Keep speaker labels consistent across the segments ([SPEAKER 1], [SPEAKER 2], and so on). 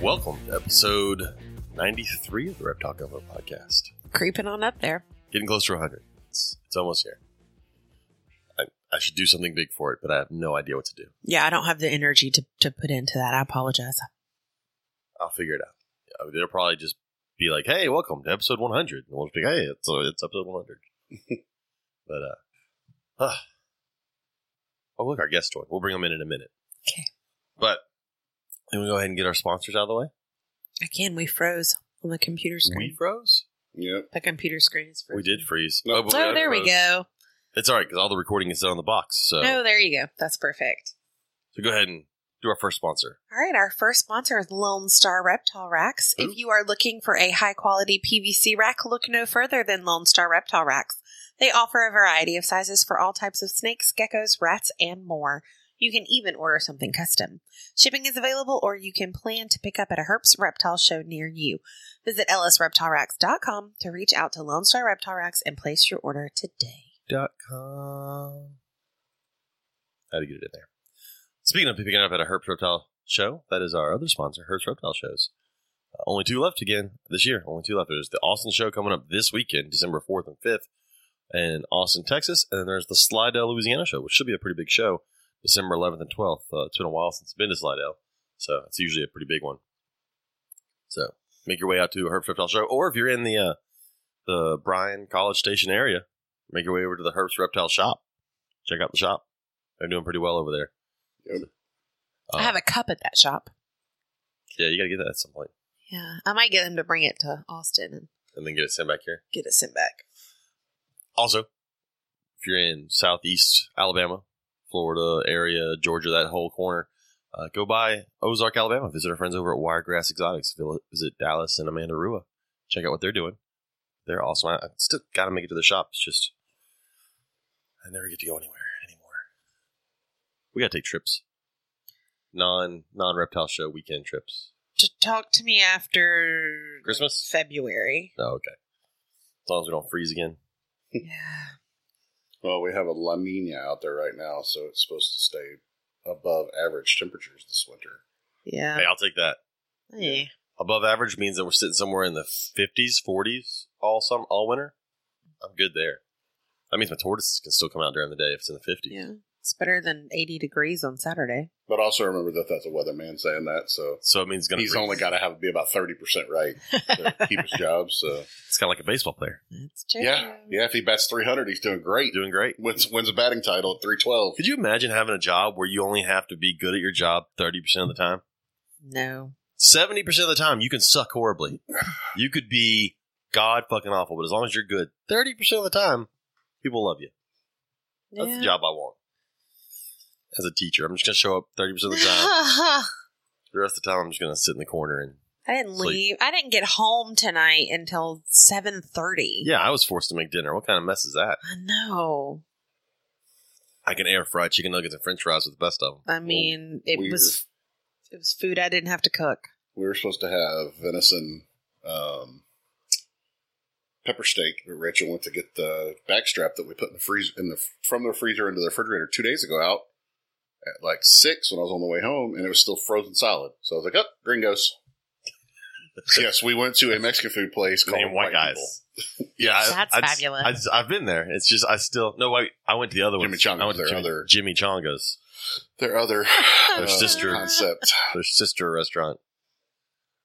[SPEAKER 1] Welcome to episode 93 of the Rep Talk Elbow podcast.
[SPEAKER 2] creeping on up there.
[SPEAKER 1] Getting close to 100. It's, it's almost here. I, I should do something big for it, but I have no idea what to do.
[SPEAKER 2] Yeah, I don't have the energy to, to put into that. I apologize.
[SPEAKER 1] I'll figure it out. Yeah, they'll probably just be like, hey, welcome to episode 100. And we'll just be, hey, it's, uh, it's episode 100. but, uh, ah. oh, look, our guest joined. We'll bring them in in a minute.
[SPEAKER 2] 'Kay.
[SPEAKER 1] But, can we go ahead and get our sponsors out of the way?
[SPEAKER 2] Again, we froze on the computer screen.
[SPEAKER 1] We froze?
[SPEAKER 3] Mm-hmm. Yep.
[SPEAKER 2] the computer screen is frozen.
[SPEAKER 1] We did freeze.
[SPEAKER 3] No.
[SPEAKER 1] but
[SPEAKER 2] Oh,
[SPEAKER 1] got
[SPEAKER 2] there we
[SPEAKER 1] froze.
[SPEAKER 2] go.
[SPEAKER 1] It's all right because all the recording is done on the box. So,
[SPEAKER 2] Oh, there you go. That's perfect.
[SPEAKER 1] so go ahead and do our first sponsor.
[SPEAKER 2] All right, our first sponsor is Lone Star Reptile Racks.
[SPEAKER 1] Ooh.
[SPEAKER 2] If you are looking for a high quality PVC rack, look no further than Lone Star Reptile Racks. They offer a variety of sizes for all types of snakes, geckos, rats, and more. You can even order something custom. Shipping is available, or you can plan to pick up at a Herps Reptile Show near you. Visit lsreptileracks.com to reach out to Lone Star Reptile Racks and place your order today.
[SPEAKER 1] Dot com. How to get it in there. Speaking of picking up at a Herps Reptile show, that is our other sponsor, Herps Reptile Shows. Uh, only two left again this year. Only two left. There's the Austin show coming up this weekend, December 4th and 5th in Austin, Texas. And then there's the Slidell, Louisiana show, which should be a pretty big show, December 11th and 12th. Uh, it's been a while since I've been to Slidell, so it's usually a pretty big one. So make your way out to a Herps Reptile show. Or if you're in the, uh, the Bryan College Station area, make your way over to the Herbst Reptile Shop. Check out the shop. They're doing pretty well over there.
[SPEAKER 3] Yep.
[SPEAKER 1] Uh,
[SPEAKER 2] I have a cup at that shop.
[SPEAKER 1] yeah, you got to get that at some point
[SPEAKER 2] Yeah, I might get them to bring it to Austin and
[SPEAKER 1] and then get it sent back here.
[SPEAKER 2] get it sent back.
[SPEAKER 1] Also, if you're in southeast Alabama, Florida area, Georgia, that whole corner, uh, go by Ozark, Alabama. Visit our friends over at Wiregrass Exotics. Vil- Visit Dallas and Amanda Rua. Check out what they're doing. They're awesome. I I still got to make it to the shop. It's just, I never get to go anywhere anymore. We got to take trips. Non non reptile show weekend trips.
[SPEAKER 2] to talk to me after
[SPEAKER 1] Christmas?
[SPEAKER 2] February.
[SPEAKER 1] Oh, okay. As long as we don't freeze again.
[SPEAKER 2] yeah.
[SPEAKER 1] Hmm.
[SPEAKER 3] Well, we have a La Nina out there right now, so it's supposed to stay above average temperatures this winter.
[SPEAKER 2] Yeah.
[SPEAKER 1] Hey, I'll take that.
[SPEAKER 2] Eh.
[SPEAKER 1] above average means that we're sitting somewhere in the 50s, 40s all summer, all winter. I'm good there. That means my tortoises can still come out during the day if it's in the 50s.
[SPEAKER 2] Yeah. It's better than 80 degrees on Saturday.
[SPEAKER 3] But also remember that that's a weatherman saying that, so
[SPEAKER 1] So it means it's gonna
[SPEAKER 3] he's
[SPEAKER 1] freeze.
[SPEAKER 3] only got to have be about thirty percent right to keep his job. So
[SPEAKER 1] It's kind of like a baseball player
[SPEAKER 2] That's true.
[SPEAKER 3] yeah, yeah, if he bats three hundred, he's doing great.
[SPEAKER 1] doing great.
[SPEAKER 3] Wins wins a batting title at three twelve.
[SPEAKER 1] Could you imagine having a job where you only have to be good at your job 30% of the time?
[SPEAKER 2] No.
[SPEAKER 1] 70% of the time you can suck horribly. You could be god fucking awful, but as long as you're good 30% of the time, people love you. That's the
[SPEAKER 2] Yeah.
[SPEAKER 1] job I want. As a teacher, I'm just going to show up 30% of the time. the rest of the time, I'm just going to sit in the corner and
[SPEAKER 2] I didn't
[SPEAKER 1] Sleep.
[SPEAKER 2] leave. I didn't get home tonight until 7.30.
[SPEAKER 1] Yeah, I was forced to make dinner. What kind of mess is that?
[SPEAKER 2] I know.
[SPEAKER 1] I can air fry chicken nuggets and french fries with the best of them.
[SPEAKER 2] I mean, it
[SPEAKER 3] we
[SPEAKER 2] was it was food I didn't have to cook.
[SPEAKER 3] We were supposed to have venison um, pepper steak. but Rachel went to get the backstrap that we put in the freezer in the from the freezer into the refrigerator two days ago out at like six when I was on the way home, and it was still frozen solid. So I was like, "Up, oh, gringos." yes, we went to a Mexican food place called
[SPEAKER 1] Named White Guys.
[SPEAKER 3] People.
[SPEAKER 1] Yeah, I-
[SPEAKER 2] That's
[SPEAKER 1] I, just-
[SPEAKER 2] fabulous.
[SPEAKER 1] I just- I've been there. It's just I still no. I I went to the other one.
[SPEAKER 3] Chimichangas,
[SPEAKER 1] I went to
[SPEAKER 3] their
[SPEAKER 1] Jimmy,
[SPEAKER 3] other-
[SPEAKER 1] Jimmy Chongas,
[SPEAKER 3] Their other
[SPEAKER 1] Their
[SPEAKER 3] uh,
[SPEAKER 1] sister.
[SPEAKER 3] concept.
[SPEAKER 1] their sister restaurant.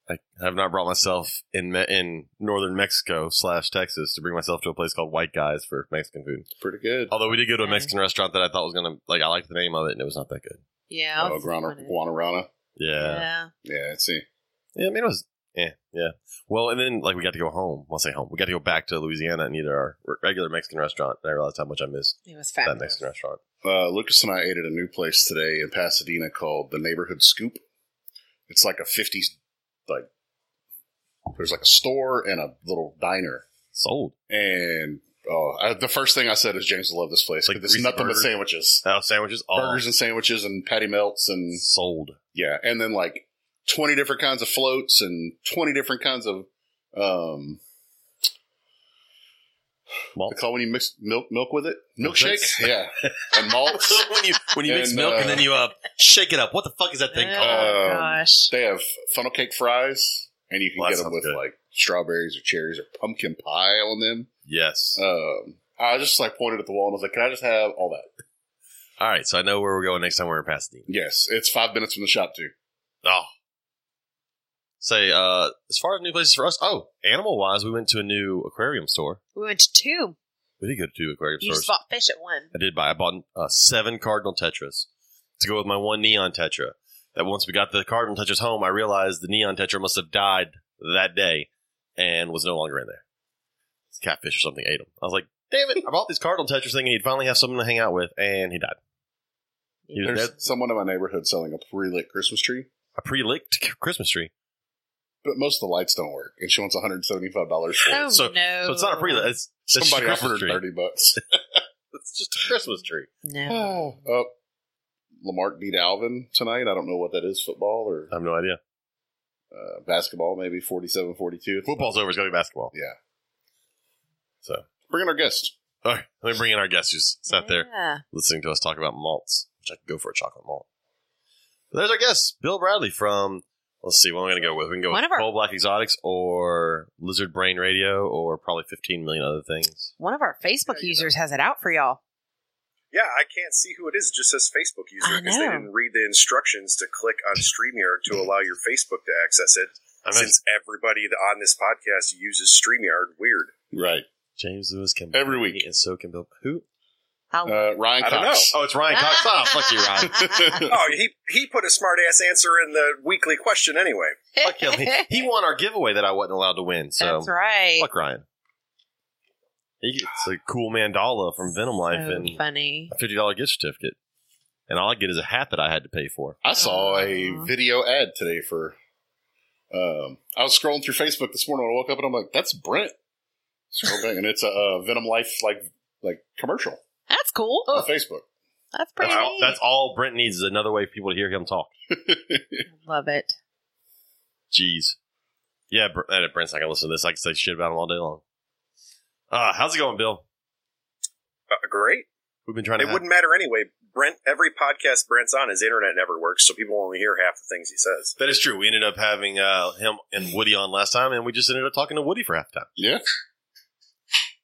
[SPEAKER 1] I have not brought myself in Me- in northern Mexico slash Texas to bring myself to a place called White Guys for Mexican food.
[SPEAKER 3] Pretty good.
[SPEAKER 1] Although we did go to a Mexican restaurant that I thought was gonna like I liked the name of it and it was not that good.
[SPEAKER 2] Yeah. I
[SPEAKER 3] Oh,
[SPEAKER 2] was
[SPEAKER 3] Guana-
[SPEAKER 2] disappointed.
[SPEAKER 3] Guanarana.
[SPEAKER 1] Yeah,
[SPEAKER 2] yeah.
[SPEAKER 3] Yeah, I see.
[SPEAKER 1] yeah. I mean it was yeah yeah. Well, and then like we got to go home. Well, I say home. We got to go back to Louisiana and eat at our re- regular Mexican restaurant. And I realized how much I missed
[SPEAKER 2] It was
[SPEAKER 1] that
[SPEAKER 2] fabulous.
[SPEAKER 1] Mexican restaurant.
[SPEAKER 3] Uh, Lucas and I ate at a new place today in Pasadena called the Neighborhood Scoop. It's like a '50s, like there's like a store and a little diner.
[SPEAKER 1] Sold.
[SPEAKER 3] And oh, I, the first thing I said is James will love this place
[SPEAKER 1] Like
[SPEAKER 3] because it's
[SPEAKER 1] greasy
[SPEAKER 3] nothing
[SPEAKER 1] burgers.
[SPEAKER 3] but sandwiches,
[SPEAKER 1] Oh, sandwiches. All
[SPEAKER 3] burgers and sandwiches and patty melts and
[SPEAKER 1] sold.
[SPEAKER 3] yeah, and then like 20 different kinds of floats and 20 different kinds of um
[SPEAKER 1] Malt.
[SPEAKER 3] they call when you mix milk milk with it
[SPEAKER 1] Milk
[SPEAKER 3] milkshake
[SPEAKER 1] shakes?
[SPEAKER 3] yeah and malts
[SPEAKER 1] when you when you mix
[SPEAKER 3] And,
[SPEAKER 1] milk and
[SPEAKER 3] uh,
[SPEAKER 1] then you uh, shake it up. What the fuck is that thing
[SPEAKER 2] oh,
[SPEAKER 1] called?
[SPEAKER 3] Um,
[SPEAKER 2] gosh.
[SPEAKER 3] they have funnel cake fries and you can
[SPEAKER 1] Well, that
[SPEAKER 3] get them
[SPEAKER 1] sounds
[SPEAKER 3] with
[SPEAKER 1] good.
[SPEAKER 3] like strawberries or cherries or pumpkin pie on them
[SPEAKER 1] Yes.
[SPEAKER 2] Uh,
[SPEAKER 3] um I just like pointed at the wall and was like, "Can I just have all that?"
[SPEAKER 1] All right, so I know where we're going next time we're in Pasadena.
[SPEAKER 3] Yes, it's five minutes from the shop too.
[SPEAKER 1] Oh. Say, uh, as far as new places for us, oh, animal wise, we went to a new aquarium store.
[SPEAKER 2] We went to two.
[SPEAKER 1] We did go to two aquarium
[SPEAKER 2] You
[SPEAKER 1] stores.
[SPEAKER 2] just bought fish at one.
[SPEAKER 1] I did buy. I bought uh, seven Cardinal Tetras to go with my one Neon Tetra. That once we got the Cardinal Tetras home, I realized the Neon Tetra must have died that day and was no longer in there. Catfish or something ate them. I was like, damn it, I bought these Cardinal Tetras thinking he'd finally have something to hang out with, and he died. He was
[SPEAKER 3] There's
[SPEAKER 1] dead.
[SPEAKER 3] someone in my neighborhood selling a pre-lit Christmas tree,
[SPEAKER 1] A pre licked Christmas tree.
[SPEAKER 3] but most of the lights don't work, and she wants one hundred seventy-five dollars for it.
[SPEAKER 2] Oh
[SPEAKER 1] So-
[SPEAKER 2] no!
[SPEAKER 1] So it's not a pre uh, licked. It's it's just a
[SPEAKER 3] Somebody
[SPEAKER 1] Christmas
[SPEAKER 3] offered her
[SPEAKER 1] tree.
[SPEAKER 3] thirty bucks.
[SPEAKER 1] It's just a Christmas tree.
[SPEAKER 2] No.
[SPEAKER 3] Oh, Lamarck beat Alvin tonight. I don't know what that is football or
[SPEAKER 1] I have no idea.
[SPEAKER 3] uh, basketball, maybe 47 42.
[SPEAKER 1] Football's over. It's going to be basketball.
[SPEAKER 3] Yeah.
[SPEAKER 1] So,
[SPEAKER 3] Bring in our guest.
[SPEAKER 1] all right, let me bring in our guest who's sat there
[SPEAKER 2] Yeah.
[SPEAKER 1] listening to us talk about malts, which I could go for a chocolate malt. But there's our guest, Bill Bradley from. Let's see, what am I going to go with? We can go
[SPEAKER 2] One
[SPEAKER 1] with
[SPEAKER 2] of our-
[SPEAKER 1] Cold Black Exotics or Lizard Brain Radio or probably 15 million other things.
[SPEAKER 2] One of our Facebook
[SPEAKER 4] Yeah, you
[SPEAKER 2] users has it out for y'all.
[SPEAKER 4] Yeah, I can't see who it is. It just says Facebook
[SPEAKER 2] I
[SPEAKER 4] user because they
[SPEAKER 2] know.
[SPEAKER 4] didn't read the instructions to click on StreamYard to allow your Facebook to access it.
[SPEAKER 1] I mean,
[SPEAKER 4] Since everybody that- on this podcast uses StreamYard, weird.
[SPEAKER 3] Right.
[SPEAKER 1] James Lewis can
[SPEAKER 3] Every
[SPEAKER 1] be me,
[SPEAKER 3] week.
[SPEAKER 1] and so can Bill. Who?
[SPEAKER 2] How
[SPEAKER 3] Uh, Ryan
[SPEAKER 4] I don't
[SPEAKER 3] Cox.
[SPEAKER 1] Oh, it's Ryan Cox. Oh, fuck you, Ryan.
[SPEAKER 4] Oh, he he put a smart ass answer in the weekly question anyway.
[SPEAKER 1] fuck him. He- He won our giveaway that I wasn't allowed to win. So
[SPEAKER 2] That's right.
[SPEAKER 1] fuck Ryan. He gets a cool mandala from Venom Life
[SPEAKER 2] so
[SPEAKER 1] and
[SPEAKER 2] Oh, funny.
[SPEAKER 1] a fifty dollar gift certificate, and all I get is a hat that I had to pay for.
[SPEAKER 3] I saw a
[SPEAKER 2] Aw.
[SPEAKER 3] video ad today for. Um, I was scrolling through Facebook this morning when I woke up and I'm like, that's Brent. Scroll back and it's a, uh Venom Life like like commercial
[SPEAKER 2] That's cool.
[SPEAKER 3] on Facebook.
[SPEAKER 2] That's pretty
[SPEAKER 1] That's all,
[SPEAKER 2] neat.
[SPEAKER 1] that's all Brent needs is another way for people to hear him talk.
[SPEAKER 2] Love it.
[SPEAKER 1] Jeez, yeah, Br- uh, Brent's not gonna listen to this. I can say shit about him all day long. Uh, how's it going, Bill?
[SPEAKER 4] Uh, great.
[SPEAKER 1] We've been trying to.
[SPEAKER 4] It wouldn't matter anyway. Brent, every podcast Brent's on, his internet never works, so people only hear half the things he says.
[SPEAKER 1] that is true. We ended up having uh, him and Woody on last time, and we just ended up talking to Woody for half the time.
[SPEAKER 3] Yeah.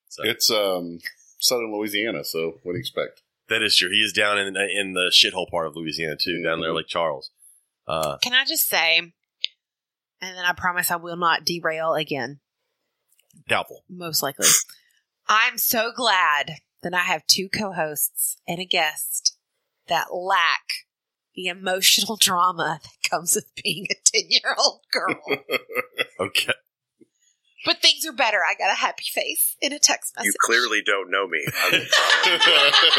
[SPEAKER 1] So
[SPEAKER 3] It's um, Southern Louisiana, so what do you expect?
[SPEAKER 1] that is true. He is down in in the shithole part of Louisiana too, down there
[SPEAKER 3] Mhm.
[SPEAKER 1] like Charles. Uh,
[SPEAKER 2] Can I just say, and then I promise I will not derail again,
[SPEAKER 1] doubtful.
[SPEAKER 2] most likely. I'm so glad that I have two co hosts and a guest that lack the emotional drama that comes with being a 10 year old girl.
[SPEAKER 1] Okay.
[SPEAKER 2] but things are better. I got a happy face in a text message.
[SPEAKER 4] You clearly don't know me. I'm-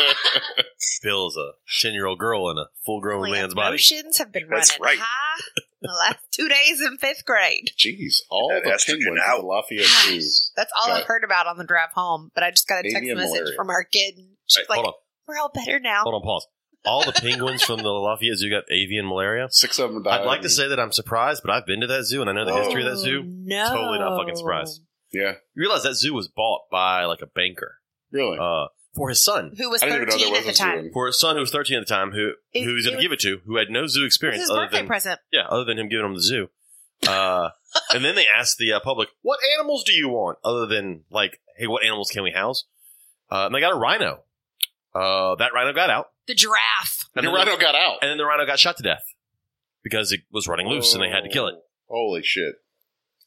[SPEAKER 1] Bill's a 10 year old girl in a full grown
[SPEAKER 2] My
[SPEAKER 1] man's body.
[SPEAKER 2] emotions have been
[SPEAKER 4] That's
[SPEAKER 2] running
[SPEAKER 4] right.
[SPEAKER 2] high the last two days in fifth grade.
[SPEAKER 3] Jeez, all
[SPEAKER 4] That
[SPEAKER 3] the
[SPEAKER 4] estrogen
[SPEAKER 3] penguins at
[SPEAKER 4] out.
[SPEAKER 3] the Lafayette Zoo.
[SPEAKER 2] Gosh, that's all
[SPEAKER 3] Got
[SPEAKER 2] I've heard about on the drive home. But I just got a
[SPEAKER 3] Maybe
[SPEAKER 2] text
[SPEAKER 3] in
[SPEAKER 2] message
[SPEAKER 3] malaria.
[SPEAKER 2] from our kid. And she's
[SPEAKER 1] Hey,
[SPEAKER 2] like,
[SPEAKER 1] hold on,
[SPEAKER 2] "We're all better now."
[SPEAKER 1] hold on, pause. All the penguins from the Lafayette Zoo got avian malaria.
[SPEAKER 3] Six of them died.
[SPEAKER 1] I'd like to say that I'm surprised, but I've been to that zoo and I know the
[SPEAKER 3] Whoa.
[SPEAKER 1] history of that zoo.
[SPEAKER 2] Oh, No,
[SPEAKER 1] Totally not fucking surprised.
[SPEAKER 3] yeah,
[SPEAKER 1] You realize that zoo was bought by like a banker
[SPEAKER 3] really.
[SPEAKER 1] uh, for his son,
[SPEAKER 2] Who was
[SPEAKER 3] I didn't even know there
[SPEAKER 2] thirteen at
[SPEAKER 3] was
[SPEAKER 2] the
[SPEAKER 3] a
[SPEAKER 2] time?
[SPEAKER 3] zoo.
[SPEAKER 1] for his son who was 13 at the time, who
[SPEAKER 2] It-
[SPEAKER 1] who he's
[SPEAKER 2] it
[SPEAKER 1] going to
[SPEAKER 2] was-
[SPEAKER 1] give it to, who had no zoo
[SPEAKER 2] It was
[SPEAKER 1] experience
[SPEAKER 2] his
[SPEAKER 1] other
[SPEAKER 2] birthday
[SPEAKER 1] than
[SPEAKER 2] present.
[SPEAKER 1] yeah, other than him giving them the zoo. Uh, and then they asked the uh, public, "What animals do you want?" Other than like, "Hey, what animals can we house?" Uh, and they got a rhino. Uh, that rhino got out,
[SPEAKER 2] The giraffe.
[SPEAKER 1] and
[SPEAKER 3] the
[SPEAKER 1] then
[SPEAKER 3] rhino got out.
[SPEAKER 1] The, and then the rhino got shot to death because it was running loose, and they had to kill it.
[SPEAKER 3] Oh, Holy shit,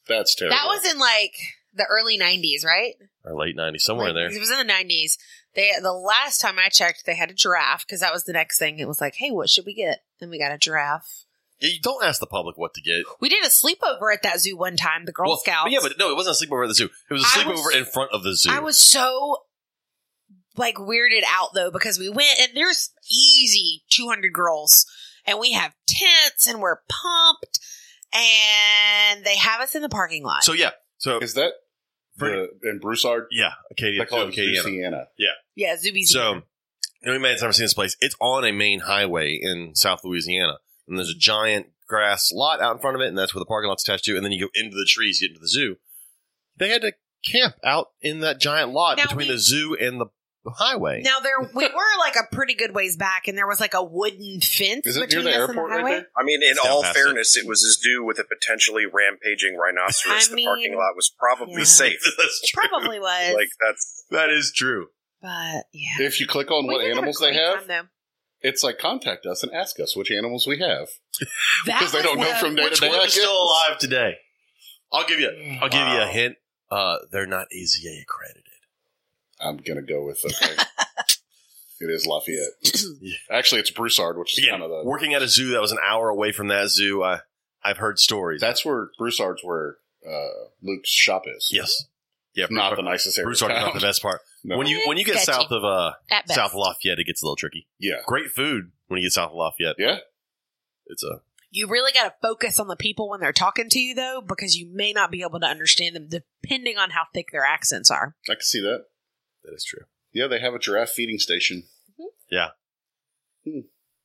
[SPEAKER 3] that's terrible.
[SPEAKER 2] That was in like the early nineties, right?
[SPEAKER 1] Or late '90s, somewhere in
[SPEAKER 2] Like,
[SPEAKER 1] there.
[SPEAKER 2] It was in the nineties. They the last time I checked, they had a giraffe because that was the next thing. It was like, "Hey, what should we get?" And we got a giraffe.
[SPEAKER 1] Yeah, you don't ask the public what to get.
[SPEAKER 2] We did a sleepover at that zoo one time. The Girl
[SPEAKER 1] Well,
[SPEAKER 2] Scouts.
[SPEAKER 1] Yeah, but no, it wasn't a sleepover at the zoo. It was a
[SPEAKER 2] I was-
[SPEAKER 1] sleepover in front of the zoo.
[SPEAKER 2] I was so like weirded out though because we went and there's easy 200 girls and we have tents and we're pumped and they have us in the parking lot.
[SPEAKER 1] so yeah, so
[SPEAKER 3] Is that the in Broussard?
[SPEAKER 1] yeah, Acadia,
[SPEAKER 3] They call it
[SPEAKER 1] Acadia.
[SPEAKER 3] Louisiana.
[SPEAKER 2] yeah, Zuby's.
[SPEAKER 1] So, you know, you may have never seen this place. It's on a main highway in South Louisiana, and there's a giant grass lot out in front of it, and that's where the parking lot's attached to. And then you go into the trees, get into the zoo. They had to camp out in that giant lot
[SPEAKER 2] Now
[SPEAKER 1] between
[SPEAKER 2] we-
[SPEAKER 1] the zoo and the highway.
[SPEAKER 2] Now there we were like a pretty good ways back, and there was like a wooden fence
[SPEAKER 3] Is it near
[SPEAKER 2] between
[SPEAKER 3] the
[SPEAKER 2] us
[SPEAKER 3] airport
[SPEAKER 2] and the
[SPEAKER 3] right
[SPEAKER 2] highway.
[SPEAKER 3] there?
[SPEAKER 4] I mean, in
[SPEAKER 1] It's down
[SPEAKER 4] all
[SPEAKER 1] past
[SPEAKER 4] fairness, it was as due with a potentially rampaging rhinoceros.
[SPEAKER 2] I
[SPEAKER 4] the parking
[SPEAKER 2] mean,
[SPEAKER 4] lot was probably
[SPEAKER 2] yeah.
[SPEAKER 4] safe.
[SPEAKER 1] That's
[SPEAKER 2] It
[SPEAKER 1] true.
[SPEAKER 2] probably was,
[SPEAKER 4] like that's
[SPEAKER 1] That is true.
[SPEAKER 2] but yeah.
[SPEAKER 3] If you click on
[SPEAKER 2] We
[SPEAKER 3] what
[SPEAKER 2] did have a
[SPEAKER 3] animals they
[SPEAKER 2] great
[SPEAKER 3] have,
[SPEAKER 2] time, though.
[SPEAKER 3] it's like contact us and ask us which animals we have
[SPEAKER 2] That
[SPEAKER 3] because they
[SPEAKER 2] was
[SPEAKER 3] don't know
[SPEAKER 2] the-
[SPEAKER 3] from day to
[SPEAKER 1] Which
[SPEAKER 3] day.
[SPEAKER 1] one
[SPEAKER 3] I
[SPEAKER 1] is still
[SPEAKER 3] guess.
[SPEAKER 1] alive today? I'll give you. I'll give you a
[SPEAKER 4] Wow.
[SPEAKER 1] hint. Uh, they're not AZA accredited.
[SPEAKER 3] I'm gonna go with okay. it is Lafayette.
[SPEAKER 1] Yeah.
[SPEAKER 3] Actually, it's Broussard, which is
[SPEAKER 1] Again,
[SPEAKER 3] kind of the
[SPEAKER 1] working at a zoo that was an hour away from that zoo, I I've heard stories.
[SPEAKER 3] that's where Broussard's where uh, Luke's shop is.
[SPEAKER 1] yes, yeah,
[SPEAKER 3] not the
[SPEAKER 1] Broussard-
[SPEAKER 3] nicest area.
[SPEAKER 1] Broussard
[SPEAKER 3] of
[SPEAKER 1] is
[SPEAKER 3] town.
[SPEAKER 1] not the best part.
[SPEAKER 3] No.
[SPEAKER 1] When you when you get
[SPEAKER 2] Sketchy.
[SPEAKER 1] south of uh
[SPEAKER 2] At best.
[SPEAKER 1] South Lafayette, it gets a little tricky.
[SPEAKER 3] yeah,
[SPEAKER 1] Great food when you get south of Lafayette.
[SPEAKER 3] yeah.
[SPEAKER 1] It's a
[SPEAKER 2] You really got to focus on the people when they're talking to you, though, because you may not be able to understand them depending on how thick their accents are.
[SPEAKER 3] I can see that.
[SPEAKER 1] that is true.
[SPEAKER 3] Yeah, they have a giraffe feeding station.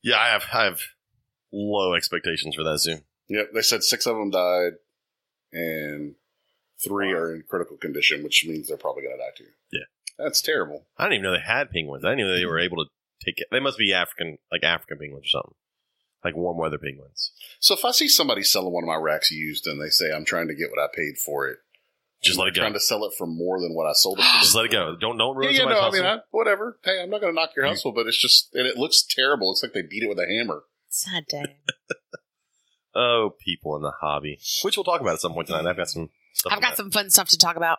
[SPEAKER 1] Yeah, I have I have low expectations for that zoo.
[SPEAKER 3] Yep, they said six of them died, and three are in critical condition, which means they're probably gonna die too.
[SPEAKER 1] Yeah.
[SPEAKER 3] that's terrible.
[SPEAKER 1] I didn't even know they had penguins. I didn't even know they were able to take it. They must be African, like African penguins or something, like warm weather penguins.
[SPEAKER 3] So if I see somebody selling one of my racks used, and they say I'm trying to get what I paid for it,
[SPEAKER 1] Just let it go.
[SPEAKER 3] trying to sell it for more than what I sold it for.
[SPEAKER 1] Just let it go. Don't don't
[SPEAKER 3] Yeah,
[SPEAKER 1] ruin
[SPEAKER 3] yeah,
[SPEAKER 1] somebody's
[SPEAKER 3] no, I
[SPEAKER 1] hustle.
[SPEAKER 3] mean, I, whatever. Hey, I'm not going to knock your hustle, but it's just, and it looks terrible. It's like they beat it with a hammer.
[SPEAKER 2] Sad day.
[SPEAKER 1] Oh, people in the hobby, which we'll talk about at some point tonight. I've got some. Stuff
[SPEAKER 2] I've
[SPEAKER 1] on
[SPEAKER 2] got
[SPEAKER 1] that.
[SPEAKER 2] some fun stuff to talk about.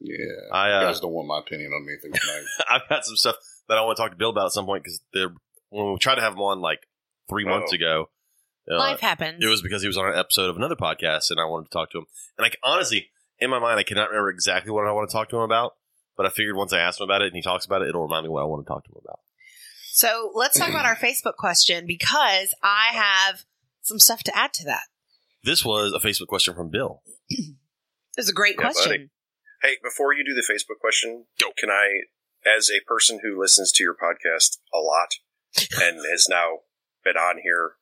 [SPEAKER 3] Yeah.
[SPEAKER 1] I
[SPEAKER 3] You
[SPEAKER 1] uh,
[SPEAKER 3] guys don't want my opinion on anything tonight.
[SPEAKER 1] I've got some stuff that I want to talk to Bill about at some point because they're when we tried to have him on like 3
[SPEAKER 4] Uh-oh.
[SPEAKER 1] months ago. uh,
[SPEAKER 2] Life happens.
[SPEAKER 1] it was because he was on an episode of another podcast, and I wanted to talk to him. And I c- honestly, in my mind, I cannot remember exactly what I want to talk to him about. But I figured once I asked him about it and he talks about it, it'll remind me what I want to talk to him about.
[SPEAKER 2] So let's talk about our Facebook question because I have some stuff to add to that.
[SPEAKER 1] This was a Facebook question from Bill.
[SPEAKER 2] It's a great
[SPEAKER 4] Yeah,
[SPEAKER 2] question.
[SPEAKER 4] buddy. hey. Before you do the Facebook question, can I, as a person who listens to your podcast a lot and has now been on here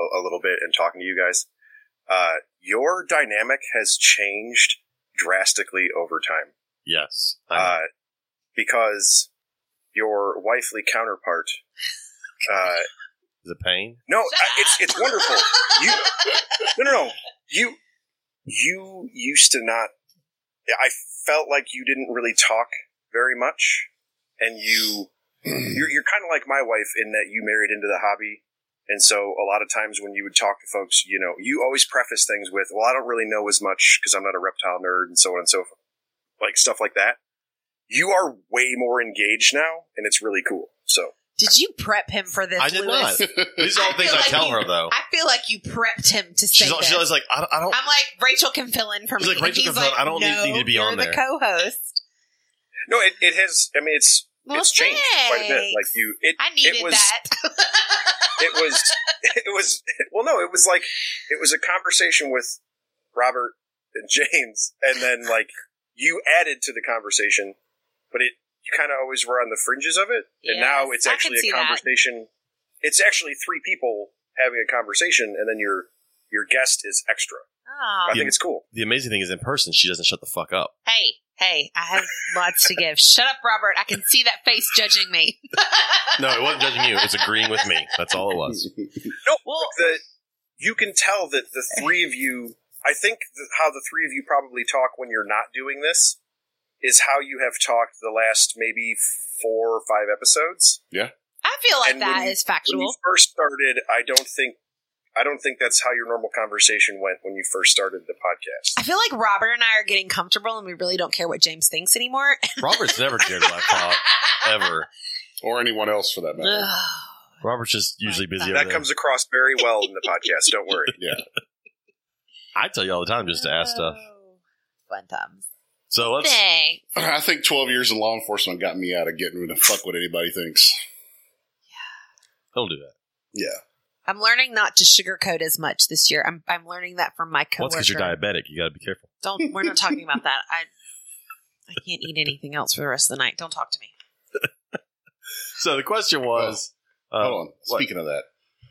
[SPEAKER 4] a, a little bit and talking to you guys, uh, your dynamic has changed drastically over time.
[SPEAKER 1] Yes, I know.
[SPEAKER 4] uh, because your wifely counterpart. Uh,
[SPEAKER 1] is it pain?
[SPEAKER 4] no, I- it's it's wonderful. You, no, no, no. You you used to not. I felt like you didn't really talk very much, and you you're, you're kind of like my wife in that you married into the hobby. And so a lot of times when you would talk to folks, you know, you always preface things with, well, I don't really know as much because I'm not a reptile nerd and so on and so forth. Like stuff like that. You are way more engaged now and it's really cool. So
[SPEAKER 2] Did you prep him for this?
[SPEAKER 1] I did
[SPEAKER 2] Lewis?
[SPEAKER 1] not. These are all
[SPEAKER 2] I
[SPEAKER 1] things
[SPEAKER 2] feel
[SPEAKER 1] I
[SPEAKER 2] like
[SPEAKER 1] tell
[SPEAKER 2] you-
[SPEAKER 1] her though.
[SPEAKER 2] I feel like you prepped him to say
[SPEAKER 1] She's, al-
[SPEAKER 2] this.
[SPEAKER 1] she's always like, I don't, I don't
[SPEAKER 2] I'm like Rachel can fill in for
[SPEAKER 1] She's
[SPEAKER 2] me.
[SPEAKER 1] like, "Rachel
[SPEAKER 2] and
[SPEAKER 1] can fill
[SPEAKER 2] he's
[SPEAKER 1] in.
[SPEAKER 2] like,
[SPEAKER 1] I don't
[SPEAKER 2] no,
[SPEAKER 1] need- need to be
[SPEAKER 2] you're
[SPEAKER 1] on
[SPEAKER 2] the
[SPEAKER 1] there."
[SPEAKER 2] co-host.
[SPEAKER 4] no, it, it has, I mean, it's,
[SPEAKER 2] Well,
[SPEAKER 4] it's changed quite a bit. Like
[SPEAKER 2] thanks.
[SPEAKER 4] you, it,
[SPEAKER 2] I needed
[SPEAKER 4] was-
[SPEAKER 2] that.
[SPEAKER 4] it was it was well no it was like it was a conversation with robert and james and then like you added to the conversation but it you kind of always were on the fringes of it
[SPEAKER 2] Yes,
[SPEAKER 4] and now it's
[SPEAKER 2] I can
[SPEAKER 4] actually
[SPEAKER 2] see
[SPEAKER 4] a
[SPEAKER 2] that.
[SPEAKER 4] conversation it's actually three people having a conversation and then your your guest is extra i
[SPEAKER 2] Aw.
[SPEAKER 4] think it's cool
[SPEAKER 1] the amazing thing is in person she doesn't shut the fuck up.
[SPEAKER 2] Hey, hey, I have lots to give. Shut up, Robert. I can see that face judging me.
[SPEAKER 1] No, it wasn't judging you. It was agreeing with me. That's all it was.
[SPEAKER 4] No,
[SPEAKER 2] Well-
[SPEAKER 4] the, you can tell that the three of you. I think that how the three of you probably talk when you're not doing this is how you have talked the last maybe four or five episodes.
[SPEAKER 2] I feel like
[SPEAKER 4] And when
[SPEAKER 2] that
[SPEAKER 4] you-
[SPEAKER 2] is
[SPEAKER 4] When you
[SPEAKER 2] factual.
[SPEAKER 4] first started, I don't think I don't think that's how your normal conversation went when you first started the podcast.
[SPEAKER 2] I feel like Robert and I are getting comfortable and we really don't care what James thinks anymore.
[SPEAKER 1] Robert's never cared what I thought ever.
[SPEAKER 3] or anyone else for that matter.
[SPEAKER 1] Robert's just usually busy. Over
[SPEAKER 4] That
[SPEAKER 1] there.
[SPEAKER 4] comes across very well in the podcast. Don't worry.
[SPEAKER 3] yeah.
[SPEAKER 1] I tell you all the time just to
[SPEAKER 2] Uh,
[SPEAKER 1] ask stuff.
[SPEAKER 2] Fun times.
[SPEAKER 1] So let's.
[SPEAKER 2] Thanks.
[SPEAKER 3] I think 12 years in law enforcement got me out of getting rid of fuck what anybody thinks.
[SPEAKER 1] Don't do that.
[SPEAKER 3] Yeah.
[SPEAKER 2] I'm learning not to sugarcoat as much this year. I'm I'm learning that from my
[SPEAKER 1] Once
[SPEAKER 2] coworker.
[SPEAKER 1] because you're diabetic, you got to be careful.
[SPEAKER 2] Don't we're not talking about that. I I can't eat anything else for the rest of the night. Don't talk to me.
[SPEAKER 1] So the question was. uh,
[SPEAKER 3] Oh. Hold on.
[SPEAKER 1] what?
[SPEAKER 3] Speaking of that,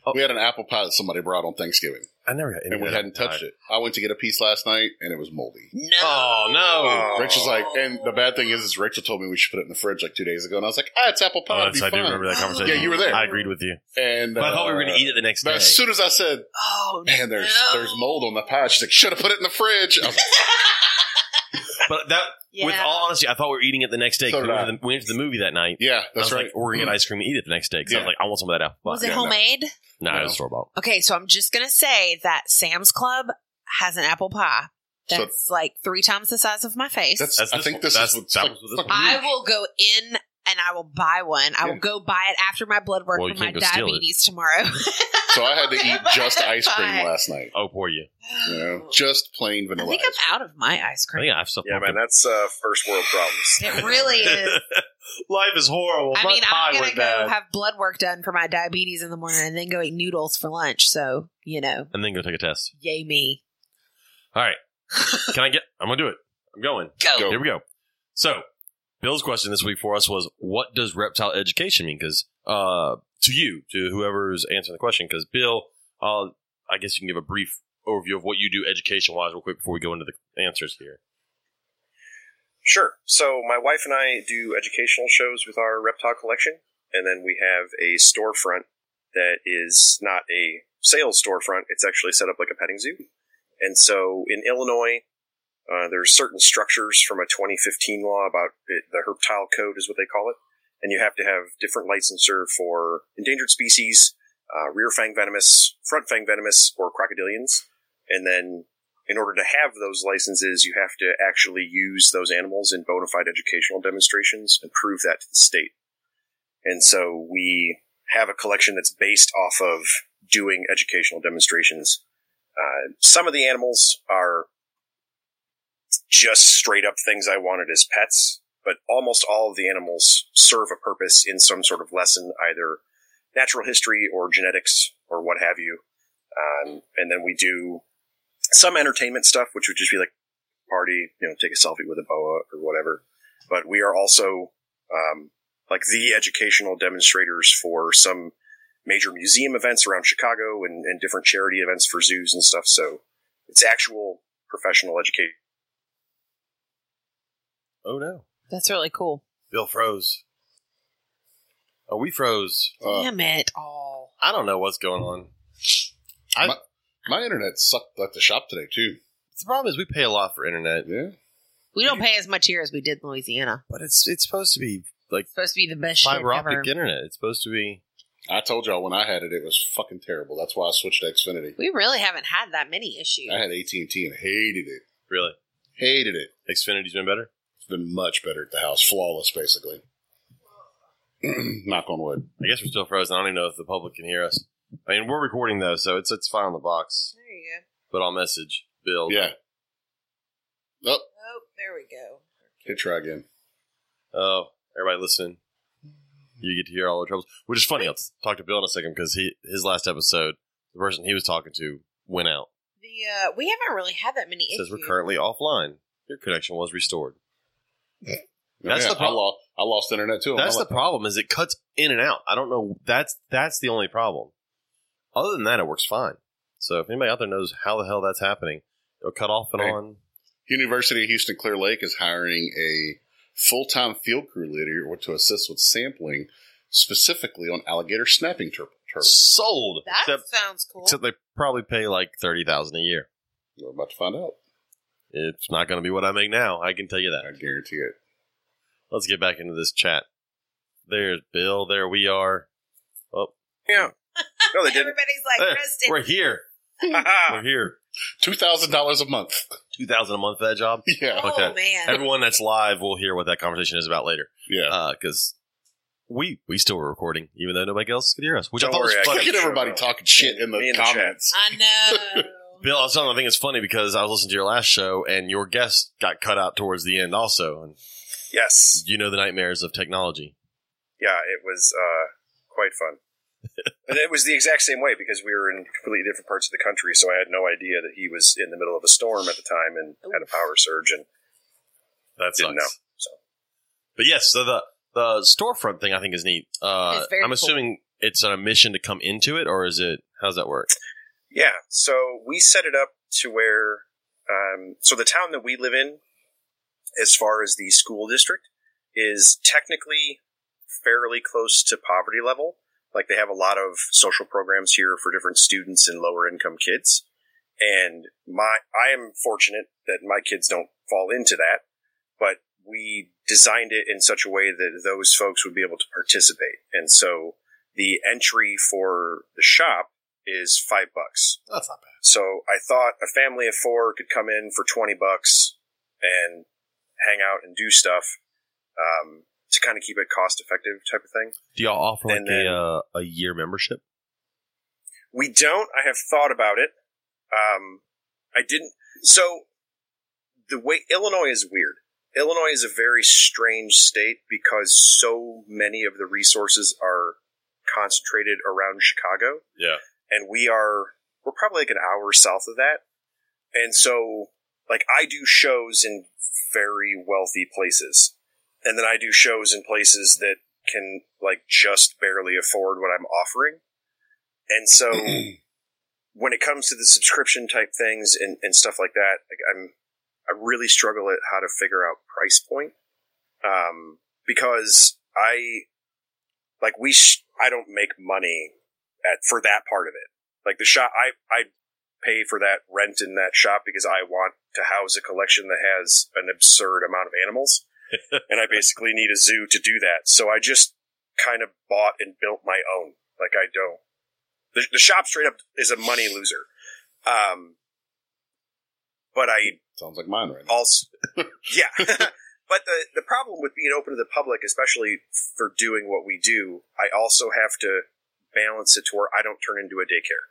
[SPEAKER 1] Oh.
[SPEAKER 3] we had an apple pie that somebody brought on Thanksgiving.
[SPEAKER 1] I never got any.
[SPEAKER 3] and we hadn't touched it. I went to get a piece last night, and it was moldy.
[SPEAKER 2] No.
[SPEAKER 1] Oh, no.
[SPEAKER 4] Oh.
[SPEAKER 3] Rachel's like, and the bad thing is, is Rachel told me we should put it in the fridge like two days ago, and I was like, ah, it's apple pie.
[SPEAKER 1] Oh,
[SPEAKER 3] it'd be
[SPEAKER 1] so I do
[SPEAKER 3] fine.
[SPEAKER 1] remember that
[SPEAKER 2] Oh.
[SPEAKER 1] conversation.
[SPEAKER 3] Yeah, you were there.
[SPEAKER 1] I agreed with you. Uh,
[SPEAKER 3] And uh,
[SPEAKER 1] But I thought we were going to eat it the next
[SPEAKER 3] But
[SPEAKER 1] day.
[SPEAKER 3] as soon as I said,
[SPEAKER 2] Oh,
[SPEAKER 3] man, there's
[SPEAKER 2] no.
[SPEAKER 3] there's mold on the pie, she's like, should have put it in the fridge. I was like,
[SPEAKER 1] But that,
[SPEAKER 2] Yeah.
[SPEAKER 1] with all honesty, I thought we were eating it the next day. 'cause
[SPEAKER 3] So
[SPEAKER 1] we,
[SPEAKER 3] did
[SPEAKER 1] went
[SPEAKER 3] I.
[SPEAKER 1] to the, we went to the movie that night.
[SPEAKER 3] yeah,
[SPEAKER 1] I was
[SPEAKER 3] that's right.
[SPEAKER 1] Like, we're gonna get ice cream and eat it the next day because I was
[SPEAKER 3] Yeah.
[SPEAKER 1] like, I want some of that apple pie.
[SPEAKER 2] was it
[SPEAKER 3] Yeah, no.
[SPEAKER 2] homemade?
[SPEAKER 1] No, it
[SPEAKER 3] No.
[SPEAKER 1] was store bought.
[SPEAKER 2] Okay, so I'm just gonna say that Sam's Club has an apple pie
[SPEAKER 3] So-
[SPEAKER 2] that's like three times the size of my face.
[SPEAKER 3] That's,
[SPEAKER 1] That's
[SPEAKER 3] I
[SPEAKER 1] this
[SPEAKER 3] think
[SPEAKER 1] one.
[SPEAKER 3] this
[SPEAKER 1] That's-
[SPEAKER 3] is what's
[SPEAKER 1] that
[SPEAKER 3] like,
[SPEAKER 1] was this
[SPEAKER 3] fucking
[SPEAKER 1] one.
[SPEAKER 2] I
[SPEAKER 3] huge.
[SPEAKER 2] will go in and I will buy one. I will
[SPEAKER 3] Yeah.
[SPEAKER 2] go buy it after my blood work
[SPEAKER 1] Well, you
[SPEAKER 2] for my
[SPEAKER 1] can't go steal it.
[SPEAKER 2] diabetes tomorrow.
[SPEAKER 3] So I had to eat just ice cream
[SPEAKER 2] Fine.
[SPEAKER 3] last night.
[SPEAKER 1] Oh, poor you.
[SPEAKER 3] You know, just plain
[SPEAKER 2] I
[SPEAKER 3] vanilla.
[SPEAKER 2] think
[SPEAKER 3] ice
[SPEAKER 2] I'm out of my ice
[SPEAKER 1] I
[SPEAKER 2] cream.
[SPEAKER 1] think I have stuff.
[SPEAKER 4] Yeah, man, that's uh, first world problems.
[SPEAKER 2] It really is.
[SPEAKER 1] Life is horrible.
[SPEAKER 2] I
[SPEAKER 1] My
[SPEAKER 2] mean,
[SPEAKER 1] pie
[SPEAKER 2] I'm gonna
[SPEAKER 1] went
[SPEAKER 2] go
[SPEAKER 1] bad.
[SPEAKER 2] have blood work done for my diabetes in the morning and then go eat noodles for lunch. So you know,
[SPEAKER 1] and then go take a test.
[SPEAKER 2] yay me.
[SPEAKER 1] All right. Can I get? I'm gonna do it. I'm going.
[SPEAKER 2] Go.
[SPEAKER 3] Go.
[SPEAKER 1] Here we go. So, Bill's question this week for us was, "What does reptile education mean?" Because uh, to you, to whoever's answering the question, because Bill, uh, I guess you can give a brief overview of what you do education wise, real quick, before we go into the answers here.
[SPEAKER 4] Sure. So my wife and I do educational shows with our reptile collection, and then we have a storefront that is not a sales storefront. It's actually set up like a petting zoo. And so in Illinois, uh, there's certain structures from a 2015 law about it, the herptile code is what they call it, and you have to have different licensure for endangered species, uh, rear fang venomous, front fang venomous, or crocodilians, and then in order to have those licenses, you have to actually use those animals in bona fide educational demonstrations and prove that to the state. And so we have a collection that's based off of doing educational demonstrations. Uh, some of the animals are just straight up things I wanted as pets, but almost all of the animals serve a purpose in some sort of lesson, either natural history or genetics or what have you. Um, and then we do some entertainment stuff, which would just be like party, you know, take a selfie with a boa or whatever. But we are also um, like the educational demonstrators for some major museum events around Chicago and, and different charity events for zoos and stuff. So it's actual professional education.
[SPEAKER 1] Oh no,
[SPEAKER 2] That's really cool.
[SPEAKER 1] Bill froze. Oh, we froze.
[SPEAKER 3] cream. Uh,
[SPEAKER 2] Damn it all.
[SPEAKER 1] I don't know what's going on.
[SPEAKER 3] my internet sucked at the shop today too.
[SPEAKER 1] The problem is we pay a lot for internet,
[SPEAKER 3] Yeah,
[SPEAKER 2] We don't pay as much here as we did in Louisiana.
[SPEAKER 1] but it's it's supposed to be like
[SPEAKER 2] It's supposed to be the best shit
[SPEAKER 1] fiber optic
[SPEAKER 2] ever.
[SPEAKER 1] internet. It's supposed to be.
[SPEAKER 3] I told y'all when I had it, it was fucking terrible. That's why I switched to Xfinity.
[SPEAKER 2] We really haven't had that many issues.
[SPEAKER 3] I had AT and T and hated it.
[SPEAKER 1] Really?
[SPEAKER 3] Hated it.
[SPEAKER 1] Xfinity's been better?
[SPEAKER 3] It's been much better at the house. Flawless, basically. Knock on wood.
[SPEAKER 1] I guess we're still frozen. I don't even know if the public can hear us. I mean, we're recording though, so it's it's fine on the box.
[SPEAKER 2] There you go.
[SPEAKER 1] But I'll message Bill.
[SPEAKER 3] Yeah. Oh,
[SPEAKER 2] Oh, there we go.
[SPEAKER 3] hit try again.
[SPEAKER 1] Oh, everybody listening. You get to hear all the troubles, which is funny. I'll talk to Bill in a second because he his last episode, the person he was talking to went out.
[SPEAKER 2] The uh, we haven't really had that many
[SPEAKER 1] It says
[SPEAKER 2] issues.
[SPEAKER 1] we're currently offline. Your connection was restored. That's
[SPEAKER 3] Yeah,
[SPEAKER 1] the prob-
[SPEAKER 3] I lost, I lost internet too.
[SPEAKER 1] That's the
[SPEAKER 3] I'm like,
[SPEAKER 1] problem. Is it cuts in and out. I don't know. That's that's the only problem. Other than that, it works fine. So if anybody out there knows how the hell that's happening, it'll cut off and
[SPEAKER 3] Hey.
[SPEAKER 1] on.
[SPEAKER 3] University of Houston Clear Lake is hiring a full time field crew leader to assist with sampling specifically on alligator snapping tur- turtles.
[SPEAKER 1] Sold.
[SPEAKER 2] That
[SPEAKER 1] Except-
[SPEAKER 2] sounds cool.
[SPEAKER 1] Except they probably pay like thirty thousand a year.
[SPEAKER 3] We're about to find out.
[SPEAKER 1] It's not going to be what I make now. I can tell you
[SPEAKER 3] I
[SPEAKER 1] that.
[SPEAKER 3] guarantee it.
[SPEAKER 1] Let's get back into this chat. There's Bill. There we are.
[SPEAKER 4] Yeah. No, they didn't.
[SPEAKER 2] Everybody's like,
[SPEAKER 1] There,
[SPEAKER 2] Kristen,
[SPEAKER 1] we're here. We're
[SPEAKER 4] Haha.
[SPEAKER 1] here.
[SPEAKER 3] Two thousand dollars a month.
[SPEAKER 1] Two thousand a month for that job.
[SPEAKER 3] yeah,
[SPEAKER 2] oh
[SPEAKER 1] okay.
[SPEAKER 2] man,
[SPEAKER 1] Everyone that's live will hear what that conversation is about later.
[SPEAKER 3] yeah.
[SPEAKER 1] Because Uh, we we still were recording, even though nobody else could hear us. Which I
[SPEAKER 4] Don't
[SPEAKER 1] thought
[SPEAKER 4] worry,
[SPEAKER 1] was
[SPEAKER 4] I
[SPEAKER 1] funny.
[SPEAKER 4] can-
[SPEAKER 3] Look at everybody talking shit in
[SPEAKER 4] Me
[SPEAKER 3] the
[SPEAKER 4] in the chat.
[SPEAKER 3] comments.
[SPEAKER 2] I know.
[SPEAKER 1] Bill, I was telling you, I think it's funny because I was listening to your last show and your guest got cut out towards the end also. And
[SPEAKER 4] Yes.
[SPEAKER 1] you know the nightmares of technology.
[SPEAKER 4] Yeah, it was uh, quite fun. and it was the exact same way because we were in completely different parts of the country, so I had no idea that he was in the middle of a storm at the time and had a power surge and
[SPEAKER 1] That sucks.
[SPEAKER 4] didn't know. So
[SPEAKER 1] But yes, so the the storefront thing I think is neat. Uh,
[SPEAKER 2] It's very
[SPEAKER 1] I'm
[SPEAKER 2] cool.
[SPEAKER 1] assuming it's an admission to come into it, or is it? How's that work?
[SPEAKER 4] Yeah, so we set it up to where, um, so the town that we live in, as far as the school district, is technically fairly close to poverty level. Like they have a lot of social programs here for different students and lower income kids. And my, I am fortunate that my kids don't fall into that, but we designed it in such a way that those folks would be able to participate. And so the entry for the shop is five bucks.
[SPEAKER 3] That's not bad.
[SPEAKER 4] So I thought a family of four could come in for 20 bucks and hang out and do stuff um, to kind of keep it cost effective type of thing.
[SPEAKER 1] Do y'all offer like
[SPEAKER 4] And then-
[SPEAKER 1] a uh, a year membership?
[SPEAKER 4] We don't. I have thought about it. Um, I didn't. So the way Illinois is weird. Illinois is a very strange state because so many of the resources are concentrated around Chicago.
[SPEAKER 1] Yeah.
[SPEAKER 4] and we are we're probably like an hour south of that. And so like I do shows in very wealthy places. And then I do shows in places that can like just barely afford what I'm offering. And so when it comes to the subscription type things and, and stuff like that, like I'm I really struggle at how to figure out price point. Um because I like we sh- I don't make money at for that part of it. Like the shop, I I pay for that rent in that shop because I want to house a collection that has an absurd amount of animals, and I basically need a zoo to do that. So I just kind of bought and built my own. Like I don't. The, the shop straight up is a money loser. Um, but I
[SPEAKER 3] Sounds like mine right now.
[SPEAKER 4] also yeah but the the problem with being open to the public especially for doing what we do i also have to balance it to where i don't turn into a daycare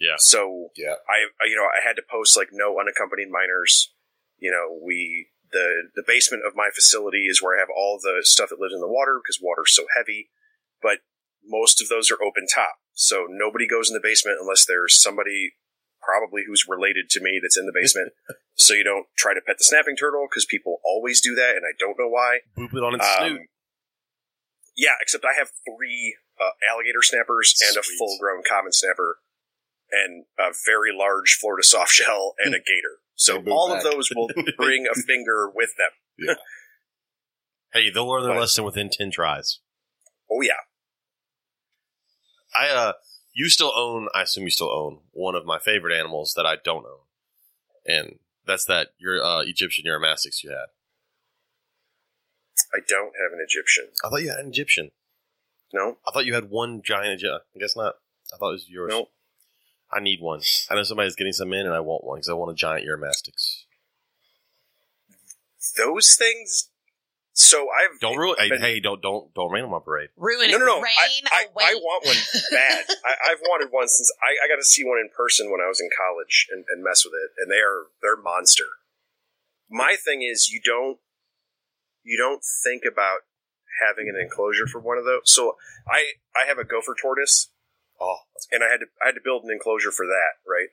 [SPEAKER 1] Yeah.
[SPEAKER 4] so
[SPEAKER 3] Yeah.
[SPEAKER 4] i I- you know i had to post like no unaccompanied minors you know we the the basement of my facility is where i have all the stuff that lives in the water because water's so heavy but most of those are open top so nobody goes in the basement unless there's somebody probably who's related to me that's in the basement so you don't try to pet the snapping turtle because people always do that, and I don't know why.
[SPEAKER 1] Boop it on its
[SPEAKER 4] Um,
[SPEAKER 1] snoot.
[SPEAKER 4] yeah, except I have three uh, alligator snappers and
[SPEAKER 1] Sweet.
[SPEAKER 4] a full-grown common snapper, and a very large Florida softshell and a gator. So
[SPEAKER 3] They boot
[SPEAKER 4] all
[SPEAKER 3] back.
[SPEAKER 4] of those will bring a finger with them.
[SPEAKER 1] Hey, they'll learn their
[SPEAKER 4] But-
[SPEAKER 1] lesson within ten tries.
[SPEAKER 4] Oh yeah,
[SPEAKER 1] I uh, you still own? I assume you still own one of my favorite animals that I don't own, and that's that your uh, Egyptian Eurymastix you had.
[SPEAKER 4] I don't have an Egyptian.
[SPEAKER 1] I thought you had an Egyptian.
[SPEAKER 4] No,
[SPEAKER 1] I thought you had one giant. Egy- I guess not. I thought it was yours.
[SPEAKER 4] no,
[SPEAKER 1] I need one. I know somebody's getting some in, and I want one because I want a giant Eurymastix.
[SPEAKER 4] those things. So I've
[SPEAKER 1] Don't ruin. Hey,
[SPEAKER 4] But-
[SPEAKER 1] hey, don't don't don't rain on my parade.
[SPEAKER 2] Ruin
[SPEAKER 4] no,
[SPEAKER 2] it.
[SPEAKER 4] no, no.
[SPEAKER 2] Rain
[SPEAKER 4] I, I,
[SPEAKER 2] away.
[SPEAKER 4] I want one bad. I, I've wanted one since I, I got to see one in person when I was in college and, and mess with it, and they are they're monster. My thing is you don't you don't think about having an enclosure for one of those. So I I have a gopher tortoise,
[SPEAKER 1] Oh,
[SPEAKER 4] and I had to I had to build an enclosure for that, right?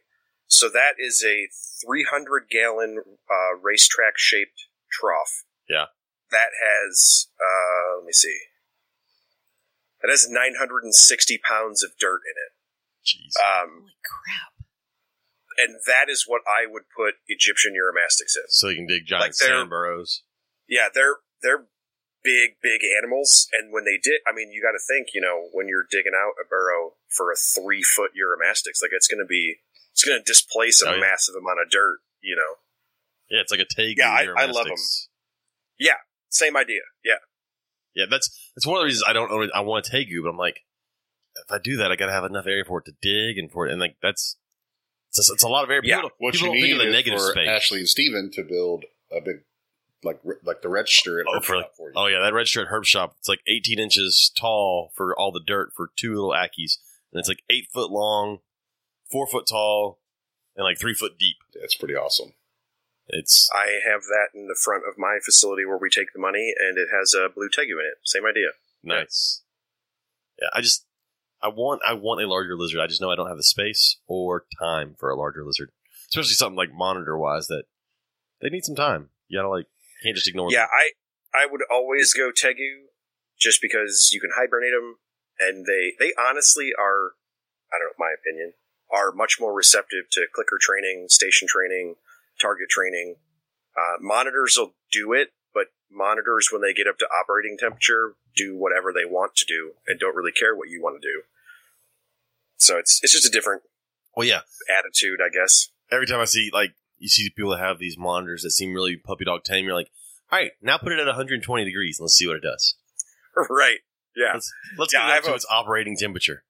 [SPEAKER 4] So that is a 300 gallon uh, racetrack shaped trough.
[SPEAKER 1] Yeah.
[SPEAKER 4] That has uh, let me see. That has 960 pounds of dirt in it.
[SPEAKER 1] jeez.
[SPEAKER 4] Um,
[SPEAKER 2] Holy crap.
[SPEAKER 4] and that is what I would put Egyptian Uromastics in.
[SPEAKER 1] so you can dig giant
[SPEAKER 4] like they're-
[SPEAKER 1] sand burrows.
[SPEAKER 4] Yeah, they're they're big big animals, and when they dig, I mean, you got to think, you know, when you're digging out a burrow for a three foot Uromastics, like it's going to be it's going to displace a
[SPEAKER 1] Oh, yeah.
[SPEAKER 4] massive amount of dirt, you know.
[SPEAKER 1] Yeah, it's like a tegu.
[SPEAKER 4] Yeah, I- I love 'em.
[SPEAKER 1] Eurymastix.
[SPEAKER 4] Same idea, yeah.
[SPEAKER 1] Yeah, that's that's one of the reasons I don't own it. I want a tegu, but I'm like, if I do that, I gotta have enough area for it to dig and for it, and like that's it's a, it's a lot of area.
[SPEAKER 4] Yeah,
[SPEAKER 1] people don't,
[SPEAKER 3] What
[SPEAKER 1] people
[SPEAKER 3] you
[SPEAKER 1] don't
[SPEAKER 3] need
[SPEAKER 1] think of the
[SPEAKER 3] is
[SPEAKER 1] negative
[SPEAKER 3] for
[SPEAKER 1] space.
[SPEAKER 3] Ashley and Steven to build a big, like, re- like the register at
[SPEAKER 1] Oh,
[SPEAKER 3] Herb
[SPEAKER 1] for-
[SPEAKER 3] Shop for you.
[SPEAKER 1] Oh yeah, that red shirt herb shop. It's like 18 inches tall for all the dirt for two little ackies, and it's like eight foot long, four foot tall, and like three foot deep.
[SPEAKER 3] That's pretty awesome.
[SPEAKER 1] It's
[SPEAKER 4] I have that in the front of my facility where we take the money, and it has a blue tegu in it. Same idea.
[SPEAKER 1] Nice. Yeah, I just I want I want a larger lizard. I just know I don't have the space or time for a larger lizard, especially something like monitor wise that they need some time. You gotta like can't just ignore.
[SPEAKER 4] Yeah,
[SPEAKER 1] them.
[SPEAKER 4] I I would always go Tegu just because you can hibernate them, and they they honestly are, I don't know, my opinion, are much more receptive to clicker training, station training, target training. Uh, monitors will do it, but monitors, when they get up to operating temperature, do whatever they want to do and don't really care what you want to do. So it's it's just a different
[SPEAKER 1] Well, yeah.
[SPEAKER 4] attitude, I guess.
[SPEAKER 1] Every time I see like you see people that have these monitors that seem really puppy dog tame, you're like, all right, now put it at 120 degrees and let's see what it does.
[SPEAKER 4] right. Yeah.
[SPEAKER 1] Let's let's
[SPEAKER 4] Yeah,
[SPEAKER 1] get
[SPEAKER 4] I
[SPEAKER 1] it
[SPEAKER 4] have
[SPEAKER 1] up to
[SPEAKER 4] a-
[SPEAKER 1] its operating temperature.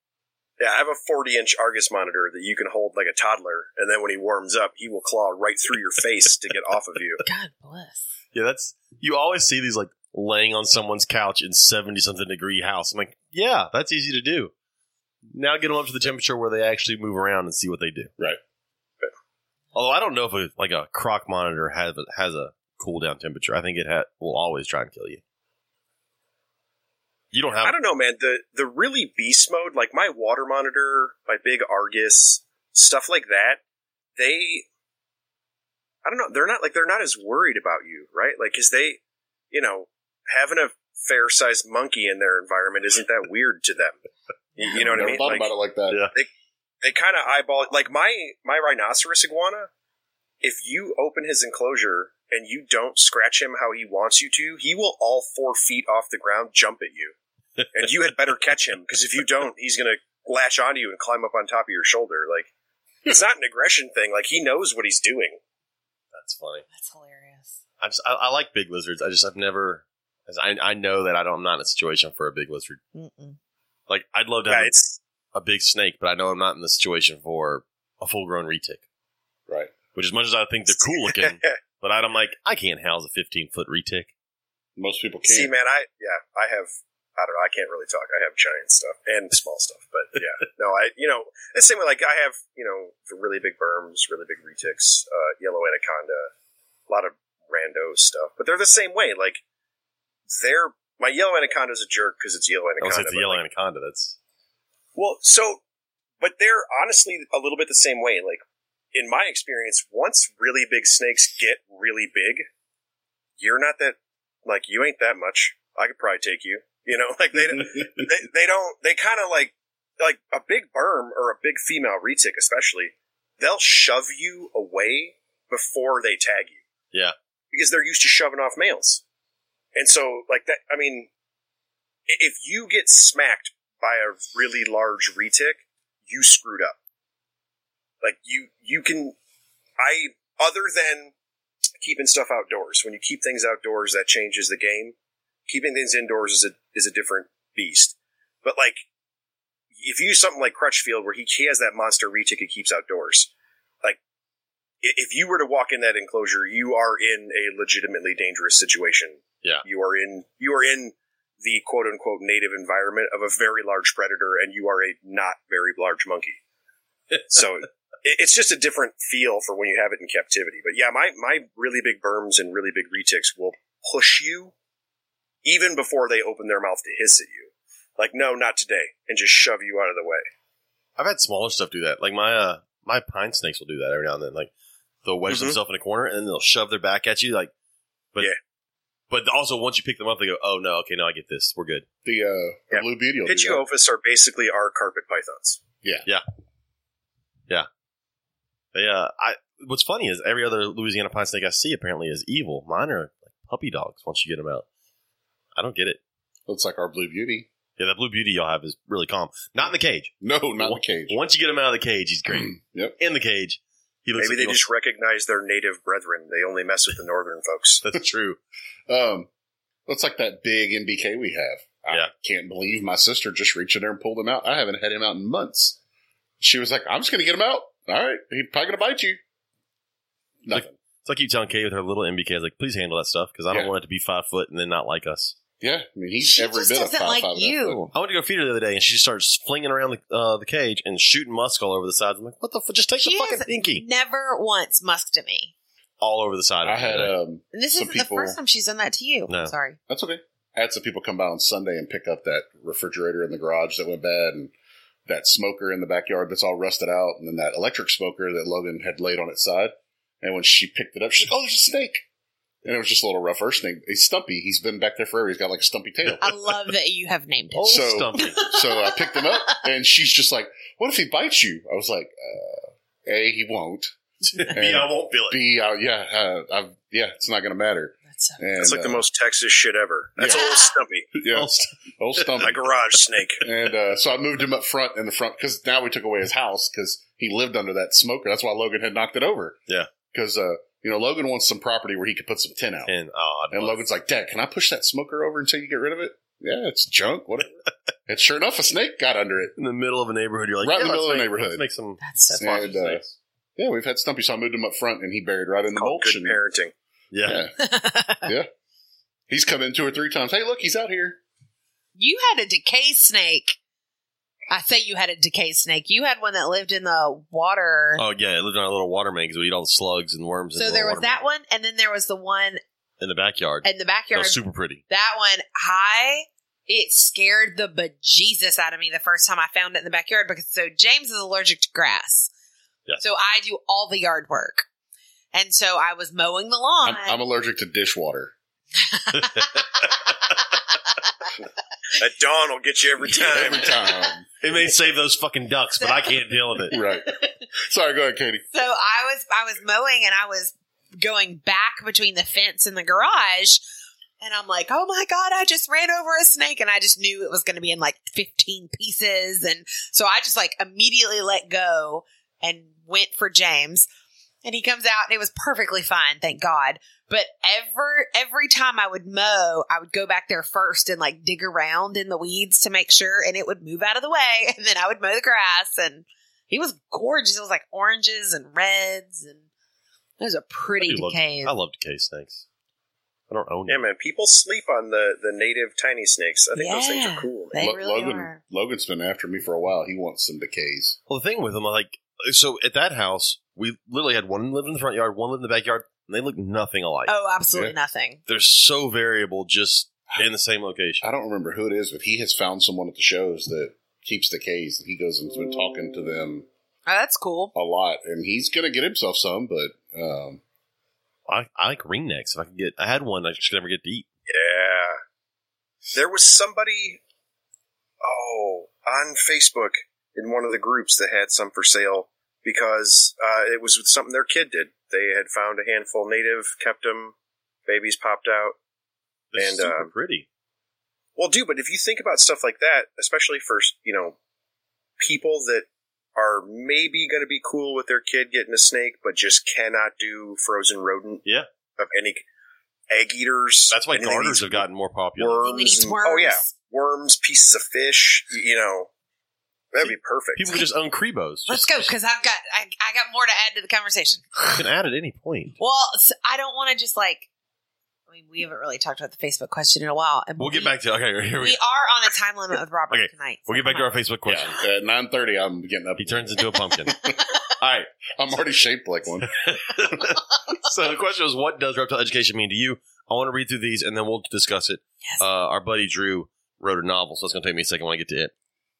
[SPEAKER 4] Yeah, I have a 40 inch Argus monitor that you can hold like a toddler, and then when he warms up, he will claw right through your face to get off of you.
[SPEAKER 2] God bless.
[SPEAKER 1] Yeah, that's you always see these like laying on someone's couch in 70 something degree house. I'm like, yeah, that's easy to do. Now get them up to the temperature where they actually move around and see what they do.
[SPEAKER 3] Right.
[SPEAKER 1] Although I don't know if a, like a croc monitor has a, has a cool down temperature. I think it ha- will always try and kill you. You don't have
[SPEAKER 4] I don't know, man. The the really beast mode, like my water monitor, my big Argus, stuff like that, they I don't know, they're not like they're not as worried about you, right? Like cuz they, you know, having a fair-sized monkey in their environment isn't that weird to them. You, you know what
[SPEAKER 3] Never
[SPEAKER 4] I mean?
[SPEAKER 3] thought
[SPEAKER 4] Like,
[SPEAKER 3] about it like that.
[SPEAKER 1] Yeah.
[SPEAKER 4] they kind of eyeball it. Like my my rhinoceros iguana, if you open his enclosure and you don't scratch him how he wants you to, he will all four feet off the ground jump at you, and you had better catch him because if you don't, he's gonna lash onto you and climb up on top of your shoulder. Like it's not an aggression thing. Like he knows what he's doing.
[SPEAKER 1] That's funny.
[SPEAKER 2] That's hilarious.
[SPEAKER 1] I just I, I like big lizards. I just I've never. as I I know that I don't. I'm not in a situation for a big lizard.
[SPEAKER 2] Mm-mm.
[SPEAKER 1] Like I'd love to have
[SPEAKER 4] Yeah, it's
[SPEAKER 1] a big snake, but I know I'm not in the situation for a full grown retic.
[SPEAKER 3] Right.
[SPEAKER 1] Which, as much as I think they're cool looking, but I'm like I can't house a 15 foot retic.
[SPEAKER 3] Most people can't.
[SPEAKER 4] see, man. I yeah, I have. I don't know. I can't really talk. I have giant stuff and small stuff, but yeah, no, I you know the same way. Like I have you know the really big berms, really big retics, uh, yellow anaconda, a lot of rando stuff, but they're the same way. Like they're my yellow anaconda's a jerk because it's yellow
[SPEAKER 1] Unless
[SPEAKER 4] anaconda.
[SPEAKER 1] it's a
[SPEAKER 4] but,
[SPEAKER 1] yellow
[SPEAKER 4] like,
[SPEAKER 1] anaconda. That's
[SPEAKER 4] well, so, but they're honestly a little bit the same way. Like, in my experience, once really big snakes get really big, you're not that, like, you ain't that much. I could probably take you. You know, like, they, they, they don't, they kind of like, like a big berm or a big female retic, especially, they'll shove you away before they tag you.
[SPEAKER 1] Yeah.
[SPEAKER 4] Because they're used to shoving off males. And so, like, that, I mean, i- if you get smacked by a really large retic, you screwed up. Like you, you can, I, other than keeping stuff outdoors, when you keep things outdoors, that changes the game. Keeping things indoors is a, is a different beast. But like, if you use something like Crutchfield where he, he has that monster retic he keeps outdoors, like, i- if you were to walk in that enclosure, you are in a legitimately dangerous situation.
[SPEAKER 1] Yeah.
[SPEAKER 4] You are in, you are in the quote unquote native environment of a very large predator and you are a not very large monkey. so it, it's just a different feel for when you have it in captivity. But yeah, my, my really big berms and really big retics will push you even before they open their mouth to hiss at you. Like, no, not today, and just shove you out of the way.
[SPEAKER 1] I've had smaller stuff do that. Like my uh my pine snakes will do that every now and then. Like they'll wedge
[SPEAKER 4] Mhm.
[SPEAKER 1] themselves in a corner and then they'll shove their back at you. Like, but
[SPEAKER 4] Yeah.
[SPEAKER 1] but also once you pick them up, they go, oh no, okay, no, I get this. We're good.
[SPEAKER 3] the, uh, the uh,
[SPEAKER 4] Yeah.
[SPEAKER 3] blue beauty. will do that.
[SPEAKER 4] Pitchophis are basically our carpet pythons.
[SPEAKER 1] They, uh, I what's funny is every other Louisiana pine snake I see apparently is evil. Mine are like puppy dogs once you get them out. I don't get it.
[SPEAKER 3] Looks like our blue beauty.
[SPEAKER 1] Yeah, that blue beauty y'all have is really calm. Not in the cage.
[SPEAKER 3] No, not the cage.
[SPEAKER 1] Once you get him out of the cage, he's great.
[SPEAKER 3] yep.
[SPEAKER 1] In the cage, he looks.
[SPEAKER 4] Maybe
[SPEAKER 1] like
[SPEAKER 4] they just recognize their native brethren. They only mess with the northern folks.
[SPEAKER 1] that's true.
[SPEAKER 3] Um, looks like that big MBK we have. I
[SPEAKER 1] Yeah.
[SPEAKER 3] can't believe my sister just reached in there and pulled him out. I haven't had him out in months. She was like, "I'm just gonna get him out. All right, he's probably gonna bite you." Nothing.
[SPEAKER 1] So I keep telling Kay with her little MBK, I was like, please handle that stuff because I don't
[SPEAKER 3] Yeah.
[SPEAKER 1] want it to be five foot and then not like us.
[SPEAKER 3] yeah, I mean, he's
[SPEAKER 2] She
[SPEAKER 3] every
[SPEAKER 2] just
[SPEAKER 3] bit of
[SPEAKER 2] doesn't
[SPEAKER 3] five,
[SPEAKER 2] like
[SPEAKER 3] five oh. and a half foot.
[SPEAKER 2] you.
[SPEAKER 1] I went to go feed her the other day and she starts flinging around the uh, the cage and shooting musk all over the sides. I'm like, what the fuck? Just take
[SPEAKER 2] She
[SPEAKER 1] the fucking
[SPEAKER 2] has
[SPEAKER 1] pinky
[SPEAKER 2] never once musked at me.
[SPEAKER 1] all over the side.
[SPEAKER 3] I
[SPEAKER 1] of her
[SPEAKER 3] had
[SPEAKER 1] today.
[SPEAKER 3] um,
[SPEAKER 2] And this
[SPEAKER 3] Some
[SPEAKER 2] isn't
[SPEAKER 3] people-
[SPEAKER 2] the first time she's done that to you.
[SPEAKER 1] No.
[SPEAKER 2] I'm sorry.
[SPEAKER 3] That's okay. I had some people come by on Sunday and pick up that refrigerator in the garage that went bad and that smoker in the backyard that's all rusted out and then that electric smoker that Logan had laid on its side. And when she picked it up, she's like, Oh, there's a snake. And it was just a little rough earthing. He's stumpy. He's been back there forever. He's got like a stumpy tail.
[SPEAKER 2] I love that you have named it.
[SPEAKER 1] Old
[SPEAKER 3] So-
[SPEAKER 1] Stumpy.
[SPEAKER 3] so I picked him up, and she's just like, "What if he bites you?" I was like, uh, "A, he won't.
[SPEAKER 1] Me, I won't feel it.
[SPEAKER 3] B, uh, yeah, uh, I've, yeah, it's not going to matter."
[SPEAKER 2] That's so-
[SPEAKER 3] And,
[SPEAKER 4] That's like the
[SPEAKER 3] uh,
[SPEAKER 4] most Texas shit ever. That's
[SPEAKER 2] Yeah.
[SPEAKER 4] a little stumpy.
[SPEAKER 3] yeah,
[SPEAKER 1] Old Stumpy.
[SPEAKER 3] old stumpy.
[SPEAKER 4] A garage snake.
[SPEAKER 3] and uh, so I moved him up front in the front because now we took away his house because he lived under that smoker. That's why Logan had knocked it over.
[SPEAKER 1] Yeah.
[SPEAKER 3] because uh, you know Logan wants some property where he could put some tin out.
[SPEAKER 1] And, oh, I'd
[SPEAKER 3] And
[SPEAKER 1] love-
[SPEAKER 3] Logan's like, Dad, can I push that smoker over until you get rid of it? Yeah, it's junk, whatever. and sure enough, a snake got under it.
[SPEAKER 1] in the middle of a neighborhood, you're like,
[SPEAKER 3] Right in
[SPEAKER 1] yeah,
[SPEAKER 3] the middle
[SPEAKER 1] let's
[SPEAKER 3] of the
[SPEAKER 1] make- Let's
[SPEAKER 3] neighborhood.
[SPEAKER 1] make some
[SPEAKER 2] That's so
[SPEAKER 3] Yeah,
[SPEAKER 1] lots of
[SPEAKER 3] and, uh,
[SPEAKER 1] snakes.
[SPEAKER 3] Yeah, we've had Stumpy, so I moved him up front and he buried right in the
[SPEAKER 4] Called
[SPEAKER 3] mulch.
[SPEAKER 4] Oh, good
[SPEAKER 3] and-
[SPEAKER 4] parenting.
[SPEAKER 1] yeah.
[SPEAKER 3] yeah, he's come in two or three times. Hey, look, he's out here.
[SPEAKER 2] you had a decay snake. I say you had a decay snake. You had one that lived in the water.
[SPEAKER 1] Oh yeah, it lived on a little water main because we eat all the slugs and worms.
[SPEAKER 2] so
[SPEAKER 1] in the
[SPEAKER 2] there was
[SPEAKER 1] water
[SPEAKER 2] that
[SPEAKER 1] main.
[SPEAKER 2] one, and then there was the one
[SPEAKER 1] in the backyard.
[SPEAKER 2] in the
[SPEAKER 1] That
[SPEAKER 2] backyard.
[SPEAKER 1] was super pretty.
[SPEAKER 2] That one, I it scared the bejesus out of me the first time I found it in the backyard because so James is allergic to grass.
[SPEAKER 1] Yes.
[SPEAKER 2] So I do all the yard work. And so I was mowing the lawn.
[SPEAKER 3] I'm, I'm allergic to dishwater.
[SPEAKER 4] At dawn will get you every time.
[SPEAKER 3] Every time.
[SPEAKER 1] It may save those fucking ducks, but I can't deal with it.
[SPEAKER 3] right. Sorry, go ahead, Katie.
[SPEAKER 2] so I was I was mowing and I was going back between the fence and the garage and I'm like, "Oh my god, I just ran over a snake." And I just knew it was going to be in like 15 pieces and so I just like immediately let go and went for James. And he comes out and it was perfectly fine, thank God. But ever every time I would mow, I would go back there first and like dig around in the weeds to make sure and it would move out of the way and then I would mow the grass and he was gorgeous. It was like oranges and reds, and it was a
[SPEAKER 1] I
[SPEAKER 2] pretty
[SPEAKER 1] do love-
[SPEAKER 2] decay.
[SPEAKER 1] I love decay snakes. I don't own
[SPEAKER 4] Yeah,
[SPEAKER 1] them.
[SPEAKER 4] man. People sleep on the, the native tiny snakes. I think those things
[SPEAKER 2] Yeah.
[SPEAKER 4] are cool. Man.
[SPEAKER 2] They
[SPEAKER 3] Lo-
[SPEAKER 2] really
[SPEAKER 3] Logan,
[SPEAKER 2] are.
[SPEAKER 3] Logan's been after me for a while. He wants some decays.
[SPEAKER 1] Well, the thing with them, like, so at that house, we literally had one live in the front yard, one live in the backyard, and they look nothing alike.
[SPEAKER 2] Oh, absolutely
[SPEAKER 3] Yeah.
[SPEAKER 2] nothing.
[SPEAKER 1] They're so variable, just in the same location.
[SPEAKER 3] I don't remember who it is, but he has found someone at the shows that keeps decays. And he goes and's been talking to them
[SPEAKER 2] Oh, that's cool.
[SPEAKER 3] a lot. And he's going to get himself some, but um,
[SPEAKER 1] I, I like ringnecks. If I could get, I had one I just could never get to eat.
[SPEAKER 4] Yeah. There was somebody, oh, on Facebook in one of the groups that had some for sale because uh, it was with something their kid did. They had found a handful native, kept them, babies popped out.
[SPEAKER 1] They're
[SPEAKER 4] And,
[SPEAKER 1] super
[SPEAKER 4] um,
[SPEAKER 1] pretty.
[SPEAKER 4] Well, dude, but if you think about stuff like that, especially for you know people that are maybe going to be cool with their kid getting a snake, but just cannot do frozen rodent.
[SPEAKER 1] Yeah.
[SPEAKER 4] of any egg eaters.
[SPEAKER 1] That's why
[SPEAKER 4] anything
[SPEAKER 1] garters
[SPEAKER 4] these
[SPEAKER 1] have gotten more popular.
[SPEAKER 4] worms.
[SPEAKER 2] He eats
[SPEAKER 4] and-
[SPEAKER 2] worms.
[SPEAKER 4] Oh yeah, worms, pieces of fish. y- You know, that'd be perfect.
[SPEAKER 1] People could just own Crebos.
[SPEAKER 2] Let's go because I've got I, I got more to add to the conversation.
[SPEAKER 1] You can add at any point.
[SPEAKER 2] Well, s I don't want to just like. I mean, we haven't really talked about the Facebook question in a while, and
[SPEAKER 1] We'll
[SPEAKER 2] we-
[SPEAKER 1] get back to okay. Here we,
[SPEAKER 2] We
[SPEAKER 1] go.
[SPEAKER 2] are on a time limit with Robert
[SPEAKER 1] Okay,
[SPEAKER 2] tonight.
[SPEAKER 1] we'll get back to our Facebook question.
[SPEAKER 3] at 9.30, I'm getting up.
[SPEAKER 1] He turns into a pumpkin. All right.
[SPEAKER 3] I'm already shaped like one.
[SPEAKER 1] so the question was, what does reptile education mean to you? I want to read through these and then we'll discuss it.
[SPEAKER 2] Yes.
[SPEAKER 1] Uh, our buddy Drew wrote a novel, so it's going to take me a second when I get to it.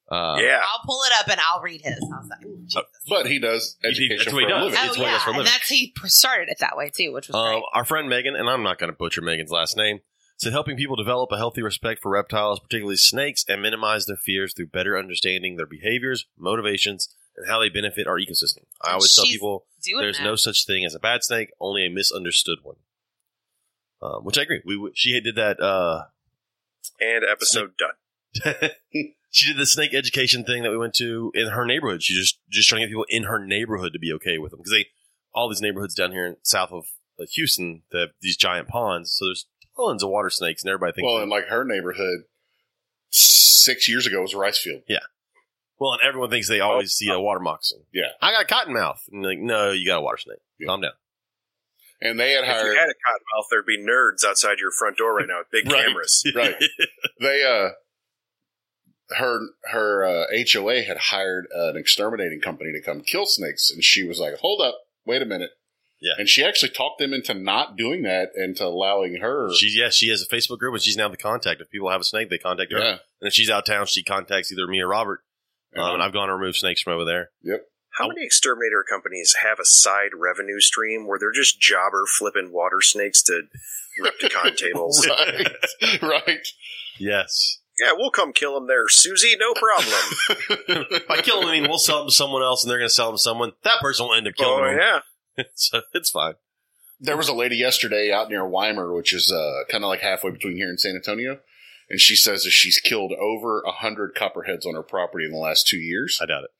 [SPEAKER 1] Uh,
[SPEAKER 4] yeah,
[SPEAKER 2] I'll pull it up and I'll read his. I was like, ooh, Jesus.
[SPEAKER 3] But he does
[SPEAKER 1] He- he-
[SPEAKER 3] education
[SPEAKER 1] that's
[SPEAKER 3] for
[SPEAKER 1] what he
[SPEAKER 3] a
[SPEAKER 1] does.
[SPEAKER 3] living.
[SPEAKER 1] Uh, it's
[SPEAKER 2] oh
[SPEAKER 1] what he does for a
[SPEAKER 2] yeah, and
[SPEAKER 1] living.
[SPEAKER 2] that's he started it that way too, which was
[SPEAKER 1] Um,
[SPEAKER 2] great.
[SPEAKER 1] our friend Megan, and I'm not going to butcher Megan's last name, said helping people develop a healthy respect for reptiles, particularly snakes, and minimize their fears through better understanding their behaviors, motivations, and how they benefit our ecosystem. I always tell
[SPEAKER 2] She's
[SPEAKER 1] people
[SPEAKER 2] Doing
[SPEAKER 1] there's
[SPEAKER 2] that.
[SPEAKER 1] no such thing as a bad snake, only a misunderstood one. Um, which I agree. We w- she did that uh,
[SPEAKER 4] and episode done.
[SPEAKER 1] she did the snake education thing that we went to in her neighborhood. She just just trying to get people in her neighborhood to be okay with them because they all these neighborhoods down here in south of uh, Houston they have these giant ponds. So there's tons of water snakes, and everybody thinks
[SPEAKER 3] Well, and like her neighborhood, six years ago was a rice field.
[SPEAKER 1] well, and everyone thinks they always see a water moccasin.
[SPEAKER 3] Oh, Yeah.
[SPEAKER 1] I got a cottonmouth. And you're like, no, you got a water snake.
[SPEAKER 3] Yeah.
[SPEAKER 1] Calm down.
[SPEAKER 3] And they had
[SPEAKER 4] If you
[SPEAKER 3] hired
[SPEAKER 4] had a cottonmouth, there'd be nerds outside your front door right now with big
[SPEAKER 3] Right.
[SPEAKER 4] cameras.
[SPEAKER 3] right. They uh her her uh, HOA had hired an exterminating company to come kill snakes, and she was like, "Hold up, wait a minute."
[SPEAKER 1] Yeah.
[SPEAKER 3] And she actually talked them into not doing that and to allowing her.
[SPEAKER 1] She yeah, she has a Facebook group, and she's now the contact. If people have a snake, they contact her.
[SPEAKER 3] yeah.
[SPEAKER 1] And if she's out of town, she contacts either me or Robert. Um,
[SPEAKER 3] Um,
[SPEAKER 1] and I've gone and removed snakes from over there.
[SPEAKER 3] Yep.
[SPEAKER 4] How many exterminator companies have a side revenue stream where they're just jobber flipping water snakes to Repticon tables?
[SPEAKER 3] right, right.
[SPEAKER 1] Yes.
[SPEAKER 4] Yeah, we'll come kill them there, Susie. No problem.
[SPEAKER 1] By killing, I mean we'll sell them to someone else, and they're going to sell them to someone. That person will end up killing
[SPEAKER 4] oh
[SPEAKER 1] them.
[SPEAKER 4] yeah,
[SPEAKER 1] so it's fine.
[SPEAKER 3] There was a lady yesterday out near Weimer, which is uh, kind of like halfway between here and San Antonio, and she says that she's killed over a hundred copperheads on her property in the last two years.
[SPEAKER 1] I doubt it.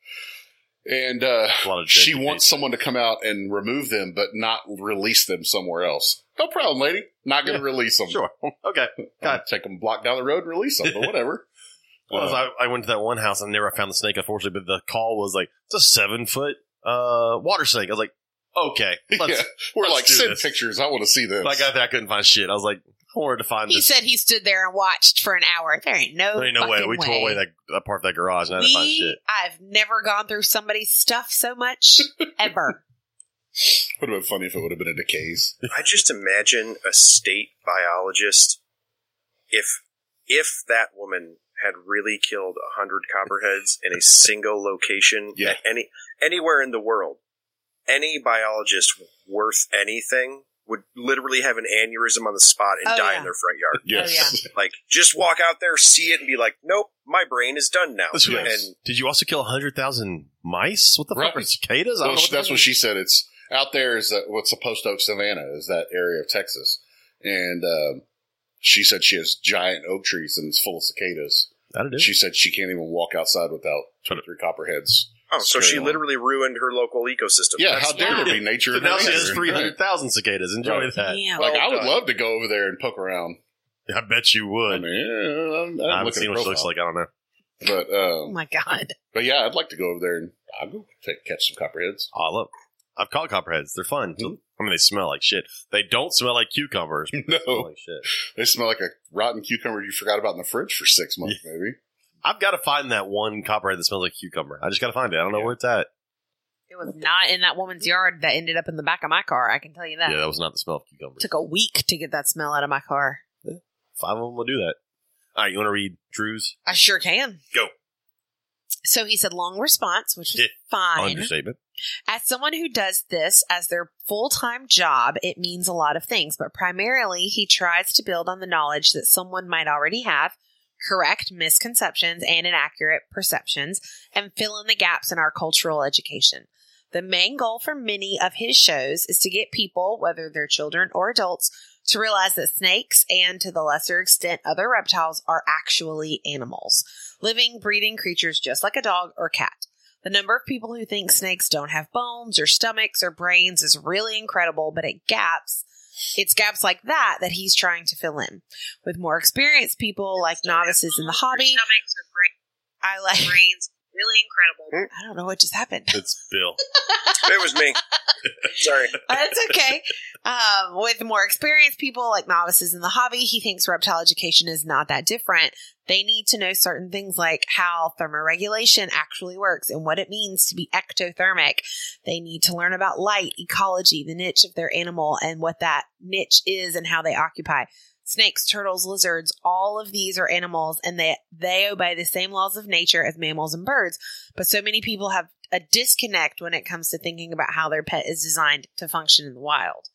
[SPEAKER 3] And uh,
[SPEAKER 1] A lot of
[SPEAKER 3] she
[SPEAKER 1] dead
[SPEAKER 3] wants someone to come out and remove them, but not release them somewhere else. No problem, lady. Not going to release them.
[SPEAKER 1] Sure. Okay.
[SPEAKER 3] I'll take them block down the road, and release them, but whatever.
[SPEAKER 1] Well,
[SPEAKER 3] Uh,
[SPEAKER 1] I, I went to that one house and never found the snake, unfortunately. But the call was like it's a seven foot uh, water snake. I was like, okay, let's.
[SPEAKER 3] yeah, we're
[SPEAKER 1] let's
[SPEAKER 3] like
[SPEAKER 1] do
[SPEAKER 3] send
[SPEAKER 1] this.
[SPEAKER 3] pictures. I want to see this.
[SPEAKER 1] But I got there, I couldn't find shit. I was like, I wanted to find
[SPEAKER 2] He
[SPEAKER 1] this.
[SPEAKER 2] said he stood there and watched for an hour. There ain't no,
[SPEAKER 1] there ain't no way.
[SPEAKER 2] fucking
[SPEAKER 1] We tore away that, that part of that garage, and I had to find
[SPEAKER 2] We-
[SPEAKER 1] shit.
[SPEAKER 2] I've never gone through somebody's stuff so much ever.
[SPEAKER 3] Would have been funny if it would have been a decays.
[SPEAKER 1] Oh,
[SPEAKER 4] I just imagine a state biologist if if that woman had really killed a hundred copperheads in a single location
[SPEAKER 3] Yeah.
[SPEAKER 4] at any anywhere in the world, any biologist worth anything would literally have an aneurysm on the spot and
[SPEAKER 2] Oh,
[SPEAKER 4] die
[SPEAKER 2] yeah.
[SPEAKER 4] in their front yard.
[SPEAKER 3] Yes.
[SPEAKER 4] Like just walk out there, see it, and be like, "Nope, my brain is done now."
[SPEAKER 1] That's
[SPEAKER 3] Yes.
[SPEAKER 4] And
[SPEAKER 1] Did you also kill hundred thousand mice? What the
[SPEAKER 3] Right.
[SPEAKER 1] fuck are cicadas? I
[SPEAKER 3] Well,
[SPEAKER 1] don't know
[SPEAKER 3] she-
[SPEAKER 1] the
[SPEAKER 3] that's
[SPEAKER 1] fuck-
[SPEAKER 3] what she said. It's out there is that what's the post oak savanna is that area of Texas, and um, she said she has giant oak trees and it's full of cicadas.
[SPEAKER 1] That'd do.
[SPEAKER 3] She said she can't even walk outside without two or three copperheads.
[SPEAKER 4] oh, so
[SPEAKER 3] Straight
[SPEAKER 4] she
[SPEAKER 3] on.
[SPEAKER 4] literally ruined her local ecosystem.
[SPEAKER 3] Yeah,
[SPEAKER 4] That's-
[SPEAKER 3] how dare there be nature?
[SPEAKER 1] So
[SPEAKER 3] in
[SPEAKER 1] now
[SPEAKER 3] nature,
[SPEAKER 1] she has
[SPEAKER 3] right?
[SPEAKER 1] three hundred Oh, thousand cicadas. Enjoy
[SPEAKER 3] Right.
[SPEAKER 1] that.
[SPEAKER 2] Yeah.
[SPEAKER 3] Like I would
[SPEAKER 4] God.
[SPEAKER 3] love to go over there and poke around.
[SPEAKER 1] I bet you would.
[SPEAKER 3] I mean, yeah, I'm,
[SPEAKER 1] I
[SPEAKER 3] I'm
[SPEAKER 1] haven't
[SPEAKER 3] looking
[SPEAKER 1] seen
[SPEAKER 3] at
[SPEAKER 1] what she
[SPEAKER 3] profile,
[SPEAKER 1] looks like. I don't know.
[SPEAKER 3] but
[SPEAKER 2] Oh
[SPEAKER 3] um,
[SPEAKER 2] my god.
[SPEAKER 3] but yeah, I'd like to go over there and I'll go take, catch some copperheads.
[SPEAKER 1] Oh, I love. Hmm? I've caught copperheads. They're fun.
[SPEAKER 3] Mhm.
[SPEAKER 1] I mean, they smell like shit. They don't smell like cucumbers. but they smell
[SPEAKER 3] No,
[SPEAKER 1] like shit.
[SPEAKER 3] they smell like a rotten cucumber you forgot about in the fridge for six months, maybe.
[SPEAKER 1] I've got to find that one copperhead that smells like cucumber. I just got to find it. I don't know where it's at.
[SPEAKER 2] It was not in that woman's yard that ended up in the back of my car, I can tell you that.
[SPEAKER 1] Yeah, that was not the smell of cucumber.
[SPEAKER 2] Took a week to get that smell out of my car.
[SPEAKER 1] Five of them will do that. All right, you want to read Drew's
[SPEAKER 2] I sure can.
[SPEAKER 1] Go.
[SPEAKER 2] So he said long response, which
[SPEAKER 1] Yeah.
[SPEAKER 2] is fine.
[SPEAKER 1] understatement?
[SPEAKER 2] As someone who does this as their full time job, it means a lot of things, but primarily he tries to build on the knowledge that someone might already have, correct misconceptions and inaccurate perceptions, and fill in the gaps in our cultural education. The main goal for many of his shows is to get people, whether they're children or adults, to realize that snakes and to the lesser extent other reptiles are actually animals, living, breathing creatures just like a dog or cat. The number of people who think snakes don't have bones or stomachs or brains is really incredible, but it gaps. It's gaps like that that he's trying to fill in. With more experienced people, like novices in the hobby,
[SPEAKER 5] Stomachs or brain,
[SPEAKER 2] I like.
[SPEAKER 5] brains. Really incredible.
[SPEAKER 2] I don't know what just happened.
[SPEAKER 1] It's Bill.
[SPEAKER 4] it was me. Sorry.
[SPEAKER 2] That's okay. Um, with more experienced people, like novices in the hobby, he thinks reptile education is not that different. They need to know certain things like how thermoregulation actually works and what it means to be ectothermic. They need to learn about light, ecology, the niche of their animal, and what that niche is and how they occupy. Snakes, turtles, lizards, all of these are animals and they, they obey the same laws of nature as mammals and birds. But so many people have a disconnect when it comes to thinking about how their pet is designed to function in the wild.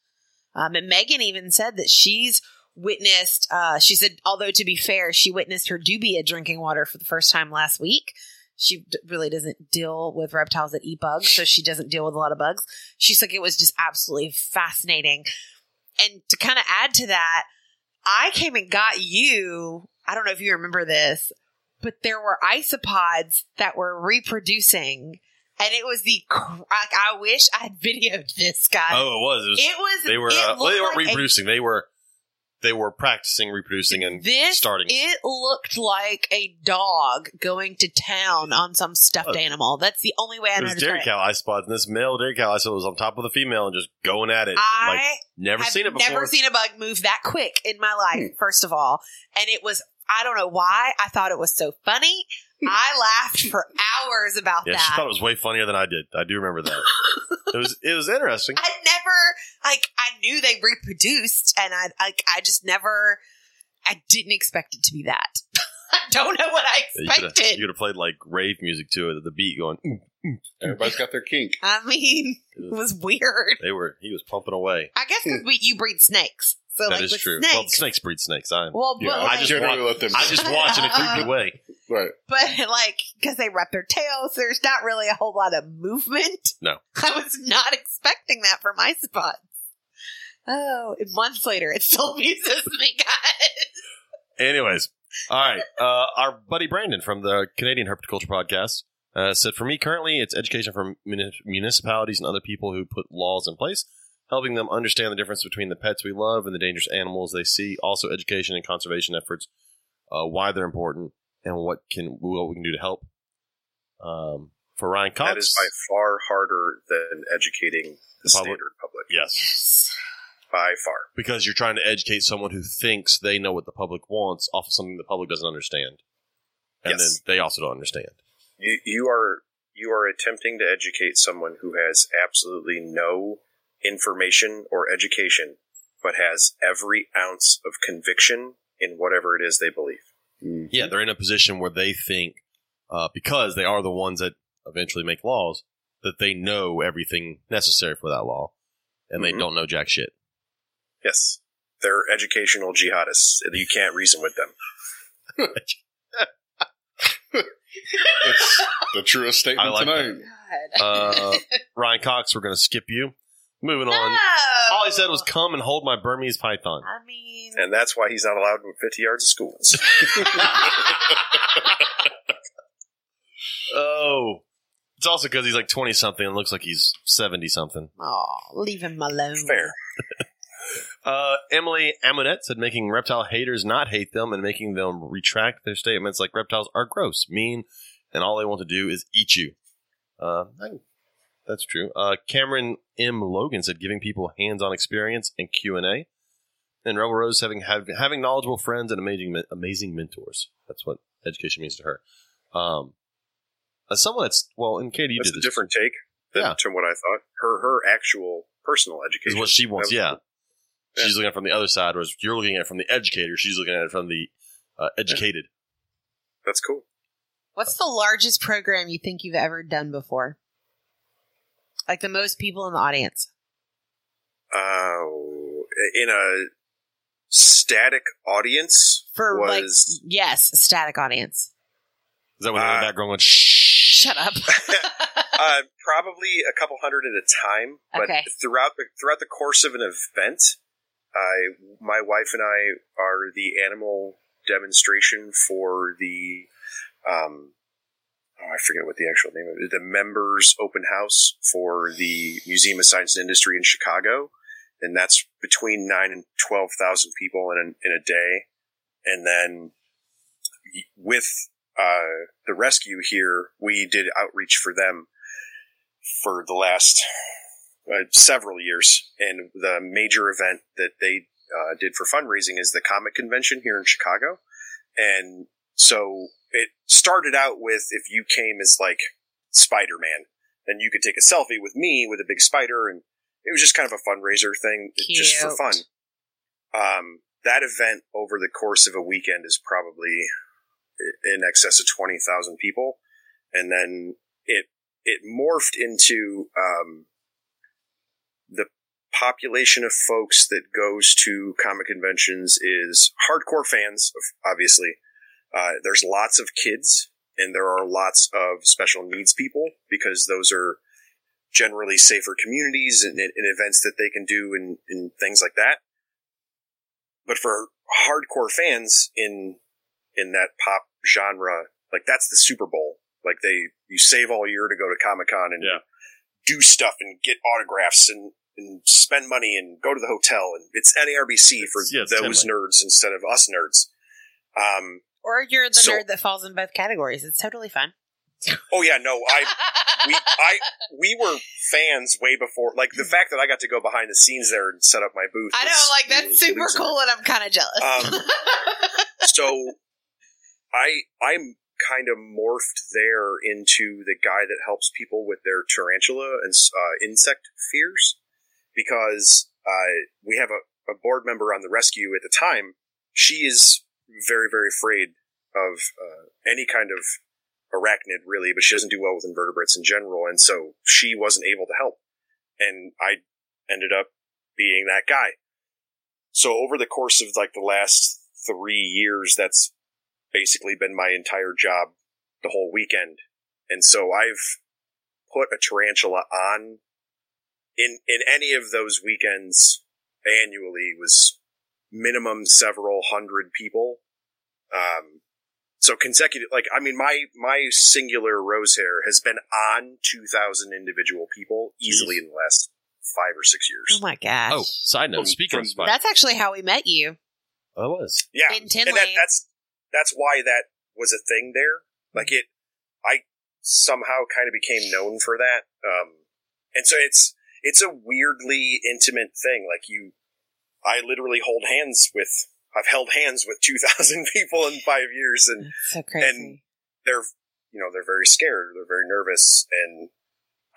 [SPEAKER 2] Um, and Megan even said that she's witnessed, uh, she said, although to be fair, she witnessed her dubia drinking water for the first time last week. She d- really doesn't deal with reptiles that eat bugs, so she doesn't deal with a lot of bugs. She's like, it was just absolutely fascinating. And to kind of add to that, I came and got you. I don't know if you remember this, but there were isopods that were reproducing and it was the cr- like, I wish I had videoed this guy.
[SPEAKER 1] Oh, it was. It was
[SPEAKER 2] it was.
[SPEAKER 1] they were.
[SPEAKER 2] It
[SPEAKER 1] Uh, well, they
[SPEAKER 2] looked
[SPEAKER 1] weren't
[SPEAKER 2] like a-
[SPEAKER 1] reproducing. they were. They were practicing reproducing and
[SPEAKER 2] this
[SPEAKER 1] starting.
[SPEAKER 2] It looked like a dog going to town on some stuffed
[SPEAKER 1] Oh.
[SPEAKER 2] animal. That's the only way I
[SPEAKER 1] it
[SPEAKER 2] know.
[SPEAKER 1] was
[SPEAKER 2] how to
[SPEAKER 1] dairy
[SPEAKER 2] describe it.
[SPEAKER 1] cow ice spots, and this male dairy cow ice spot was on top of the female and just going at it.
[SPEAKER 2] I
[SPEAKER 1] like never
[SPEAKER 2] have
[SPEAKER 1] seen it before.
[SPEAKER 2] Never seen a bug move that quick in my life. First of all, and it was. I don't know why I thought it was so funny. I laughed for hours about
[SPEAKER 1] yeah,
[SPEAKER 2] that.
[SPEAKER 1] she thought it was way funnier than I did. I do remember that. it was. It was interesting.
[SPEAKER 2] I never like I knew they reproduced, and I like I just never I didn't expect it to be that. I don't know what I
[SPEAKER 1] Yeah, you could have
[SPEAKER 2] expected.
[SPEAKER 1] played like rave music to it at the beat going. "Mm,
[SPEAKER 3] Everybody's got their kink.
[SPEAKER 2] I mean, it was weird.
[SPEAKER 1] They were. He was pumping away.
[SPEAKER 2] I guess 'cause we, you breed snakes, so
[SPEAKER 1] That is
[SPEAKER 2] like with
[SPEAKER 1] true. Well,
[SPEAKER 2] snakes.
[SPEAKER 1] snakes breed snakes. I'm.
[SPEAKER 2] Well,
[SPEAKER 3] Yeah,
[SPEAKER 2] but
[SPEAKER 1] I
[SPEAKER 2] like,
[SPEAKER 1] just
[SPEAKER 3] Generally, let them.
[SPEAKER 1] I just watch in a creepy way.
[SPEAKER 3] right.
[SPEAKER 2] but like because they wrap their tails, there's not really a whole lot of movement.
[SPEAKER 1] No.
[SPEAKER 2] I was not expecting that for my spots. Oh, and months later, it still amuses me, guys.
[SPEAKER 1] Anyways, all right. Uh, our buddy Brandon from the Canadian Herpetoculture Podcast uh, said, "For me, currently, it's education from muni- municipalities and other people who put laws in place, helping them understand the difference between the pets we love and the dangerous animals they see. Also, education and conservation efforts, uh, why they're important, and what can what we can do to help." Um, for Ryan Cox,
[SPEAKER 4] That is by far harder than educating
[SPEAKER 1] The
[SPEAKER 4] the,
[SPEAKER 1] public?
[SPEAKER 4] standard public.
[SPEAKER 1] yes.
[SPEAKER 2] Yes.
[SPEAKER 4] By far.
[SPEAKER 1] because you're trying to educate someone who thinks they know what the public wants off of something the public doesn't understand, and
[SPEAKER 4] Yes.
[SPEAKER 1] then they also don't understand.
[SPEAKER 4] You, you are you are attempting to educate someone who has absolutely no information or education, but has every ounce of conviction in whatever it is they believe.
[SPEAKER 3] Mm.
[SPEAKER 1] Yeah, they're in a position where they think uh, because they are the ones that eventually make laws that they know everything necessary for that law, and they
[SPEAKER 4] Mhm.
[SPEAKER 1] don't know jack shit.
[SPEAKER 4] Yes. They're educational jihadists. You can't reason with them.
[SPEAKER 3] It's the truest statement
[SPEAKER 1] I like
[SPEAKER 3] tonight.
[SPEAKER 2] God.
[SPEAKER 1] Uh, Ryan Cox, we're going to skip you. Moving on.
[SPEAKER 2] Ah! No.
[SPEAKER 1] All he said was, "Come and hold my Burmese python."
[SPEAKER 2] I mean,
[SPEAKER 4] And that's why he's not allowed in 50 yards of school.
[SPEAKER 1] Oh, it's also because he's like twenty something and looks like he's seventy something.
[SPEAKER 2] oh, leave him alone.
[SPEAKER 4] Fair.
[SPEAKER 1] Uh, Emily Amonette said making reptile haters not hate them and making them retract their statements like reptiles are gross, mean, and all they want to do is eat you. Uh, I- that's true. Uh, Cameron M. Logan said giving people hands-on experience and Q and A, and Rebel Rose having hav- having knowledgeable friends and amazing men- amazing mentors. That's what education means to her. Um, as someone that's well, and Katie, you
[SPEAKER 4] That's
[SPEAKER 1] did
[SPEAKER 4] a
[SPEAKER 1] this
[SPEAKER 4] different take than
[SPEAKER 1] Yeah.
[SPEAKER 4] to what I thought. Her her actual personal
[SPEAKER 1] is
[SPEAKER 4] education
[SPEAKER 1] what she wants.
[SPEAKER 4] That was-
[SPEAKER 1] Yeah. She's looking at it from the other side, whereas you're looking at it from the educator. She's looking at it from the uh, educated.
[SPEAKER 4] That's cool.
[SPEAKER 2] What's the largest program you think you've ever done before? Like the most people in the audience.
[SPEAKER 4] Uh, in a static audience
[SPEAKER 2] For
[SPEAKER 4] was
[SPEAKER 2] like, yes, a static audience.
[SPEAKER 1] Is that what you're in the
[SPEAKER 4] Uh,
[SPEAKER 1] background going, shh?
[SPEAKER 2] Shut up.
[SPEAKER 4] uh, probably a couple hundred at a time, but
[SPEAKER 2] Okay.
[SPEAKER 4] throughout the throughout the course of an event, I my wife and I are the animal demonstration for the um oh, I forget what the actual name of it the members open house for the Museum of Science and Industry in Chicago. And that's between nine and twelve thousand people in a, in a day, and then y- with uh, the rescue here, we did outreach for them for the last uh, several years. And the major event that they uh, did for fundraising is the comic convention here in Chicago. And so it started out with if you came as like Spider Man, then you could take a selfie with me with a big spider. And it was just kind of a fundraiser thing just for
[SPEAKER 2] Cute.
[SPEAKER 4] fun. Um, that event over the course of a weekend is probably in excess of 20,000 people. And then it, it morphed into, um, the population of folks that goes to comic conventions is hardcore fans, of- obviously. Uh, there's lots of kids and there are lots of special needs people because those are generally safer communities and, and events that they can do and, and things like that. But for hardcore fans in in that pop genre, like that's the Super Bowl. Like they, you save all year to go to Comic Con and
[SPEAKER 1] Yeah.
[SPEAKER 4] do stuff and get autographs and, and spend money and go to the hotel and it's NARBC for
[SPEAKER 1] It's- yeah, it's
[SPEAKER 4] those
[SPEAKER 1] Tinley.
[SPEAKER 4] nerds instead of us nerds. Um,
[SPEAKER 2] or you're the
[SPEAKER 4] So-
[SPEAKER 2] nerd that falls in both categories. It's totally fun.
[SPEAKER 4] oh yeah, no, I we I we were fans way before. Like the fact that I got to go behind the scenes there and set up my booth.
[SPEAKER 2] Hmm. I know,
[SPEAKER 4] was-
[SPEAKER 2] like that's
[SPEAKER 4] was
[SPEAKER 2] super
[SPEAKER 4] losing it.
[SPEAKER 2] cool, and I'm kind of jealous.
[SPEAKER 4] Um, so I I'm kind of morphed there into the guy that helps people with their tarantula and uh, insect fears because uh, we have a, a board member on the rescue at the time. She is very very afraid of uh, any kind of arachnid really, but she doesn't do well with invertebrates in general, and so she wasn't able to help. And I ended up being that guy. So over the course of like the last three years, that's basically been my entire job the whole weekend. And so I've put a tarantula on in in any of those weekends annually was minimum several hundred people. Um, so consecutive, like I mean, my my singular rose hair has been on two thousand individual people easily in the last five or six years.
[SPEAKER 2] Oh my gosh.
[SPEAKER 1] Oh, side note.
[SPEAKER 4] From-
[SPEAKER 1] Speaking
[SPEAKER 4] from
[SPEAKER 1] of spiders,
[SPEAKER 2] That's actually how we met you
[SPEAKER 1] I was.
[SPEAKER 4] yeah,
[SPEAKER 2] in Tinley.
[SPEAKER 4] and that, that's that's why that was a thing there. Like it, I somehow kind of became known for that. Um, and so it's it's a weirdly intimate thing. Like you, I literally hold hands with. I've held hands with two thousand people in five years, and
[SPEAKER 2] That's so crazy.
[SPEAKER 4] and- they're you know they're very scared, they're very nervous, and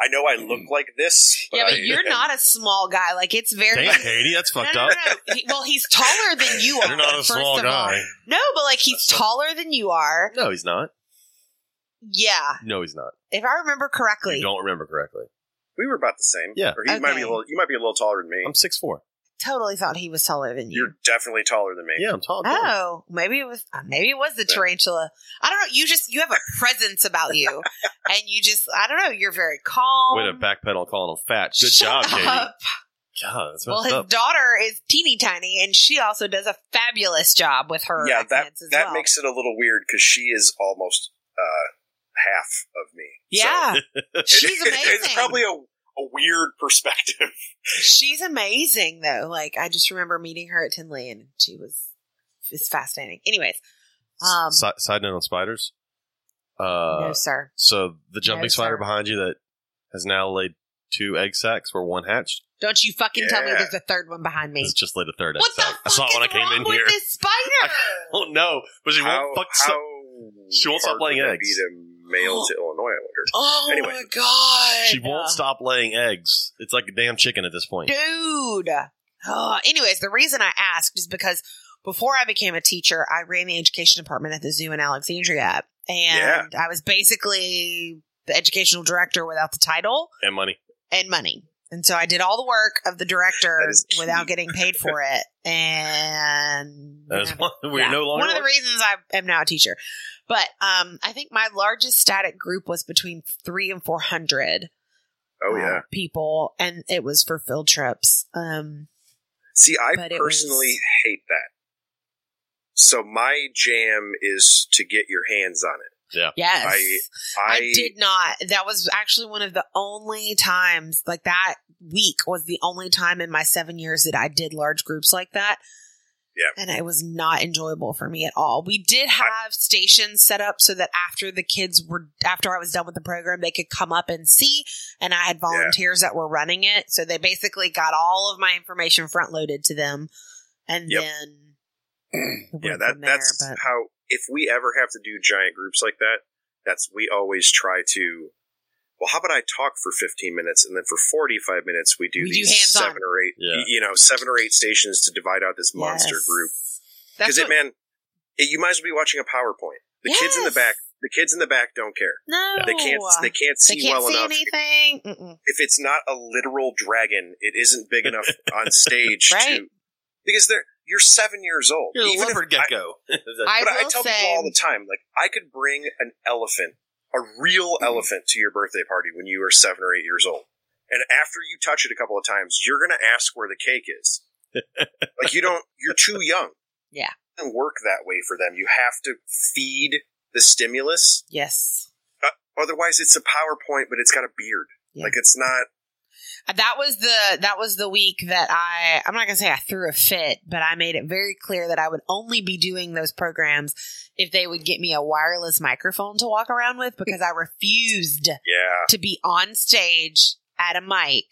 [SPEAKER 4] I know
[SPEAKER 1] Hmm.
[SPEAKER 4] I look like this. But
[SPEAKER 2] yeah, but
[SPEAKER 4] I-
[SPEAKER 2] you're not a small guy. Like it's very.
[SPEAKER 1] Damn, Katie, that's
[SPEAKER 2] No,
[SPEAKER 1] fucked
[SPEAKER 2] no,
[SPEAKER 1] up.
[SPEAKER 2] no, no. He- well, he's taller than you are.
[SPEAKER 1] You're not a
[SPEAKER 2] first
[SPEAKER 1] small
[SPEAKER 2] of
[SPEAKER 1] guy.
[SPEAKER 2] all. No, but like he's taller than you are.
[SPEAKER 1] No, he's not.
[SPEAKER 2] Yeah,
[SPEAKER 1] No, he's not.
[SPEAKER 2] if I remember correctly.
[SPEAKER 1] You don't remember correctly.
[SPEAKER 4] We were about the same.
[SPEAKER 1] Yeah.
[SPEAKER 4] or he might be
[SPEAKER 2] Okay.
[SPEAKER 4] a little. You might be a little taller than me.
[SPEAKER 1] I'm six four.
[SPEAKER 2] Totally thought he was taller than you.
[SPEAKER 4] You're definitely taller than me.
[SPEAKER 1] Yeah, I'm tall. I'm tall.
[SPEAKER 2] Oh, maybe it was. uh, Maybe it was the tarantula. I don't know. You just you have a presence about you, and you just I don't know. You're very calm.
[SPEAKER 1] Way to backpedal calling him fat. Good
[SPEAKER 2] Shut
[SPEAKER 1] job, Katie.
[SPEAKER 2] up.
[SPEAKER 1] God, that's
[SPEAKER 2] Well,
[SPEAKER 1] messed
[SPEAKER 2] his
[SPEAKER 1] up.
[SPEAKER 2] daughter is teeny tiny, and she also does a fabulous job with her.
[SPEAKER 4] yeah, that
[SPEAKER 2] arachnids as
[SPEAKER 4] that
[SPEAKER 2] well.
[SPEAKER 4] makes it a little weird because she is almost uh, half of me. So
[SPEAKER 2] Yeah, she's
[SPEAKER 4] it-
[SPEAKER 2] amazing.
[SPEAKER 4] It's probably a, a weird perspective.
[SPEAKER 2] she's amazing though. Like I just remember meeting her at Tinley, and she was it's fascinating. Anyways, um,
[SPEAKER 1] Si- side note on spiders.
[SPEAKER 2] no
[SPEAKER 1] Uh,
[SPEAKER 2] sir,
[SPEAKER 1] so the jumping
[SPEAKER 2] No,
[SPEAKER 1] spider
[SPEAKER 2] sir.
[SPEAKER 1] behind you that has now laid two egg sacs, where one hatched,
[SPEAKER 2] don't you fucking tell me
[SPEAKER 4] yeah.
[SPEAKER 2] there's a third one behind me.
[SPEAKER 1] has just laid a third
[SPEAKER 2] What
[SPEAKER 1] egg
[SPEAKER 2] the
[SPEAKER 1] sac.
[SPEAKER 2] fuck
[SPEAKER 1] I saw it
[SPEAKER 2] is
[SPEAKER 1] when I came
[SPEAKER 2] wrong
[SPEAKER 1] in
[SPEAKER 2] with
[SPEAKER 1] here.
[SPEAKER 2] this spider?
[SPEAKER 1] Oh no! But she won't fuck. so- she won't stop
[SPEAKER 4] hard
[SPEAKER 1] laying
[SPEAKER 4] would it
[SPEAKER 1] eggs.
[SPEAKER 4] Be to mail to Illinois, I wonder.
[SPEAKER 2] Oh
[SPEAKER 4] Anyway.
[SPEAKER 2] my god.
[SPEAKER 1] she won't stop laying eggs. It's like a damn chicken at this point.
[SPEAKER 2] Dude. Oh, anyways, the reason I asked is because before I became a teacher, I ran the education department at the zoo in Alexandria. And I was basically the educational director without the title
[SPEAKER 1] And money.
[SPEAKER 2] and money. And so I did all the work of the director
[SPEAKER 4] That is key.
[SPEAKER 2] without getting paid for it. And
[SPEAKER 1] That is one we're
[SPEAKER 2] Yeah.
[SPEAKER 1] no longer.
[SPEAKER 2] one of the reasons I am now a teacher. But um, I think my largest static group was between three and four hundred
[SPEAKER 4] Oh yeah.
[SPEAKER 2] people, and it was for field trips. Um,
[SPEAKER 4] See, I
[SPEAKER 2] But it
[SPEAKER 4] personally
[SPEAKER 2] was-
[SPEAKER 4] hate that. So my jam is to get your hands on it.
[SPEAKER 2] yes,
[SPEAKER 4] I- I,
[SPEAKER 2] I, did not. That was actually one of the only times, like that week was the only time in my seven years that I did large groups like that.
[SPEAKER 4] Yeah.
[SPEAKER 2] And it was not enjoyable for me at all. We did have stations set up so that after the kids were, after I was done with the program, they could come up and see. And I had volunteers that were running it. So they basically got all of my information front loaded to them. And
[SPEAKER 4] Yep.
[SPEAKER 2] then.
[SPEAKER 4] Yeah,
[SPEAKER 2] went
[SPEAKER 4] that
[SPEAKER 2] from
[SPEAKER 4] that's
[SPEAKER 2] but-
[SPEAKER 4] how. If we ever have to do giant groups like that, that's we always try to. Well, how about I talk for fifteen minutes, and then for forty-five minutes we do
[SPEAKER 2] We do
[SPEAKER 4] these
[SPEAKER 2] hands-on.
[SPEAKER 4] seven or eight,
[SPEAKER 1] Yeah.
[SPEAKER 4] y- you know, seven or eight stations to divide out this monster
[SPEAKER 2] Yes.
[SPEAKER 4] group.
[SPEAKER 2] That's
[SPEAKER 4] Because it,
[SPEAKER 2] what-
[SPEAKER 4] man, it, you might as well be watching a PowerPoint. The kids in the
[SPEAKER 2] Yes.
[SPEAKER 4] back, the kids in the back don't care.
[SPEAKER 2] No.
[SPEAKER 4] They can't. They can't
[SPEAKER 2] They
[SPEAKER 4] see
[SPEAKER 2] can't
[SPEAKER 4] well
[SPEAKER 2] see
[SPEAKER 4] enough.
[SPEAKER 2] anything. Mm-mm.
[SPEAKER 4] If it's not a literal dragon, it isn't big enough on stage
[SPEAKER 2] Right.
[SPEAKER 4] to. Because they're you're seven years old.
[SPEAKER 1] You're a
[SPEAKER 4] Even if
[SPEAKER 1] leopard
[SPEAKER 4] I-
[SPEAKER 1] gecko.
[SPEAKER 2] I
[SPEAKER 4] but I
[SPEAKER 2] will
[SPEAKER 4] tell
[SPEAKER 2] say,
[SPEAKER 4] people all the time, like I could bring an elephant, a real
[SPEAKER 2] Mm.
[SPEAKER 4] elephant, to your birthday party when you are seven or eight years old, and after you touch it a couple of times, you're gonna ask where the cake is. like you don't, you're too young.
[SPEAKER 2] Yeah.
[SPEAKER 4] and work that way for them. You have to feed the stimulus.
[SPEAKER 2] yes,
[SPEAKER 4] Otherwise, it's a PowerPoint, but it's got a beard.
[SPEAKER 2] Yeah.
[SPEAKER 4] Like it's not.
[SPEAKER 2] Uh, that was the that was the week that I I'm not gonna say I threw a fit, but I made it very clear that I would only be doing those programs if they would get me a wireless microphone to walk around with because I refused
[SPEAKER 4] Yeah.
[SPEAKER 2] to be on stage at a mic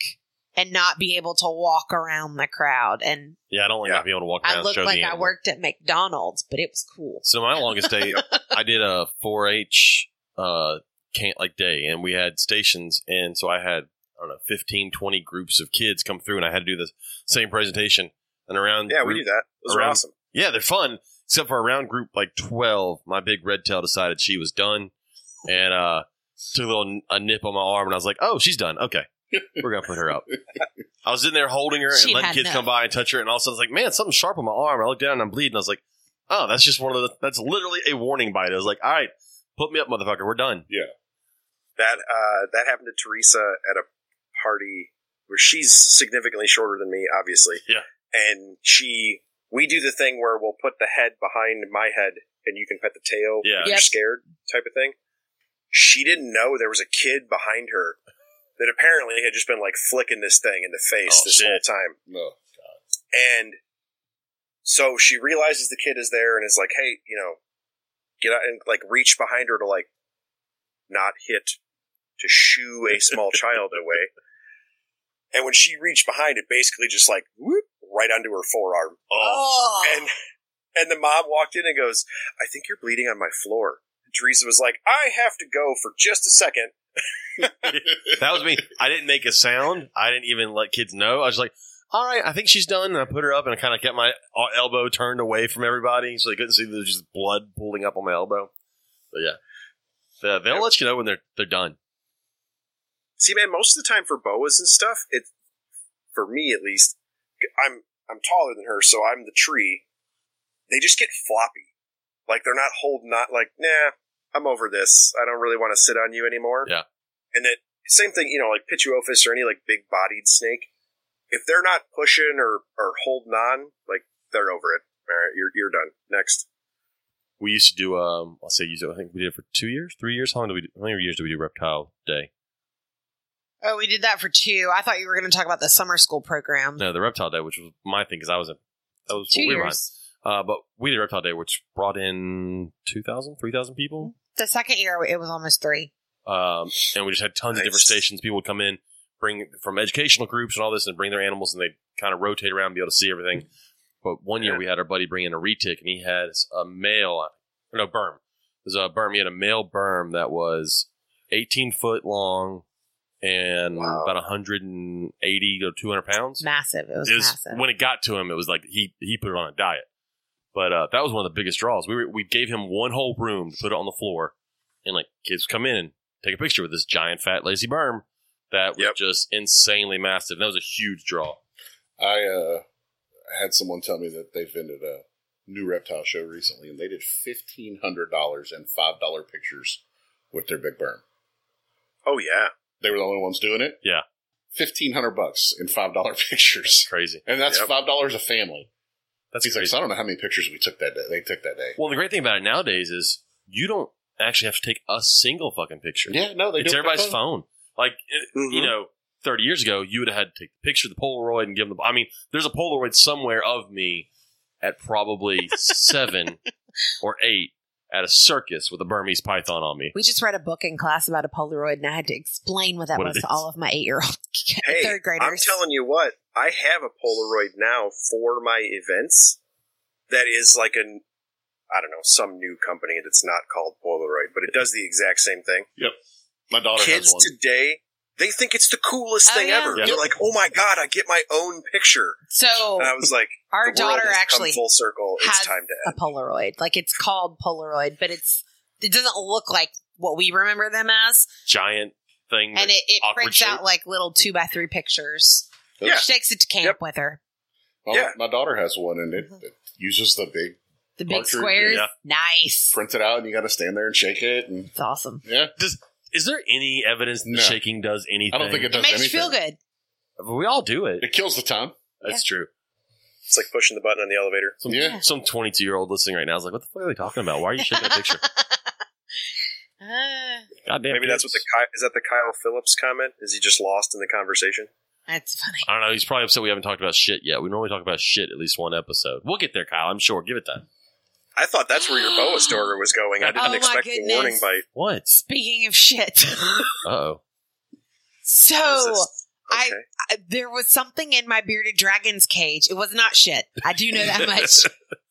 [SPEAKER 2] and not be able to walk around the crowd. And
[SPEAKER 1] yeah, I don't like
[SPEAKER 4] Yeah.
[SPEAKER 1] not being able to walk around.
[SPEAKER 2] I
[SPEAKER 1] and
[SPEAKER 2] looked
[SPEAKER 1] show
[SPEAKER 2] like
[SPEAKER 1] the
[SPEAKER 2] I
[SPEAKER 1] animal.
[SPEAKER 2] worked at McDonald's, but it was cool.
[SPEAKER 1] So my longest day, I did a 4-H uh, can't like day, and we had stations, and so I had I don't know 15, 20 groups of kids come through, and I had to do the same presentation. And around
[SPEAKER 4] Yeah, we
[SPEAKER 1] group-
[SPEAKER 4] do that. Those are
[SPEAKER 1] around-
[SPEAKER 4] awesome.
[SPEAKER 1] yeah, they're fun. Except for around group like twelve, my big red tail decided she was done, and uh, took a little a nip on my arm, and I was like, "Oh, she's done. Okay, we're gonna put her up." I was in there holding her and
[SPEAKER 2] She'd
[SPEAKER 1] letting
[SPEAKER 2] had
[SPEAKER 1] kids
[SPEAKER 2] enough.
[SPEAKER 1] come by and touch her, and all of a sudden, I was like, "Man, something sharp on my arm." I looked down and I'm bleeding. I was like, "Oh, that's just one of the. That's literally a warning bite." I was like, "All right, put me up, motherfucker. We're done."
[SPEAKER 4] That uh, that happened to Teresa at a party where she's significantly shorter than me, obviously.
[SPEAKER 1] Yeah.
[SPEAKER 4] And she, we do the thing where we'll put the head behind my head, and you can pet the tail.
[SPEAKER 1] Yeah.
[SPEAKER 4] if you're
[SPEAKER 2] Yep.
[SPEAKER 4] scared type of thing. She didn't know there was a kid behind her that apparently had just been like flicking this thing in the
[SPEAKER 1] Oh,
[SPEAKER 4] face this
[SPEAKER 1] shit.
[SPEAKER 4] whole time.
[SPEAKER 3] No.
[SPEAKER 4] And so she realizes the kid is there and is like, hey, you know, get out and like reach behind her to like not hit, to shoo a small child away. And when she reached behind, it basically just like whoop right onto her forearm.
[SPEAKER 2] Oh,
[SPEAKER 4] And and the mom walked in and goes, I think you're bleeding on my floor. Teresa was like, I have to go for just a second.
[SPEAKER 1] That was me. I didn't make a sound. I didn't even let kids know. I was like, all right, I think she's done. And I put her up and I kind of kept my uh, elbow turned away from everybody so they couldn't see there's just blood pooling up on my elbow. But yeah, they, they'll let you know when they're they're done.
[SPEAKER 4] See, man, most of the time for boas and stuff, it for me at least, I'm I'm taller than her, so I'm the tree. They just get floppy. Like they're not holding not like, nah, I'm over this. I don't really want to sit on you anymore.
[SPEAKER 1] Yeah.
[SPEAKER 4] And that same thing, you know, like Pituophis or any like big bodied snake, if they're not pushing or, or holding on, like they're over it. All right, you're you're done. Next.
[SPEAKER 1] We used to do um, I'll say used to. I think we did it for two years, three years. How long do we? Do, how many years do we do Reptile Day?
[SPEAKER 2] oh, we did that for two. I thought you were going to talk about the summer school program.
[SPEAKER 1] No, the Reptile Day, which was my thing because I was in. That was
[SPEAKER 2] two
[SPEAKER 1] we were on.
[SPEAKER 2] years.
[SPEAKER 1] Uh, but we did Reptile Day, which brought in 2,000, 3,000 people.
[SPEAKER 2] The second year, it was almost three.
[SPEAKER 1] um, and we just had tons of different
[SPEAKER 4] Nice.
[SPEAKER 1] stations. People would come in, bring from educational groups and all this, and bring their animals, and they kind of rotate around, and be able to see everything. But one year
[SPEAKER 4] Yeah.
[SPEAKER 1] we had our buddy bring in a retic, and he had a male, or no berm. There's a berm. He had a male berm that was 18 foot long and
[SPEAKER 4] Wow.
[SPEAKER 1] about 180 to 200 pounds.
[SPEAKER 2] Massive. It was,
[SPEAKER 1] It was-
[SPEAKER 2] massive.
[SPEAKER 1] when it got to him, it was like he he put it on a diet. But uh, that was one of the biggest draws. We were, we gave him one whole room to put it on the floor, and like kids come in and take a picture with this giant fat lazy berm that was
[SPEAKER 4] Yep.
[SPEAKER 1] just insanely massive. That was a huge draw.
[SPEAKER 3] I uh, had someone tell me that they've ended a new reptile show recently, and they did fifteen hundred dollars and five dollar pictures with their big berm.
[SPEAKER 4] Oh yeah.
[SPEAKER 3] They were the only ones doing it.
[SPEAKER 1] Yeah.
[SPEAKER 3] fifteen hundred bucks in five dollar
[SPEAKER 1] It's
[SPEAKER 3] pictures,
[SPEAKER 1] crazy.
[SPEAKER 3] and that's
[SPEAKER 4] Yep.
[SPEAKER 3] five dollars a family.
[SPEAKER 1] That's
[SPEAKER 3] He's like,
[SPEAKER 1] crazy.
[SPEAKER 3] so I don't know how many pictures we took that day. They took that day.
[SPEAKER 1] well, the great thing about it nowadays is you don't actually have to take a single fucking picture.
[SPEAKER 3] Yeah, no, they
[SPEAKER 1] it's
[SPEAKER 3] do it by
[SPEAKER 1] everybody's phone. Like it- you
[SPEAKER 4] Mhm.
[SPEAKER 1] know, thirty years ago, you would have had to take the picture, of the Polaroid, and give them. The, I mean, there's a Polaroid somewhere of me at probably seven or eight at a circus with a Burmese python on me.
[SPEAKER 2] we just read a book in class about a Polaroid, and I had to explain what that
[SPEAKER 1] What it
[SPEAKER 2] was to
[SPEAKER 1] is.
[SPEAKER 2] all of my eight-year-old
[SPEAKER 4] Hey,
[SPEAKER 2] third graders.
[SPEAKER 4] I'm telling you what, I have a Polaroid now for my events that is like an I don't know, some new company that's not called Polaroid, but it does the exact same thing.
[SPEAKER 3] My daughter
[SPEAKER 4] Kids
[SPEAKER 3] has one.
[SPEAKER 4] today, they think it's the coolest
[SPEAKER 2] Oh,
[SPEAKER 4] thing
[SPEAKER 2] yeah.
[SPEAKER 4] ever.
[SPEAKER 1] Yeah.
[SPEAKER 4] They're like, "Oh my god, I get my own picture."
[SPEAKER 2] so
[SPEAKER 4] And I was like,
[SPEAKER 2] Oh, our
[SPEAKER 4] "The uh, world
[SPEAKER 2] daughter
[SPEAKER 4] has come
[SPEAKER 2] actually
[SPEAKER 4] full circle. It's
[SPEAKER 2] has
[SPEAKER 4] time to
[SPEAKER 2] a
[SPEAKER 4] end."
[SPEAKER 2] Polaroid. Like it's called Polaroid, but it's it doesn't look like what we remember them as.
[SPEAKER 1] Giant thing.
[SPEAKER 2] And it, it
[SPEAKER 1] awkward
[SPEAKER 2] prints
[SPEAKER 1] shape.
[SPEAKER 2] out like little two by three pictures.
[SPEAKER 4] Yeah.
[SPEAKER 2] She takes it to camp
[SPEAKER 4] Yep.
[SPEAKER 2] with her.
[SPEAKER 3] My,
[SPEAKER 4] Yeah.
[SPEAKER 3] my daughter has one, and it, it uses the big
[SPEAKER 2] The big
[SPEAKER 3] Archery,
[SPEAKER 2] squares.
[SPEAKER 1] yeah.
[SPEAKER 2] Nice.
[SPEAKER 3] print it out, and you got to stand there and shake it, and
[SPEAKER 2] It's awesome.
[SPEAKER 3] yeah,
[SPEAKER 1] is there any evidence that
[SPEAKER 3] No.
[SPEAKER 1] shaking does anything?
[SPEAKER 3] I don't think it
[SPEAKER 2] It,
[SPEAKER 3] does
[SPEAKER 2] makes
[SPEAKER 3] anything.
[SPEAKER 2] you feel good.
[SPEAKER 1] We all do it.
[SPEAKER 3] It kills the time.
[SPEAKER 1] That's true.
[SPEAKER 4] It's like pushing the button on the elevator.
[SPEAKER 1] Some,
[SPEAKER 3] Yeah.
[SPEAKER 1] some 22 year old listening right now is like, what the fuck are they talking about? Why are you shaking a picture?
[SPEAKER 2] Ah,
[SPEAKER 1] Goddamn.
[SPEAKER 4] Maybe that's what
[SPEAKER 1] kids.
[SPEAKER 4] the Ky- is that the Kyle Phillips comment? Is he just lost in the conversation?
[SPEAKER 2] that's funny.
[SPEAKER 1] I don't know. He's probably upset we haven't talked about shit yet. We normally talk about shit at least one episode. We'll get there, Kyle. I'm sure. Give it time.
[SPEAKER 4] I thought that's where your boa story was going. I
[SPEAKER 1] Oh,
[SPEAKER 4] didn't
[SPEAKER 2] my
[SPEAKER 4] expect the
[SPEAKER 2] goodness.
[SPEAKER 4] warning bite.
[SPEAKER 1] What?
[SPEAKER 2] Speaking of shit.
[SPEAKER 1] Uh oh.
[SPEAKER 4] Is
[SPEAKER 2] so
[SPEAKER 4] this-
[SPEAKER 2] Oh, I-
[SPEAKER 4] okay.
[SPEAKER 2] I- there was something in my bearded dragon's cage. It was not shit. I do know that much.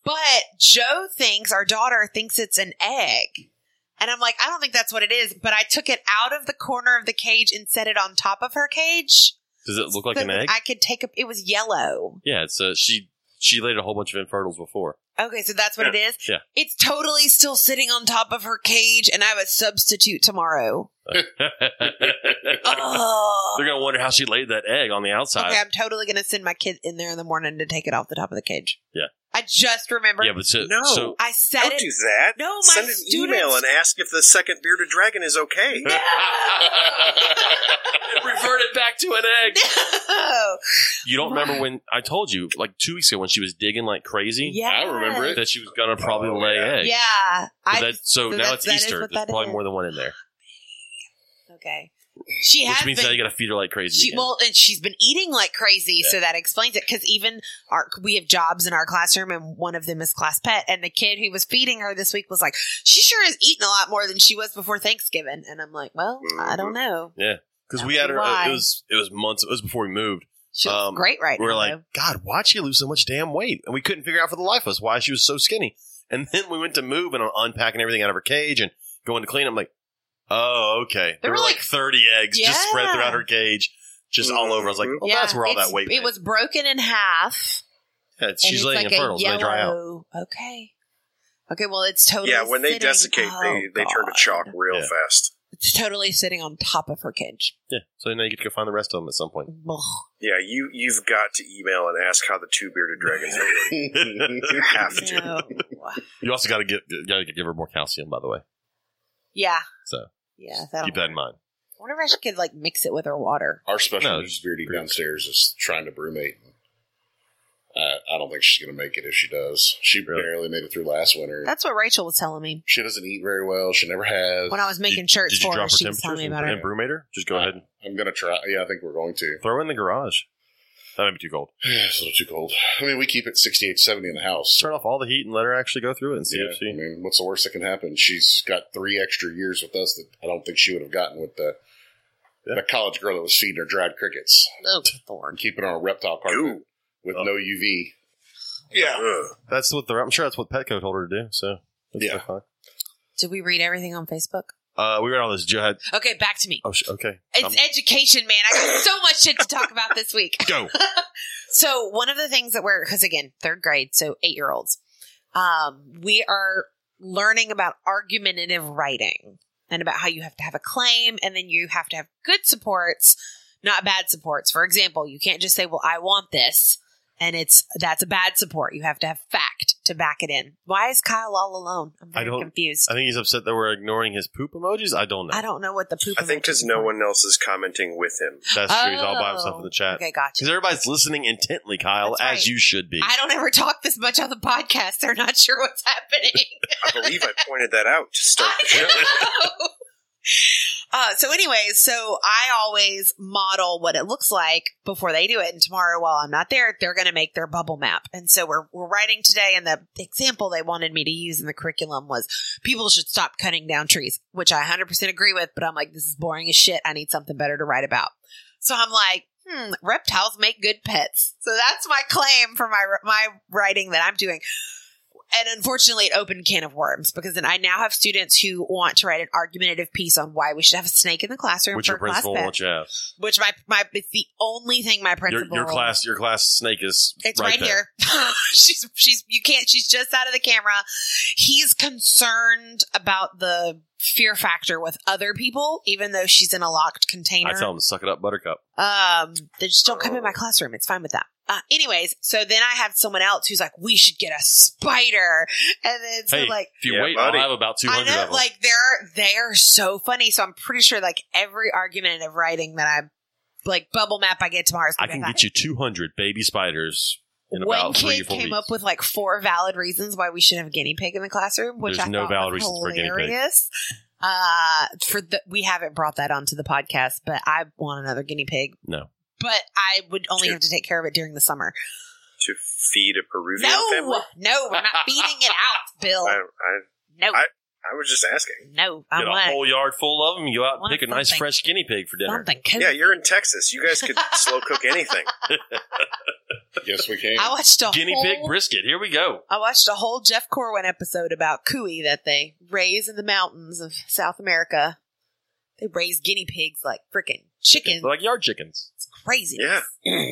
[SPEAKER 2] But Joe thinks our daughter thinks it's an egg. And I'm like, I don't think that's what it is. But I took it out of the corner of the cage and set it on top of her cage.
[SPEAKER 1] Does it look like
[SPEAKER 2] So
[SPEAKER 1] an egg?
[SPEAKER 2] I could take a, it was yellow.
[SPEAKER 1] Yeah, it's uh, she She laid a whole bunch of infertals before.
[SPEAKER 2] Okay, so that's what it is.
[SPEAKER 1] Yeah.
[SPEAKER 2] It's totally still sitting on top of her cage, and I have a substitute tomorrow.
[SPEAKER 1] They're
[SPEAKER 2] Ugh.
[SPEAKER 1] gonna wonder how she laid that egg on the outside.
[SPEAKER 2] Okay, I'm totally gonna send my kid in there in the morning to take it off the top of the cage.
[SPEAKER 1] Yeah.
[SPEAKER 2] I just remembered.
[SPEAKER 1] yeah, but so,
[SPEAKER 4] No.
[SPEAKER 1] Uh, so
[SPEAKER 2] I said
[SPEAKER 4] Don't
[SPEAKER 2] it.
[SPEAKER 4] do that.
[SPEAKER 2] No, my
[SPEAKER 4] Send an email
[SPEAKER 2] students-
[SPEAKER 4] and ask if the second bearded dragon is okay.
[SPEAKER 1] reverted back to an egg.
[SPEAKER 2] No.
[SPEAKER 1] You don't remember when I told you like two weeks ago when she was digging like crazy
[SPEAKER 2] Yeah.
[SPEAKER 3] I remember it.
[SPEAKER 1] that she was gonna probably
[SPEAKER 4] Oh,
[SPEAKER 1] lay
[SPEAKER 4] yeah.
[SPEAKER 1] eggs.
[SPEAKER 2] Yeah.
[SPEAKER 1] But
[SPEAKER 2] I
[SPEAKER 1] that- so
[SPEAKER 2] so
[SPEAKER 1] now
[SPEAKER 2] that-
[SPEAKER 1] it's
[SPEAKER 2] that is
[SPEAKER 1] Easter.
[SPEAKER 2] what
[SPEAKER 1] There's
[SPEAKER 2] that
[SPEAKER 1] probably
[SPEAKER 2] is.
[SPEAKER 1] more than one in there,
[SPEAKER 2] okay. She has
[SPEAKER 1] which means
[SPEAKER 2] been
[SPEAKER 1] now you gotta feed her like crazy.
[SPEAKER 2] She
[SPEAKER 1] again.
[SPEAKER 2] well, and she's been eating like crazy, so that explains it. Because even our we have jobs in our classroom, and one of them is class pet. And the kid who was feeding her this week was like, "She sure is eating a lot more than she was before Thanksgiving." And I'm like, "Well, I
[SPEAKER 1] Mm-hmm.
[SPEAKER 2] don't know.
[SPEAKER 1] because we had her.
[SPEAKER 2] Why?
[SPEAKER 1] It was it was months. It was before we moved.
[SPEAKER 2] She looks
[SPEAKER 1] Um,
[SPEAKER 2] great right
[SPEAKER 1] we were
[SPEAKER 2] now."
[SPEAKER 1] like,
[SPEAKER 2] though.
[SPEAKER 1] God, why'd she lose so much damn weight? And we couldn't figure out for the life of us why she was so skinny. And then we went to move and I'm unpacking everything out of her cage and going to clean. I'm like, oh, okay. There,
[SPEAKER 2] There
[SPEAKER 1] were
[SPEAKER 2] were
[SPEAKER 1] like,
[SPEAKER 2] like-
[SPEAKER 1] 30 eggs just spread
[SPEAKER 2] Yeah.
[SPEAKER 1] throughout her cage, just all over. I was like, well,
[SPEAKER 2] Yeah,
[SPEAKER 1] that's where all
[SPEAKER 2] it's-
[SPEAKER 1] that weight
[SPEAKER 2] It
[SPEAKER 1] went.
[SPEAKER 2] was broken in half.
[SPEAKER 1] Yeah, it's-
[SPEAKER 2] and
[SPEAKER 1] she's
[SPEAKER 2] it's
[SPEAKER 1] laying
[SPEAKER 2] like
[SPEAKER 1] infertile,
[SPEAKER 2] a
[SPEAKER 1] so they dry out.
[SPEAKER 2] yellow. Okay. Okay, well, it's totally
[SPEAKER 4] yeah, when they
[SPEAKER 2] sitting-
[SPEAKER 4] desiccate, they,
[SPEAKER 2] oh,
[SPEAKER 4] they turn to
[SPEAKER 2] God.
[SPEAKER 4] chalk real
[SPEAKER 1] Yeah.
[SPEAKER 4] fast.
[SPEAKER 2] It's totally sitting on top of her cage.
[SPEAKER 1] Yeah. So now you get to go find the rest of them at some point.
[SPEAKER 2] Ugh.
[SPEAKER 4] Yeah, you you've got to email and ask how the two bearded dragons are. doing. You have to.
[SPEAKER 2] No.
[SPEAKER 1] You also got to give gotta give her more calcium, by the way.
[SPEAKER 2] yeah,
[SPEAKER 1] So
[SPEAKER 2] yeah. that'll
[SPEAKER 1] keep that in mind.
[SPEAKER 2] I wonder if I should could like mix it with her water.
[SPEAKER 3] Our special
[SPEAKER 1] No,
[SPEAKER 3] needs beardy downstairs is trying to brewmate. Uh, I don't think she's going to make it if she does. She
[SPEAKER 1] Really?
[SPEAKER 3] barely made it through last winter.
[SPEAKER 2] That's what Rachel was telling me
[SPEAKER 3] she doesn't eat very well. She never has.
[SPEAKER 2] when I was making
[SPEAKER 1] Uh,
[SPEAKER 2] shirts
[SPEAKER 1] Did you
[SPEAKER 2] for her.
[SPEAKER 1] drop her
[SPEAKER 2] She was telling
[SPEAKER 1] temperature
[SPEAKER 2] me about
[SPEAKER 1] and, and
[SPEAKER 2] her.
[SPEAKER 1] brumator? Just go ahead and
[SPEAKER 3] I'm going to try. Yeah, I think we're going to.
[SPEAKER 1] throw her in the garage. That might be too cold.
[SPEAKER 3] it's a little too cold. I mean, we keep it 68, 70 in the house.
[SPEAKER 1] Turn off all the heat and let her actually go through it and see
[SPEAKER 3] Yeah,
[SPEAKER 1] if
[SPEAKER 3] I
[SPEAKER 1] she.
[SPEAKER 3] mean, what's the worst that can happen? She's got three extra years with us that I don't think she would have gotten with the
[SPEAKER 1] Yeah.
[SPEAKER 3] the college girl that was feeding her dried crickets
[SPEAKER 2] Oh,
[SPEAKER 3] and
[SPEAKER 2] Lord.
[SPEAKER 3] keeping her on a reptile carpet
[SPEAKER 4] Ooh.
[SPEAKER 3] with
[SPEAKER 1] Oh.
[SPEAKER 3] no UV.
[SPEAKER 4] Ugh.
[SPEAKER 1] That's what the I'm sure that's what Petco told her to do. So that's
[SPEAKER 3] Yeah.
[SPEAKER 1] fine.
[SPEAKER 2] Did we read everything on Facebook?
[SPEAKER 1] Uh, we read all this. Joe had
[SPEAKER 2] Okay, back to me.
[SPEAKER 1] oh sh- okay.
[SPEAKER 2] It's
[SPEAKER 1] Um,
[SPEAKER 2] education, man. I got so much shit to talk about this week.
[SPEAKER 1] go.
[SPEAKER 2] So one of the things that we're because again third grade, so eight year olds, um, we are learning about argumentative writing and about how you have to have a claim and then you have to have good supports, not bad supports. For example, you can't just say, "Well, I want this," and it's that's a bad support. You have to have fact to back it in. Why is Kyle all alone? I'm
[SPEAKER 1] I
[SPEAKER 2] very
[SPEAKER 1] don't-
[SPEAKER 2] confused.
[SPEAKER 1] I think he's upset that we're ignoring his poop emojis. I don't know.
[SPEAKER 2] I don't know what the poop.
[SPEAKER 4] I think
[SPEAKER 2] emoji
[SPEAKER 4] because
[SPEAKER 2] is
[SPEAKER 4] no
[SPEAKER 2] for.
[SPEAKER 4] one else is commenting with him.
[SPEAKER 1] That's true. He's all by himself in the chat
[SPEAKER 2] Oh, Okay,
[SPEAKER 1] because
[SPEAKER 2] gotcha.
[SPEAKER 1] everybody's listening intently, Kyle,
[SPEAKER 2] That's right.
[SPEAKER 1] as you should be.
[SPEAKER 2] I don't ever talk this much on the podcast. They're not sure what's happening.
[SPEAKER 4] I believe I pointed that out. To start the show.
[SPEAKER 2] I know. Uh, so anyways, so I always model what it looks like before they do it. And tomorrow, while I'm not there, they're going to make their bubble map. And so we're, we're writing today. And the example they wanted me to use in the curriculum was people should stop cutting down trees, which I 100% agree with. But I'm like, this is boring as shit. I need something better to write about. So I'm like, hmm, reptiles make good pets. So that's my claim for my, my writing that I'm doing and unfortunately it opened a can of worms because then I now have students who want to write an argumentative piece on why we should have a snake in the classroom
[SPEAKER 1] Which
[SPEAKER 2] for
[SPEAKER 1] your
[SPEAKER 2] a class
[SPEAKER 1] principal
[SPEAKER 2] pet,
[SPEAKER 1] won't you have?
[SPEAKER 2] which my my it's the only thing my
[SPEAKER 1] Your,
[SPEAKER 2] principal
[SPEAKER 1] your class, your class snake is
[SPEAKER 2] it's
[SPEAKER 1] right,
[SPEAKER 2] right,
[SPEAKER 1] there.
[SPEAKER 2] here. she's she's you can't she's just out of the camera. He's concerned about the fear factor with other people even though she's in a locked container.
[SPEAKER 1] I tell him to suck it up, Buttercup.
[SPEAKER 2] Um, they just don't come in
[SPEAKER 1] Oh.
[SPEAKER 2] my classroom. It's fine with that. Uh, anyways, so then I have someone else who's like, "We should get a spider," and then so
[SPEAKER 1] Hey,
[SPEAKER 2] like
[SPEAKER 1] if you
[SPEAKER 4] Yeah,
[SPEAKER 1] wait,
[SPEAKER 4] buddy.
[SPEAKER 1] I'll have about two
[SPEAKER 2] I
[SPEAKER 1] hundred of
[SPEAKER 2] know,
[SPEAKER 1] them.
[SPEAKER 2] like they're they're so funny. So I'm pretty sure like every argument of writing that I like bubble map I get tomorrow is
[SPEAKER 1] I
[SPEAKER 2] gonna be
[SPEAKER 1] can
[SPEAKER 2] that.
[SPEAKER 1] get you two hundred baby spiders in
[SPEAKER 2] One
[SPEAKER 1] about three or
[SPEAKER 2] kid
[SPEAKER 1] four
[SPEAKER 2] came
[SPEAKER 1] weeks.
[SPEAKER 2] up with like four valid reasons why we should have a guinea pig in the classroom, which
[SPEAKER 1] There's
[SPEAKER 2] I
[SPEAKER 1] no
[SPEAKER 2] thought
[SPEAKER 1] valid
[SPEAKER 2] was
[SPEAKER 1] reasons for a guinea pig.
[SPEAKER 2] hilarious. Uh, for the we haven't brought that onto the podcast, but I want another guinea pig.
[SPEAKER 1] No.
[SPEAKER 2] but I would only
[SPEAKER 4] Dude.
[SPEAKER 2] have to take care of it during the summer.
[SPEAKER 4] to feed a Peruvian family.
[SPEAKER 2] No, no, we're not feeding it out, Bill.
[SPEAKER 4] I, I,
[SPEAKER 2] No,
[SPEAKER 4] I was just asking.
[SPEAKER 2] no, I
[SPEAKER 1] Get a
[SPEAKER 2] want
[SPEAKER 1] whole yard full of them. You go out and
[SPEAKER 2] Want
[SPEAKER 1] pick a nice
[SPEAKER 2] something.
[SPEAKER 1] fresh guinea pig for dinner.
[SPEAKER 2] something. cozy.
[SPEAKER 4] Yeah, you're in Texas. You guys could slow cook anything.
[SPEAKER 3] Yes, we can.
[SPEAKER 2] I watched a
[SPEAKER 1] Guinea
[SPEAKER 2] whole,
[SPEAKER 1] pig brisket. Here we go.
[SPEAKER 2] I watched a whole Jeff Corwin episode about cooey that they raise in the mountains of South America. They raise guinea pigs like freaking chickens.
[SPEAKER 1] They're like yard chickens.
[SPEAKER 2] It's crazy.
[SPEAKER 4] Yeah.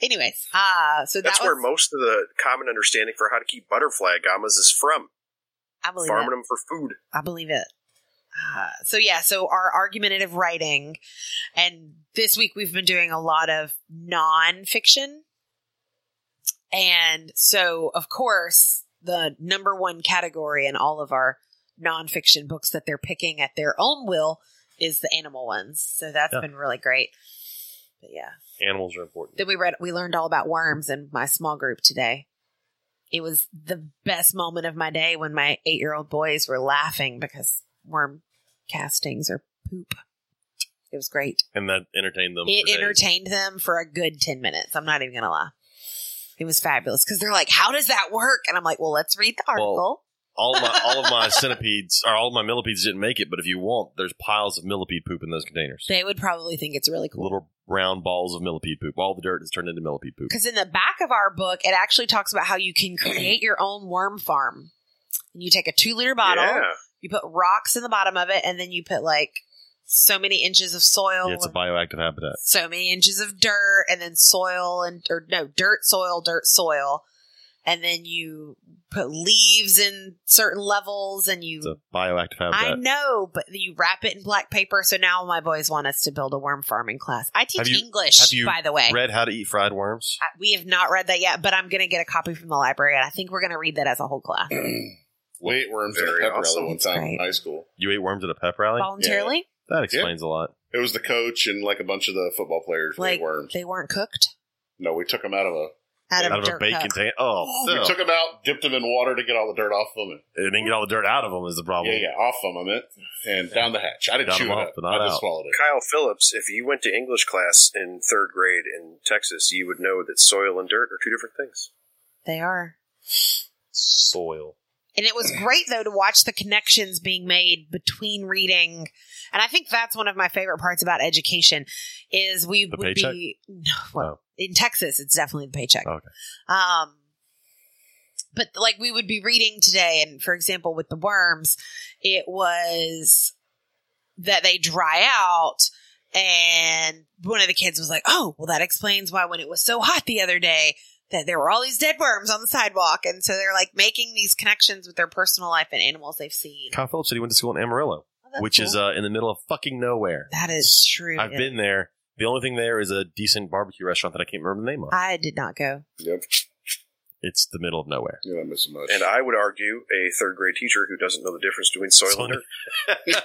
[SPEAKER 2] Anyways, uh, so that
[SPEAKER 4] That's
[SPEAKER 2] was,
[SPEAKER 4] where most of the common understanding for how to keep butterfly agamas is from.
[SPEAKER 2] I believe it.
[SPEAKER 4] Farming them for food.
[SPEAKER 2] I believe it. Uh, so yeah, so our argumentative writing, and this week we've been doing a lot of nonfiction, and so of course the number one category in all of our nonfiction books that they're picking at their own will is the animal ones. So that's
[SPEAKER 1] Yeah.
[SPEAKER 2] been really great. But yeah,
[SPEAKER 1] Animals are important.
[SPEAKER 2] then we read we learned all about worms in my small group today. It was the best moment of my day when my eight year old boys were laughing because worm castings are poop. It was great.
[SPEAKER 1] and that entertained them.
[SPEAKER 2] It
[SPEAKER 1] for days.
[SPEAKER 2] entertained them for a good ten minutes. I'm not even gonna lie. It was fabulous because they're like, "How does that work?" And I'm like, "Well, let's read the article."
[SPEAKER 1] all of my all of my centipedes or all of my millipedes didn't make it. But if you want, there's piles of millipede poop in those containers.
[SPEAKER 2] they would probably think it's really cool.
[SPEAKER 1] Little round balls of millipede poop. All the dirt is turned into millipede poop.
[SPEAKER 2] Because in the back of our book, it actually talks about how you can create your own worm farm. And you take a two liter bottle,
[SPEAKER 4] Yeah.
[SPEAKER 2] You put rocks in the bottom of it, and then you put like so many inches of soil,
[SPEAKER 1] Yeah, it's a bioactive habitat.
[SPEAKER 2] so many inches of dirt, and then soil and or no dirt, soil, dirt, soil, and then you put leaves in certain levels, and
[SPEAKER 1] It's a
[SPEAKER 2] you.
[SPEAKER 1] bioactive
[SPEAKER 2] I
[SPEAKER 1] habitat.
[SPEAKER 2] know, but you wrap it in black paper. So now my boys want us to build a worm farming class. I teach
[SPEAKER 1] Have you-
[SPEAKER 2] English,
[SPEAKER 1] have you
[SPEAKER 2] by the way.
[SPEAKER 1] Read how to eat fried worms.
[SPEAKER 2] I, we have not read that yet, but I'm going to get a copy from the library, and I think we're going to read that as a whole class
[SPEAKER 3] we ate worms in a
[SPEAKER 4] Very
[SPEAKER 3] pep
[SPEAKER 4] awesome.
[SPEAKER 3] rally one time in
[SPEAKER 2] Right.
[SPEAKER 3] high school.
[SPEAKER 1] You ate worms at a pep rally.
[SPEAKER 2] voluntarily.
[SPEAKER 1] That explains a lot.
[SPEAKER 3] It was the coach and like a bunch of the football players
[SPEAKER 2] Like
[SPEAKER 3] ate worms.
[SPEAKER 2] they weren't cooked
[SPEAKER 3] no, we took them out of a.
[SPEAKER 2] out of,
[SPEAKER 1] Out of a
[SPEAKER 2] dirt
[SPEAKER 1] bait
[SPEAKER 2] cup.
[SPEAKER 1] container. Oh,
[SPEAKER 3] We
[SPEAKER 1] no.
[SPEAKER 3] took them out, dipped them in water to get all the dirt off them.
[SPEAKER 1] it didn't get all the dirt out of them is the problem.
[SPEAKER 3] yeah, yeah, off them. I meant, and down the hatch. I didn't
[SPEAKER 1] Down
[SPEAKER 3] chew it
[SPEAKER 1] them off,
[SPEAKER 3] up.
[SPEAKER 1] but
[SPEAKER 3] I
[SPEAKER 1] not
[SPEAKER 3] just
[SPEAKER 1] out.
[SPEAKER 3] swallowed it.
[SPEAKER 4] Kyle Phillips, if you went to English class in third grade in Texas, you would know that soil and dirt are two different things.
[SPEAKER 2] They are.
[SPEAKER 1] Soil.
[SPEAKER 2] And it was great though to watch the connections being made between reading. And I think that's one of my favorite parts about education is we
[SPEAKER 1] The
[SPEAKER 2] would
[SPEAKER 1] paycheck? Oh.
[SPEAKER 2] be no, well, in Texas it's definitely the paycheck.
[SPEAKER 1] Okay.
[SPEAKER 2] Um but like we would be reading today and for example with the worms it was that they dry out and one of the kids was like, "Oh, well that explains why when it was so hot the other day that there were all these dead worms on the sidewalk. And so they're like making these connections with their personal life and animals they've seen.
[SPEAKER 1] Kyle Phillips said he went to school in Amarillo,
[SPEAKER 2] Oh, that's
[SPEAKER 1] which is
[SPEAKER 2] cool.
[SPEAKER 1] uh, in the middle of fucking nowhere.
[SPEAKER 2] that is true.
[SPEAKER 1] I've
[SPEAKER 2] yeah.
[SPEAKER 1] been there. The only thing there is a decent barbecue restaurant that I can't remember the name of.
[SPEAKER 2] I did not go.
[SPEAKER 3] Yep,
[SPEAKER 1] it's the middle of nowhere.
[SPEAKER 3] you know, I miss so much.
[SPEAKER 4] And I would argue a third grade teacher who doesn't know the difference between soil
[SPEAKER 1] Soil
[SPEAKER 4] and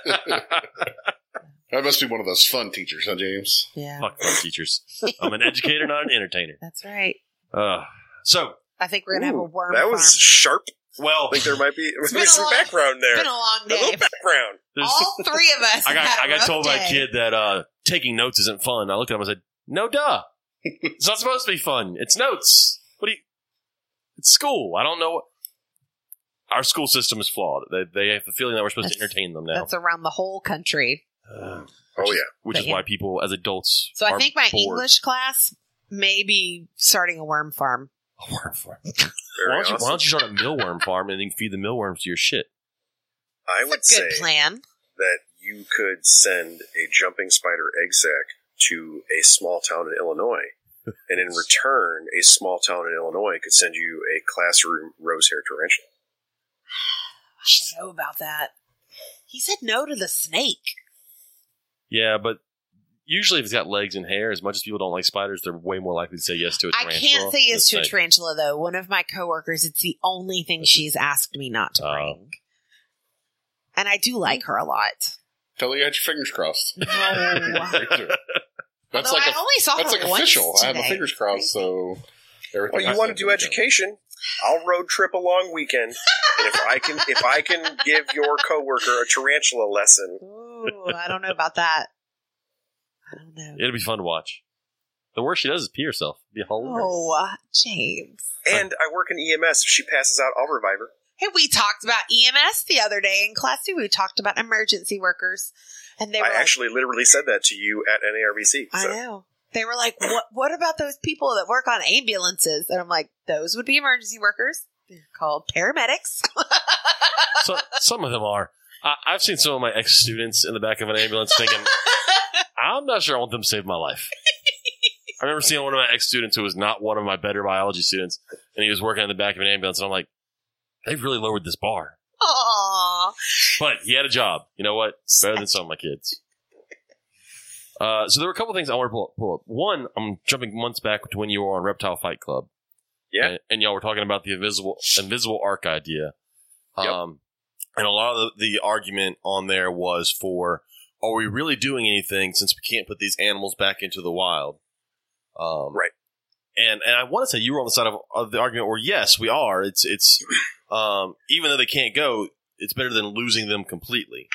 [SPEAKER 4] dirt.
[SPEAKER 3] that must be one of those fun teachers, huh, James?
[SPEAKER 2] Yeah,
[SPEAKER 1] Fuck those teachers. I'm an educator, not an entertainer.
[SPEAKER 2] that's right.
[SPEAKER 1] Uh, so,
[SPEAKER 2] I think we're gonna have a
[SPEAKER 4] Ooh,
[SPEAKER 2] worm.
[SPEAKER 4] That
[SPEAKER 2] farm.
[SPEAKER 4] was sharp.
[SPEAKER 1] well,
[SPEAKER 4] I think there might be
[SPEAKER 2] been a
[SPEAKER 4] some
[SPEAKER 2] long-
[SPEAKER 4] background
[SPEAKER 2] it's
[SPEAKER 4] there.
[SPEAKER 2] been a long
[SPEAKER 4] a little
[SPEAKER 2] day.
[SPEAKER 4] background.
[SPEAKER 1] there's,
[SPEAKER 2] All three of us.
[SPEAKER 1] I got
[SPEAKER 2] had a
[SPEAKER 1] I got
[SPEAKER 2] rough
[SPEAKER 1] told by
[SPEAKER 2] day.
[SPEAKER 1] a kid that uh, taking notes isn't fun. I looked at him and I said, "No, duh. it's not supposed to be fun. It's notes. What do you? It's school. I don't know. what- Our school system is flawed. They, they have the feeling that we're supposed to
[SPEAKER 2] That's-
[SPEAKER 1] entertain them now,
[SPEAKER 2] That's around the whole country.
[SPEAKER 1] Uh,
[SPEAKER 4] Oh, yeah.
[SPEAKER 1] which
[SPEAKER 2] But
[SPEAKER 1] is
[SPEAKER 2] yeah.
[SPEAKER 1] why people as adults.
[SPEAKER 2] So I
[SPEAKER 1] are
[SPEAKER 2] think my
[SPEAKER 1] bored.
[SPEAKER 2] English class may be starting a worm farm.
[SPEAKER 1] Worm farm.
[SPEAKER 4] Very
[SPEAKER 1] Why don't, you,
[SPEAKER 4] awesome.
[SPEAKER 1] why don't you start a millworm farm and then feed the millworms to your shit?
[SPEAKER 4] I would
[SPEAKER 2] That's a
[SPEAKER 4] say
[SPEAKER 2] good plan.
[SPEAKER 4] that you could send a jumping spider egg sac to a small town in Illinois, and in return, a small town in Illinois could send you a classroom rose hair tarantula.
[SPEAKER 2] I don't know about that. He said no to the snake.
[SPEAKER 1] Yeah, but usually if it's got legs and hair, as much as people don't like spiders, they're way more likely to say yes to a
[SPEAKER 2] I
[SPEAKER 1] tarantula.
[SPEAKER 2] can't say yes to
[SPEAKER 1] than
[SPEAKER 2] a tarantula though. One of my coworkers, it's the only thing she's asked me not to
[SPEAKER 1] Oh.
[SPEAKER 2] bring. And I do like her a lot.
[SPEAKER 3] Tell her you had your fingers crossed.
[SPEAKER 2] No.
[SPEAKER 3] That's
[SPEAKER 2] Although
[SPEAKER 3] like
[SPEAKER 2] I
[SPEAKER 3] a
[SPEAKER 2] only saw
[SPEAKER 3] that's
[SPEAKER 2] her
[SPEAKER 3] like
[SPEAKER 2] once
[SPEAKER 3] official. I have my
[SPEAKER 2] today.
[SPEAKER 3] fingers crossed, so everything.
[SPEAKER 4] Well,
[SPEAKER 3] has
[SPEAKER 4] you want to
[SPEAKER 3] be
[SPEAKER 4] do
[SPEAKER 3] done.
[SPEAKER 4] education? I'll road trip a long weekend, and if I can, if I can give your coworker a tarantula lesson,
[SPEAKER 2] Ooh, I don't know about that. I don't know.
[SPEAKER 1] It'll be fun to watch. The worst she does is pee herself. It'd be hilarious.
[SPEAKER 2] Oh, James.
[SPEAKER 4] and I work in EMS, if she passes out, I'll revive her.
[SPEAKER 2] Hey, we talked about EMS the other day in class too. We talked about emergency workers, and they were
[SPEAKER 4] I
[SPEAKER 2] like,
[SPEAKER 4] actually literally said that to you at NARBC.
[SPEAKER 2] I
[SPEAKER 4] So.
[SPEAKER 2] know. They were like, "What? What about those people that work on ambulances?" And I'm like, "Those would be emergency workers. They're called paramedics." Oh.
[SPEAKER 1] So, some of them are. I, I've seen some of my ex students in the back of an ambulance thinking, I'm not sure I want them to save my life. I remember seeing one of my ex students who was not one of my better biology students, and he was working in the back of an ambulance, and I'm like, they've really lowered this bar.
[SPEAKER 2] Aww.
[SPEAKER 1] But he had a job. You know what? Better than some of my kids. Uh, so there were a couple things I want to pull up, pull up. One, I'm jumping months back to when you were on Reptile Fight Club.
[SPEAKER 4] Yeah.
[SPEAKER 1] And, and y'all were talking about the invisible invisible arc idea.
[SPEAKER 4] Yep.
[SPEAKER 1] Um, and a lot of the, the argument on there was for are we really doing anything since we can't put these animals back into the wild? Um,
[SPEAKER 4] Right.
[SPEAKER 1] And and I want to say you were on the side of, of the argument where yes, we are. It's it's um, even though they can't go, it's better than losing them completely.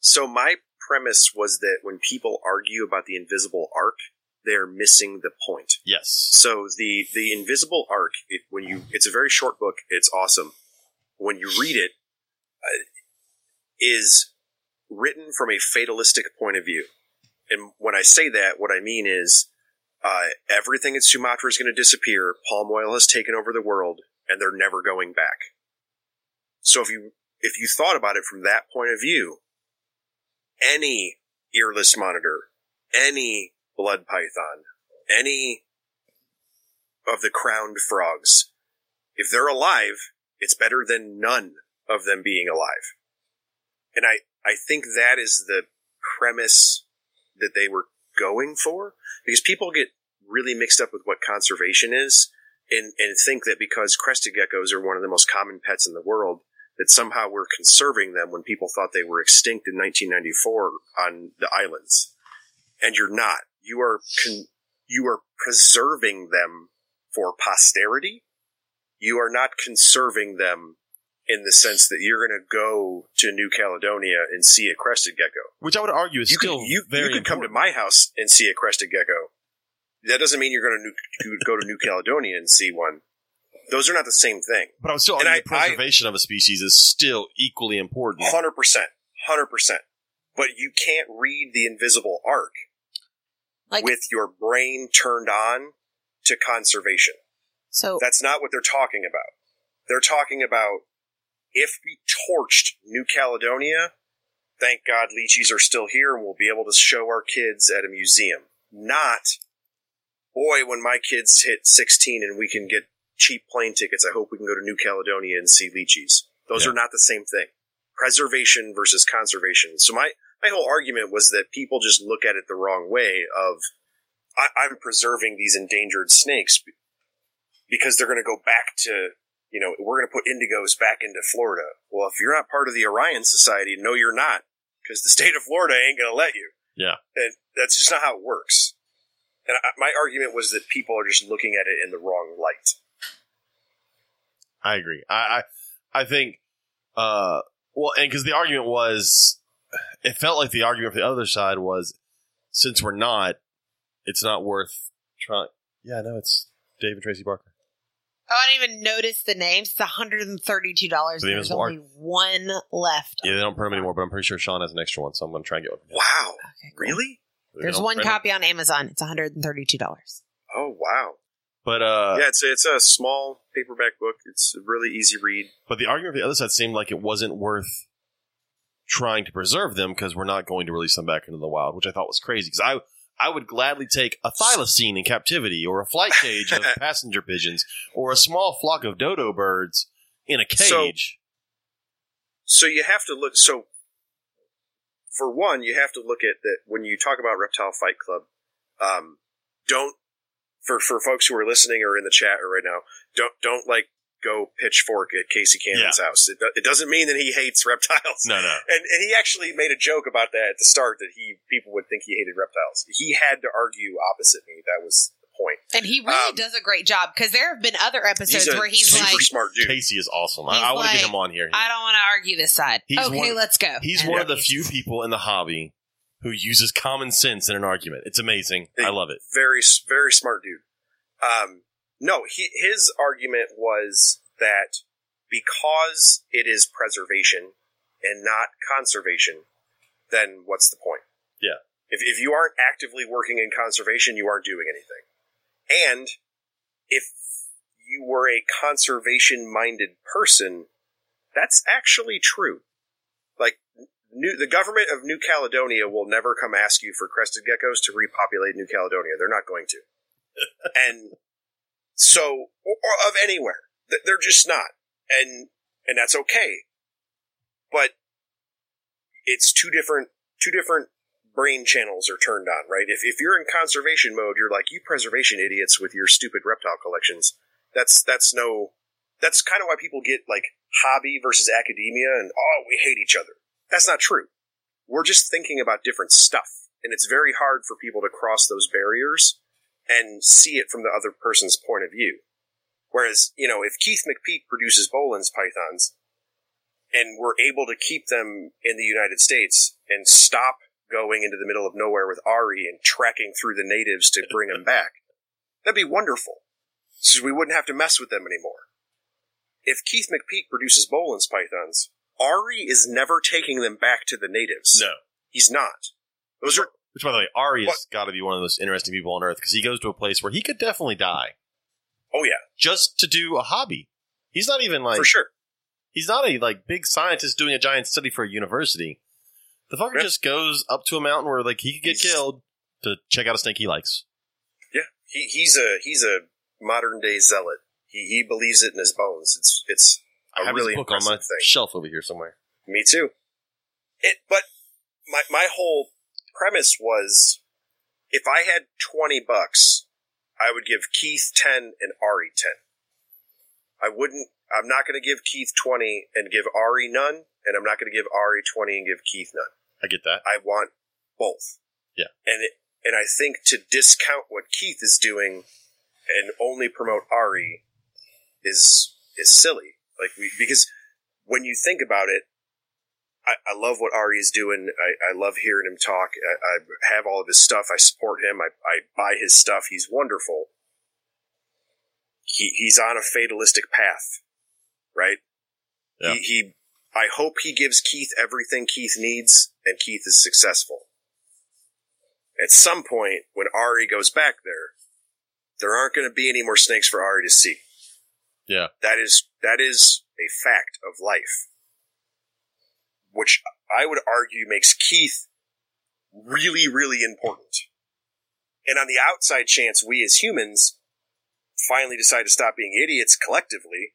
[SPEAKER 4] So my premise was that when people argue about the invisible arc, they're missing the point.
[SPEAKER 1] Yes.
[SPEAKER 4] So the the invisible arc, it, when you, it's a very short book. It's awesome. When you read it, uh, is written from a fatalistic point of view. And when I say that, what I mean is uh, everything in Sumatra is going to disappear. Palm oil has taken over the world, and they're never going back. So if you if you thought about it from that point of view, any earless monitor, any blood python, any of the crowned frogs, if they're alive, it's better than none of them being alive. And I, I think that is the premise that they were going for because people get really mixed up with what conservation is and, and think that because crested geckos are one of the most common pets in the world, that somehow we're conserving them when people thought they were extinct in 1994 on the islands. And you're not. You are con- you are preserving them for posterity. You are not conserving them in the sense that you're going to go to New Caledonia and see a crested gecko.
[SPEAKER 1] Which I would argue is
[SPEAKER 4] You
[SPEAKER 1] still
[SPEAKER 4] can you,
[SPEAKER 1] very
[SPEAKER 4] you can come to my house and see a crested gecko. That doesn't mean you're going to new- go to New Caledonia and see one. Those are not the same thing.
[SPEAKER 1] But I would still
[SPEAKER 4] And
[SPEAKER 1] argue the
[SPEAKER 4] I- I-
[SPEAKER 1] preservation of a species is still equally important.
[SPEAKER 4] Hundred percent, hundred percent. But you can't read the invisible arc
[SPEAKER 2] Like
[SPEAKER 4] with your brain turned on to conservation.
[SPEAKER 2] so.
[SPEAKER 4] That's not what they're talking about. They're talking about if we torched New Caledonia, thank God lychees are still here and we'll be able to show our kids at a museum. Not, boy, when my kids hit 16 and we can get cheap plane tickets, I hope we can go to New Caledonia and see lychees. Those
[SPEAKER 1] Yeah.
[SPEAKER 4] are not the same thing. Preservation versus conservation. So my, my whole argument was that people just look at it the wrong way of, I, I'm preserving these endangered snakes because they're going to go back to you know we're going to put indigos back into Florida. Well, if you're not part of the Orion Society, no, you're not because the state of Florida ain't going to let you.
[SPEAKER 1] Yeah.
[SPEAKER 4] and that's just not how it works. And I, my argument was that people are just looking at it in the wrong light.
[SPEAKER 1] I agree. I I, I think uh well and because the argument was it felt like the argument for the other side was since we're not, it's not worth trying Yeah, no, it's Dave and Tracy Barker.
[SPEAKER 2] Oh, I didn't even notice the names. It's one hundred and thirty-two dollars.
[SPEAKER 1] The name
[SPEAKER 2] There's
[SPEAKER 1] is Mark.
[SPEAKER 2] only one left.
[SPEAKER 1] Yeah, they don't print them anymore, but I'm pretty sure Sean has an extra one, so I'm gonna try and get one. from him.
[SPEAKER 4] Wow,
[SPEAKER 2] Okay, cool.
[SPEAKER 4] really?
[SPEAKER 1] They
[SPEAKER 2] There's
[SPEAKER 1] don't
[SPEAKER 2] one
[SPEAKER 1] print them.
[SPEAKER 2] copy on Amazon. It's one hundred and thirty-two dollars.
[SPEAKER 4] Oh, wow.
[SPEAKER 1] But uh
[SPEAKER 4] yeah, it's a, it's a small paperback book. It's a really easy read.
[SPEAKER 1] but the argument for the other side seemed like it wasn't worth trying to preserve them because we're not going to release them back into the wild, which I thought was crazy. Because I I would gladly take a thylacine in captivity, or a flight cage of passenger pigeons, or a small flock of dodo birds in a
[SPEAKER 4] So-
[SPEAKER 1] cage.
[SPEAKER 4] So you have to look. So for one, you have to look at that when you talk about Reptile Fight Club. Um, don't for for folks who are listening or in the chat right now. Don't don't like go pitchfork at Casey Cannon's house. It, do- it doesn't mean that he hates reptiles.
[SPEAKER 1] no, no,
[SPEAKER 4] And, and he actually made a joke about that at the start that he people would think he hated reptiles. He had to argue opposite me. That was the point.
[SPEAKER 2] And he really
[SPEAKER 4] Um,
[SPEAKER 2] does a great job because there have been other episodes
[SPEAKER 4] he's a
[SPEAKER 2] where he's
[SPEAKER 4] super
[SPEAKER 2] like,
[SPEAKER 4] smart dude.
[SPEAKER 1] Casey is awesome. I,
[SPEAKER 2] He's
[SPEAKER 1] I want to get
[SPEAKER 2] like-
[SPEAKER 1] him on here.
[SPEAKER 2] I don't want to argue this side.
[SPEAKER 1] He's
[SPEAKER 2] okay,
[SPEAKER 1] one-
[SPEAKER 2] let's go.
[SPEAKER 1] He's
[SPEAKER 2] And
[SPEAKER 1] one of
[SPEAKER 2] then
[SPEAKER 1] the few people in the hobby who uses common sense in an argument. It's amazing. I love it.
[SPEAKER 4] very very smart dude. Um, no, he, his argument was that because it is preservation and not conservation, then what's the point?
[SPEAKER 1] Yeah.
[SPEAKER 4] If, if you aren't actively working in conservation, you aren't doing anything. And if you were a conservation minded person, that's actually true. Like, New, the government of New Caledonia will never come ask you for crested geckos to repopulate New Caledonia. They're not going to. and so or, or of anywhere. Th- They're just not, and and that's okay. But it's two different two different brain channels are turned on, right? If if you're in conservation mode, you're like you preservation idiots with your stupid reptile collections. That's that's no that's kind of why people get like hobby versus academia and oh we hate each other. That's not true. We're just thinking about different stuff, and it's very hard for people to cross those barriers and see it from the other person's point of view. Whereas, you know, if Keith McPeak produces Bolin's pythons and we're able to keep them in the United States and stop going into the middle of nowhere with Ari and tracking through the natives to bring them back, that'd be wonderful. So we wouldn't have to mess with them anymore. If Keith McPeak produces Bolin's pythons, Ari is never taking them back to the natives.
[SPEAKER 1] No.
[SPEAKER 4] He's not. Those are
[SPEAKER 1] Which, by the way, Ari has
[SPEAKER 4] What?
[SPEAKER 1] got to be one of the most interesting people on earth because he goes to a place where he could definitely die
[SPEAKER 4] oh yeah,
[SPEAKER 1] just to do a hobby. He's not even like
[SPEAKER 4] for sure.
[SPEAKER 1] he's not a like big scientist doing a giant study for a university. The fucker
[SPEAKER 4] Yeah.
[SPEAKER 1] just goes up to a mountain where like he could get
[SPEAKER 4] He's-
[SPEAKER 1] killed to check out a snake he likes.
[SPEAKER 4] Yeah, he, he's a he's a modern day zealot. He he believes it in his bones. It's it's a
[SPEAKER 1] I have
[SPEAKER 4] really
[SPEAKER 1] his book on my
[SPEAKER 4] impressive thing.
[SPEAKER 1] shelf over here somewhere.
[SPEAKER 4] Me too. It, but my my whole premise was, if I had twenty bucks, I would give Keith ten and Ari ten. I wouldn't. I'm not going to give Keith twenty and give Ari none, and I'm not going to give Ari twenty and give Keith none.
[SPEAKER 1] I get that.
[SPEAKER 4] I want both.
[SPEAKER 1] Yeah.
[SPEAKER 4] And it, and I think to discount what Keith is doing and only promote Ari is is silly. Like we because when you think about it, I, I love what Ari is doing. I, I love hearing him talk. I, I have all of his stuff. I support him. I, I buy his stuff. He's wonderful. He he's on a fatalistic path, right?
[SPEAKER 1] Yeah.
[SPEAKER 4] He, he I hope he gives Keith everything Keith needs and Keith is successful. At some point, when Ari goes back there, there aren't going to be any more snakes for Ari to see.
[SPEAKER 1] Yeah.
[SPEAKER 4] That is that is a fact of life. Which I would argue makes Keith really, really important. And on the outside chance we as humans finally decide to stop being idiots collectively,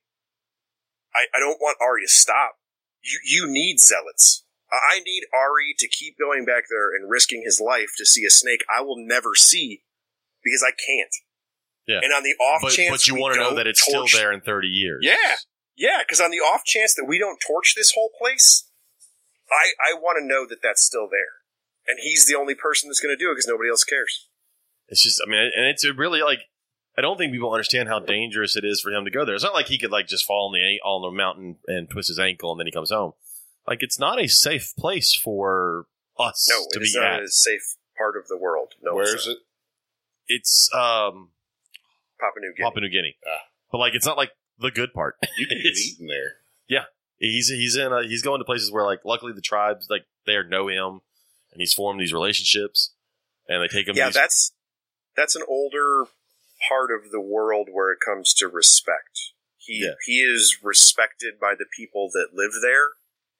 [SPEAKER 4] I, I don't want Ari to stop. You you need zealots. I I need Ari to keep going back there and risking his life to see a snake I will never see because I can't.
[SPEAKER 1] Yeah.
[SPEAKER 4] And on the off
[SPEAKER 1] But,
[SPEAKER 4] chance
[SPEAKER 1] but you
[SPEAKER 4] we
[SPEAKER 1] want to know
[SPEAKER 4] don't
[SPEAKER 1] that it's
[SPEAKER 4] torch-
[SPEAKER 1] still there in 30 years.
[SPEAKER 4] Yeah. Yeah, because on the off chance that we don't torch this whole place, I I want to know that that's still there. And he's the only person that's going to do it because nobody else cares.
[SPEAKER 1] It's just, I mean, and it's really like, I don't think people understand how dangerous it is for him to go there. It's not like he could like just fall on the an- on the mountain and twist his ankle and then he comes home. Like it's not a safe place for us
[SPEAKER 4] No,
[SPEAKER 1] to
[SPEAKER 4] it's
[SPEAKER 1] be
[SPEAKER 4] not
[SPEAKER 1] at.
[SPEAKER 4] a safe part of the world. No,
[SPEAKER 3] Where
[SPEAKER 4] it's
[SPEAKER 3] is
[SPEAKER 4] not.
[SPEAKER 3] it?
[SPEAKER 1] It's um
[SPEAKER 4] Papua New Guinea.
[SPEAKER 1] Papua New Guinea,
[SPEAKER 3] Ah.
[SPEAKER 1] but like it's not like the good part.
[SPEAKER 3] You can get
[SPEAKER 1] It's-
[SPEAKER 3] eaten there.
[SPEAKER 1] he's he's in a, he's going to places where like luckily the tribes like there know him and he's formed these relationships and they take him. to
[SPEAKER 4] yeah,
[SPEAKER 1] these-
[SPEAKER 4] that's that's an older part of the world where it comes to respect. He
[SPEAKER 1] Yeah.
[SPEAKER 4] he is respected by the people that live there,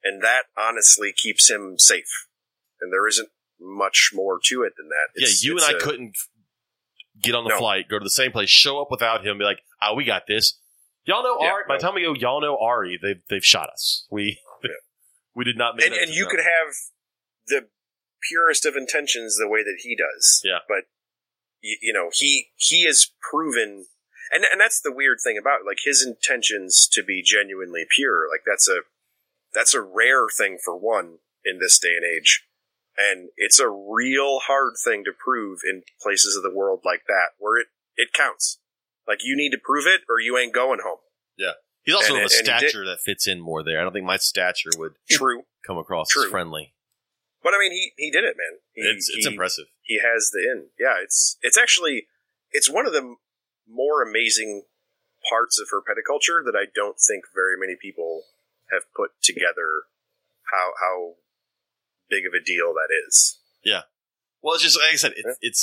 [SPEAKER 4] and that honestly keeps him safe. And there isn't much more to it than that. It's-
[SPEAKER 1] yeah. You and
[SPEAKER 4] it's
[SPEAKER 1] I
[SPEAKER 4] a-
[SPEAKER 1] couldn't get on the
[SPEAKER 4] No.
[SPEAKER 1] flight, go to the same place, show up without him, be like, ah, we got this. Y'all know
[SPEAKER 4] Yeah,
[SPEAKER 1] Ari. By the
[SPEAKER 4] no. Oh,
[SPEAKER 1] time we go, y'all know Ari. They they've shot us. We we did not make
[SPEAKER 4] and,
[SPEAKER 1] it up
[SPEAKER 4] and
[SPEAKER 1] to
[SPEAKER 4] you
[SPEAKER 1] them.
[SPEAKER 4] could have the purest of intentions the way that he does
[SPEAKER 1] Yeah.
[SPEAKER 4] but you, you know he he has proven and and that's the weird thing about it, like his intentions to be genuinely pure like that's a that's a rare thing for one in this day and age and it's a real hard thing to prove in places of the world like that where it it counts like you need to prove it or you ain't going home
[SPEAKER 1] He's also
[SPEAKER 4] and-
[SPEAKER 1] of a
[SPEAKER 4] and he did-
[SPEAKER 1] stature that fits in more there. I don't think my stature would
[SPEAKER 4] true
[SPEAKER 1] come across
[SPEAKER 4] True.
[SPEAKER 1] as friendly.
[SPEAKER 4] but i mean he he did it man he,
[SPEAKER 1] It's, it's
[SPEAKER 4] he-
[SPEAKER 1] impressive.
[SPEAKER 4] he has the in. Yeah, it's it's actually it's one of the m- more amazing parts of herpeticulture that I don't think very many people have put together how how big of a deal that is.
[SPEAKER 1] Well, it's just like I said, it's it's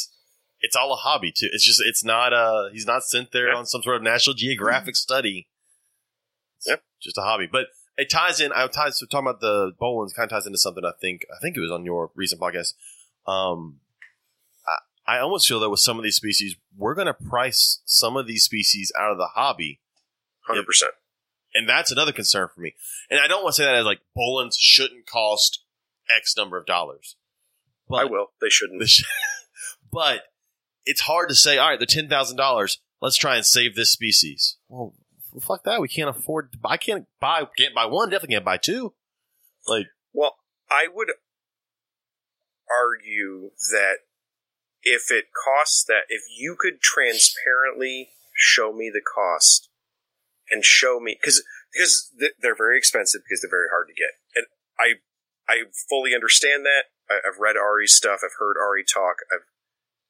[SPEAKER 1] it's all a hobby too. It's just it's not uh he's not sent there
[SPEAKER 4] Yeah.
[SPEAKER 1] on some sort of National Geographic study. It's
[SPEAKER 4] Yep.
[SPEAKER 1] just a hobby. But it ties in. I ties so talking about the Bolins kind of ties into something. I think I think it was on your recent podcast. Um, I, I almost feel that with some of these species, we're going to price some of these species out of the hobby,
[SPEAKER 4] Hundred percent.
[SPEAKER 1] and that's another concern for me. And I don't want to say that as like Bolins shouldn't cost X number of dollars.
[SPEAKER 4] I will. They shouldn't.
[SPEAKER 1] the sh- but it's hard to say. All right, they're ten thousand dollars. Let's try and save this species. Well, f- fuck that. We can't afford. To buy, I can't buy. Can't buy one. Definitely can't buy two. Like
[SPEAKER 4] Well, I would argue that if it costs that, if you could transparently show me the cost and show me because because th- they're very expensive because they're very hard to get, and I I fully understand that. I, I've read Ari's stuff. I've heard Ari talk. I've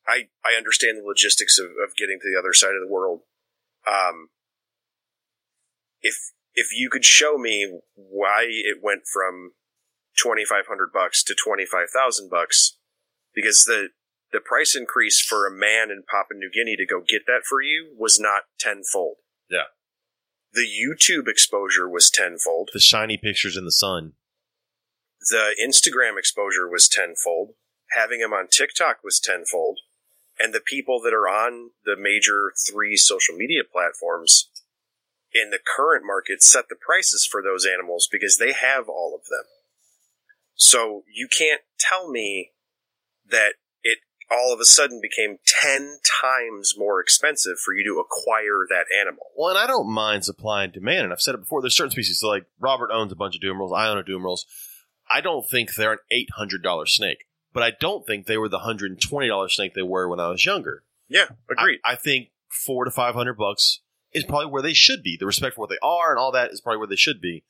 [SPEAKER 4] I, I understand the logistics of, of getting to the other side of the world. Um, if if you could show me why it went from 2500 bucks to 25000 bucks because the the price increase for a man in Papua New Guinea to go get that for you was not tenfold.
[SPEAKER 1] Yeah.
[SPEAKER 4] The YouTube exposure was tenfold.
[SPEAKER 1] the shiny pictures in the sun.
[SPEAKER 4] The Instagram exposure was tenfold. Having him on TikTok was tenfold. And the people that are on the major three social media platforms in the current market set the prices for those animals because they have all of them. So you can't tell me that it all of a sudden became 10 times more expensive for you to acquire that animal.
[SPEAKER 1] Well, and I don't mind supply and demand. And I've said it before. There's certain species. So like Robert owns a bunch of doomerals. I own a doomerals. I don't think they're an eight hundred dollar snake, but I don't think they were the hundred and twenty dollar snake they were when I was younger.
[SPEAKER 4] Yeah, agreed.
[SPEAKER 1] I, I think four to five hundred bucks is probably where they should be. The respect for what they are and all that is probably where they should be.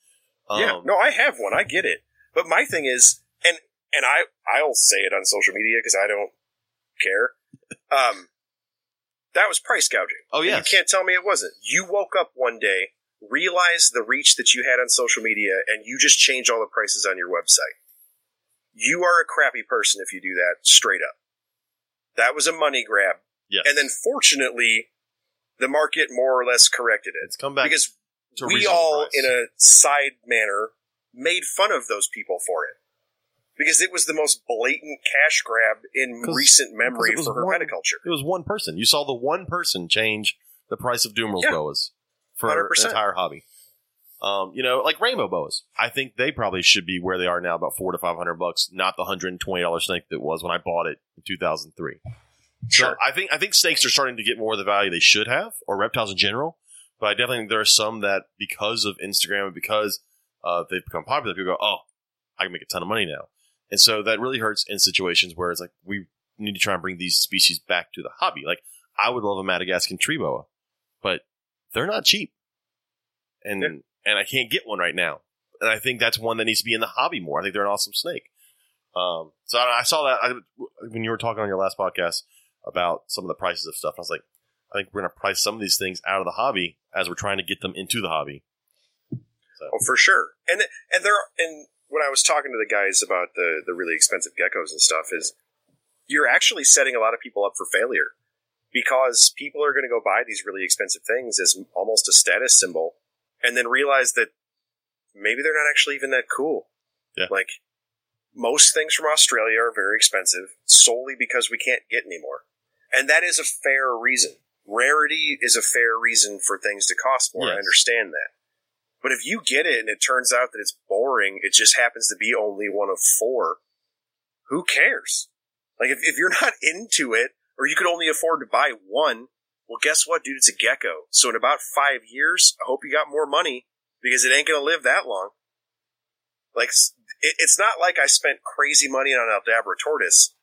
[SPEAKER 1] Um,
[SPEAKER 4] yeah, no, I have one. I get it. But my thing is, and and I I'll say it on social media because I don't care. Um, that was price gouging.
[SPEAKER 1] Oh
[SPEAKER 4] And
[SPEAKER 1] yeah.
[SPEAKER 4] You can't tell me it wasn't. You woke up one day, realized the reach that you had on social media, and you just change all the prices on your website. You are a crappy person if you do that straight up. That was a money grab.
[SPEAKER 1] Yes.
[SPEAKER 4] And then fortunately, the market more or less corrected it
[SPEAKER 1] it's come back
[SPEAKER 4] because
[SPEAKER 1] to a
[SPEAKER 4] we
[SPEAKER 1] reasonable
[SPEAKER 4] all,
[SPEAKER 1] price.
[SPEAKER 4] in a side manner, made fun of those people for it because it was the most blatant cash grab in
[SPEAKER 1] 'Cause-
[SPEAKER 4] recent memory
[SPEAKER 1] because it was
[SPEAKER 4] for
[SPEAKER 1] one-
[SPEAKER 4] herpeticulture.
[SPEAKER 1] It was one person. You saw the one person change the price of doomerals
[SPEAKER 4] Yeah.
[SPEAKER 1] boas for an
[SPEAKER 4] 100%.
[SPEAKER 1] entire hobby. Um, you know, like rainbow boas. I think they probably should be where they are now, about four to five hundred bucks, not the hundred and twenty dollar snake that was when I bought it in two thousand three. So I think I think snakes are starting to get more of the value they should have, or reptiles in general. But I definitely think there are some that because of Instagram and because uh, they've become popular, people go, "Oh, I can make a ton of money now," and so that really hurts in situations where it's like we need to try and bring these species back to the hobby. Like I would love a Madagascan tree boa, but they're not cheap, and
[SPEAKER 4] Yeah.
[SPEAKER 1] and I can't get one right now. And I think that's one that needs to be in the hobby more. I think they're an awesome snake. Um, so I, I saw that I, when you were talking on your last podcast about some of the prices of stuff. I was like, I think we're going to price some of these things out of the hobby as we're trying to get them into the hobby.
[SPEAKER 4] Oh, for sure. And th- and there and when I was talking to the guys about the the really expensive geckos and stuff, is you're actually setting a lot of people up for failure because people are going to go buy these really expensive things as almost a status symbol, and then realize that maybe they're not actually even that cool.
[SPEAKER 1] Yeah.
[SPEAKER 4] Like most things from Australia are very expensive solely because we can't get any more, and that is a fair reason. Rarity is a fair reason for things to cost more. I
[SPEAKER 1] Yes.
[SPEAKER 4] understand that. But if you get it and it turns out that it's boring, it just happens to be only one of four, who cares? Like, if, if you're not into it, or you could only afford to buy one, well, guess what, dude? It's a gecko. So in about five years, I hope you got more money because it ain't going to live that long. Like, s- it, it's not like I spent crazy money on an Aldabra tortoise.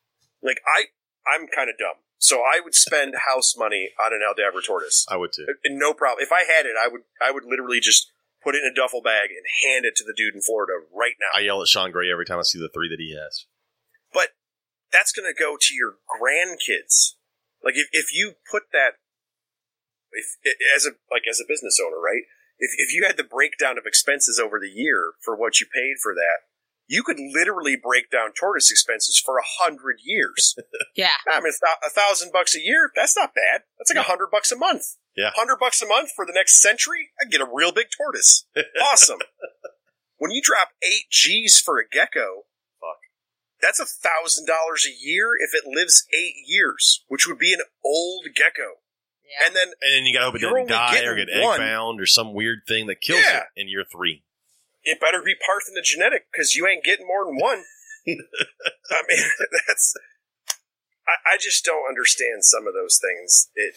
[SPEAKER 4] Like, I, I'm kind of dumb. So I would spend house money on an Aldabra tortoise.
[SPEAKER 1] I would too.
[SPEAKER 4] Uh, No problem. If I had it, I would I would literally just put it in a duffel bag and hand it to the dude in Florida right now.
[SPEAKER 1] I yell at Sean Gray every time I see the three that he has.
[SPEAKER 4] but that's going to go to your grandkids. Like if, if you put that if i- as a like as a business owner, right? If if you had the breakdown of expenses over the year for what you paid for that, you could literally break down tortoise expenses for a hundred years.
[SPEAKER 2] Yeah.
[SPEAKER 4] I mean, it's not a thousand bucks a year. That's not bad. That's like a
[SPEAKER 1] Yeah.
[SPEAKER 4] hundred bucks a month.
[SPEAKER 1] Yeah.
[SPEAKER 4] hundred bucks a month for the next century. I get a real big tortoise. Awesome. when you drop eight G's for a gecko,
[SPEAKER 1] Fuck.
[SPEAKER 4] That's a thousand dollars a year if it lives eight years, which would be an old gecko.
[SPEAKER 2] Yeah.
[SPEAKER 4] And then
[SPEAKER 1] And then you gotta hope it
[SPEAKER 4] You're
[SPEAKER 1] doesn't
[SPEAKER 4] only
[SPEAKER 1] die or
[SPEAKER 4] getting
[SPEAKER 1] get egg
[SPEAKER 4] one.
[SPEAKER 1] bound or some weird thing that kills
[SPEAKER 4] Yeah.
[SPEAKER 1] it in year three.
[SPEAKER 4] it better be parthenogenetic because you ain't getting more than one. I mean, that's. I, I just don't understand some of those things. It,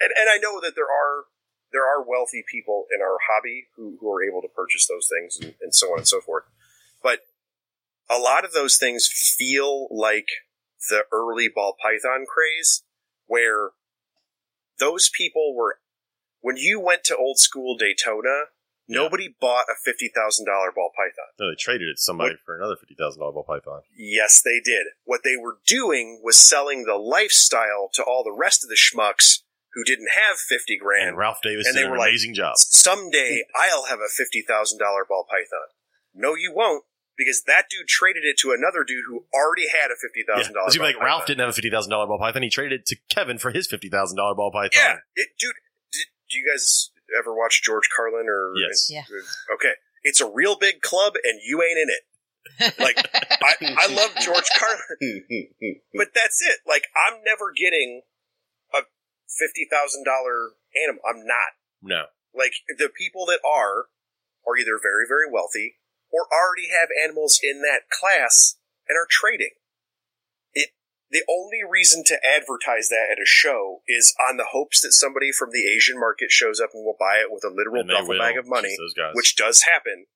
[SPEAKER 4] and and I know that there are there are wealthy people in our hobby who who are able to purchase those things and, and so on and so forth, but a lot of those things feel like the early ball python craze, where those people were when you went to old school Daytona. Nobody bought a fifty thousand dollar ball python.
[SPEAKER 1] No, they traded it to somebody for another fifty thousand dollar ball python.
[SPEAKER 4] Yes, they did. What they were doing was selling the lifestyle to all the rest of the schmucks who didn't have 50
[SPEAKER 1] And,
[SPEAKER 4] grand.
[SPEAKER 1] Ralph Davis
[SPEAKER 4] and
[SPEAKER 1] did
[SPEAKER 4] they
[SPEAKER 1] an
[SPEAKER 4] were like-
[SPEAKER 1] amazing job.
[SPEAKER 4] Someday I'll have a $50,000 ball python. No, you won't, because that dude traded it to another dude who already had a $50,000
[SPEAKER 1] Yeah. It's
[SPEAKER 4] ball
[SPEAKER 1] like
[SPEAKER 4] python.
[SPEAKER 1] Ralph didn't have a fifty thousand dollar ball python. He traded it to Kevin for his fifty thousand dollar ball python.
[SPEAKER 4] Yeah, it, dude. Did, do you guys ever watch George Carlin or?
[SPEAKER 1] Yes.
[SPEAKER 2] Yeah.
[SPEAKER 4] Okay, it's a real big club, and you ain't in it. Like I, I love George Carlin,
[SPEAKER 3] Oh,
[SPEAKER 4] but that's it. Like I'm never getting a fifty thousand dollar animal. I'm not.
[SPEAKER 1] No,
[SPEAKER 4] Like the people that are are either very very wealthy or already have animals in that class and are trading. It the only reason to advertise that at a show is on the hopes that somebody from the Asian market shows up and will buy it with a literal
[SPEAKER 1] And they
[SPEAKER 4] duffel
[SPEAKER 1] will,
[SPEAKER 4] bag of money,
[SPEAKER 1] just Those guys.
[SPEAKER 4] which does happen.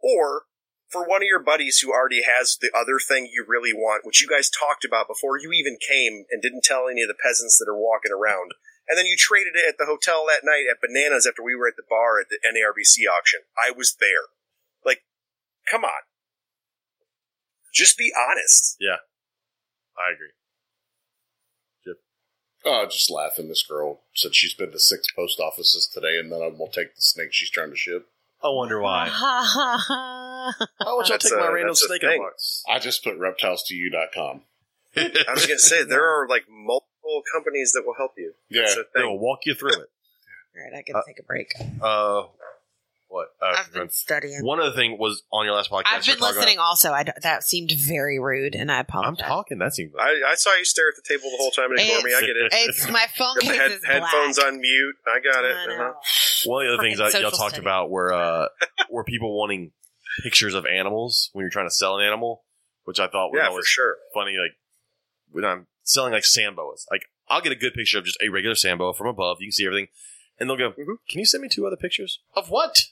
[SPEAKER 4] Or for one of your buddies who already has the other thing you really want, which you guys talked about before you even came and didn't tell any of the peasants that are walking around. And then you traded it at the hotel that night at Bananas after we were at the bar at the NARBC auction. I was there. Like, come on. Just be honest.
[SPEAKER 1] I agree.
[SPEAKER 3] Oh, just laughing. This girl said she's been to six post offices today, and none of them will take the snake she's trying to ship.
[SPEAKER 1] I wonder why. Why would y'all
[SPEAKER 4] That's
[SPEAKER 1] take my
[SPEAKER 4] a-
[SPEAKER 1] random
[SPEAKER 4] that's a
[SPEAKER 1] snake in a
[SPEAKER 4] thing.
[SPEAKER 1] box?
[SPEAKER 3] I just put reptiles2you.com.
[SPEAKER 4] I was going to say, there are like multiple companies that will help you.
[SPEAKER 3] Yeah,
[SPEAKER 4] That's the
[SPEAKER 1] They
[SPEAKER 4] thing.
[SPEAKER 1] will walk you through it.
[SPEAKER 2] All right, I gotta
[SPEAKER 1] Uh,
[SPEAKER 2] take a break.
[SPEAKER 1] Uh, what? Uh,
[SPEAKER 2] I've been studying.
[SPEAKER 1] one other thing was on your last podcast.
[SPEAKER 2] I've
[SPEAKER 1] you
[SPEAKER 2] been
[SPEAKER 1] were talking
[SPEAKER 2] listening. Also, I d- that seemed very rude, and I
[SPEAKER 1] about- I'm
[SPEAKER 2] apologize.
[SPEAKER 1] talking. That seems.
[SPEAKER 4] I, I saw you stare at the table the whole time and ignore me. I get it.
[SPEAKER 2] It's my phone
[SPEAKER 4] Got
[SPEAKER 2] case
[SPEAKER 4] the head,
[SPEAKER 2] is black.
[SPEAKER 4] headphones on mute. I got it.
[SPEAKER 2] I know.
[SPEAKER 4] Uh-huh.
[SPEAKER 1] One of the other things
[SPEAKER 2] Freaking
[SPEAKER 1] that y'all
[SPEAKER 2] social
[SPEAKER 1] talked
[SPEAKER 2] study.
[SPEAKER 1] about were uh, were people wanting pictures of animals when you're trying to sell an animal, which I thought was
[SPEAKER 4] Yeah, for
[SPEAKER 1] always
[SPEAKER 4] sure.
[SPEAKER 1] funny. Like when I'm selling like sand boas, like I'll get a good picture of just a regular sand boa from above. You can see everything, and they'll go,
[SPEAKER 4] Mhm.
[SPEAKER 1] "Can you send me two other pictures of what?"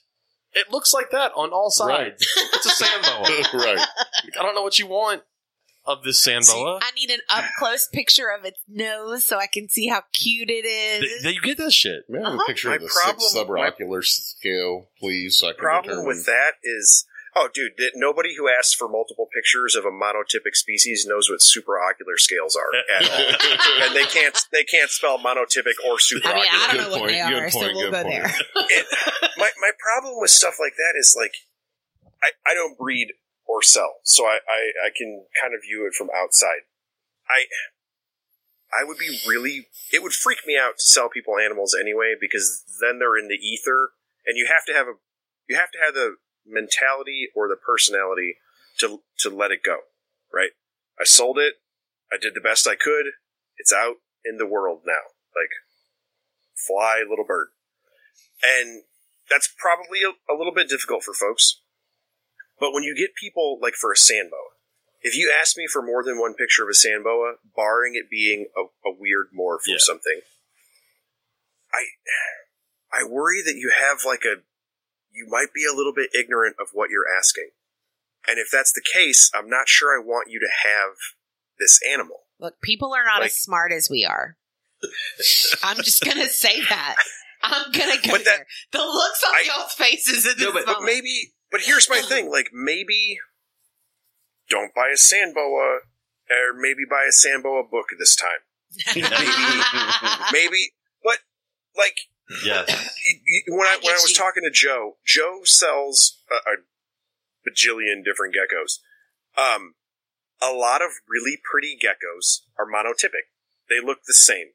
[SPEAKER 1] It looks like that on all
[SPEAKER 3] Right.
[SPEAKER 1] sides. It's a sand boa.
[SPEAKER 3] right.
[SPEAKER 1] Like, I don't know what you want of this sand
[SPEAKER 2] See,
[SPEAKER 1] boa.
[SPEAKER 2] I need an up close picture of its nose so I can see how cute it
[SPEAKER 1] Th-
[SPEAKER 2] is.
[SPEAKER 1] th- you get that shit.
[SPEAKER 3] May I have
[SPEAKER 2] Uh-huh.
[SPEAKER 3] a picture
[SPEAKER 4] My
[SPEAKER 3] of the
[SPEAKER 4] problem-
[SPEAKER 3] six subauricular scale, please? So I can
[SPEAKER 4] problem
[SPEAKER 3] determine-
[SPEAKER 4] with that is oh dude that nobody who asks for multiple pictures of a monotypic species knows what supraocular scales are at all and they can't they can't spell monotypic
[SPEAKER 2] I
[SPEAKER 4] or
[SPEAKER 2] mean,
[SPEAKER 4] supraocular
[SPEAKER 2] I don't
[SPEAKER 3] Good
[SPEAKER 2] know what
[SPEAKER 3] point,
[SPEAKER 2] they
[SPEAKER 3] good
[SPEAKER 2] are, so
[SPEAKER 3] point,
[SPEAKER 2] we'll
[SPEAKER 3] good
[SPEAKER 2] go
[SPEAKER 3] point.
[SPEAKER 2] there.
[SPEAKER 4] my, my problem with stuff like that is like i, I don't breed or sell so I, I i can kind of view it from outside i i would be really it would freak me out to sell people animals anyway because then they're in the ether and you have to have a you have to have the mentality or the personality to to let it go right i sold it i did the best i could it's out in the world now like fly little bird and that's probably a, a little bit difficult for folks. But when you get people like for a sand boa, if you ask me for more than one picture of a sand boa, barring it being a, a weird morph
[SPEAKER 1] Yeah.
[SPEAKER 4] or something, I I worry that you have like a you might be a little bit ignorant of what you're asking. And if that's the case, I'm not sure I want you to have this animal.
[SPEAKER 2] Look, people are not
[SPEAKER 4] Like-
[SPEAKER 2] as smart as we are. I'm just gonna say that. I'm gonna go
[SPEAKER 4] But that-
[SPEAKER 2] there. The looks on
[SPEAKER 4] I-
[SPEAKER 2] y'all's faces at this
[SPEAKER 4] No, but, but
[SPEAKER 2] moment.
[SPEAKER 4] maybe. But here's my thing: like maybe don't buy a sand boa, or maybe buy a sand boa book this time. Maybe, but like
[SPEAKER 1] Yes.
[SPEAKER 4] y- y- when
[SPEAKER 2] I
[SPEAKER 4] I,
[SPEAKER 2] get
[SPEAKER 4] when I was
[SPEAKER 2] you.
[SPEAKER 4] talking to Joe, Joe sells a, a bajillion different geckos. Um, a lot of really pretty geckos are monotypic. They look the same.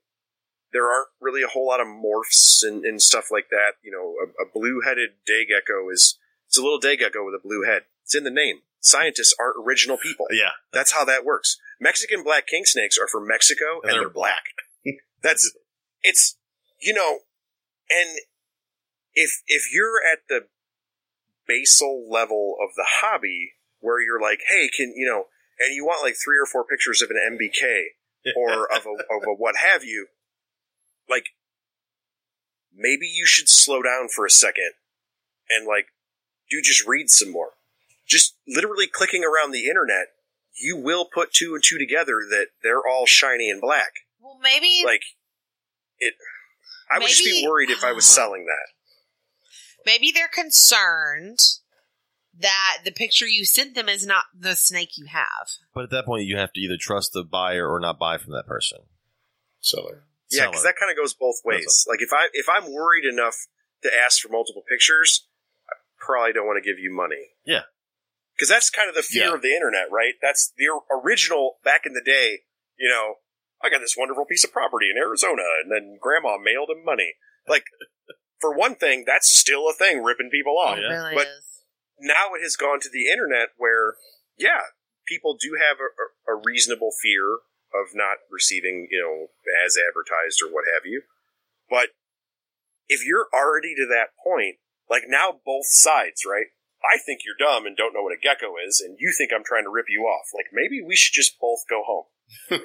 [SPEAKER 4] There aren't really a whole lot of morphs and, and stuff like that. You know, a, a blue-headed day gecko is it's a little day gecko with a blue head. It's in the name. Scientists aren't original people.
[SPEAKER 1] Yeah,
[SPEAKER 4] That's how that works. Mexican black king snakes are from Mexico and,
[SPEAKER 1] And they're
[SPEAKER 4] they're black. That's it's you know, and if if you're at the basal level of the hobby where you're like, hey, can you know, and you want like three or four pictures of an MBK or of a of a what have you, like maybe you should slow down for a second and like do just read some more. Just literally clicking around the internet, you will put two and two together that they're all shiny and black.
[SPEAKER 2] Well, maybe
[SPEAKER 4] Like it I would just be
[SPEAKER 2] Maybe-
[SPEAKER 4] worried if I was selling that.
[SPEAKER 2] maybe they're concerned that the picture you sent them is not the snake you have.
[SPEAKER 1] but at that point you have to either trust the buyer or not buy from that person.
[SPEAKER 3] Seller.
[SPEAKER 4] Yeah, because
[SPEAKER 1] Seller.
[SPEAKER 4] that kind of goes both ways. Like if I if I'm worried enough to ask for multiple pictures, I probably don't want to give you money.
[SPEAKER 1] Yeah.
[SPEAKER 4] because that's kind of the fear
[SPEAKER 3] Yeah.
[SPEAKER 4] of the internet, right? That's the or- original back in the day. You know, I got this wonderful piece of property in Arizona, and then Grandma mailed him money. Like, for one thing, that's still a thing, ripping people off.
[SPEAKER 1] Oh, yeah.
[SPEAKER 2] It really
[SPEAKER 4] But-
[SPEAKER 2] is.
[SPEAKER 4] Now it has gone to the internet, where yeah, people do have a, a a reasonable fear of not receiving, you know, as advertised or what have you. But if you're already to that point, like now both sides, right? I think you're dumb and don't know what a gecko is, and you think I'm trying to rip you off. Like maybe we should just both go home.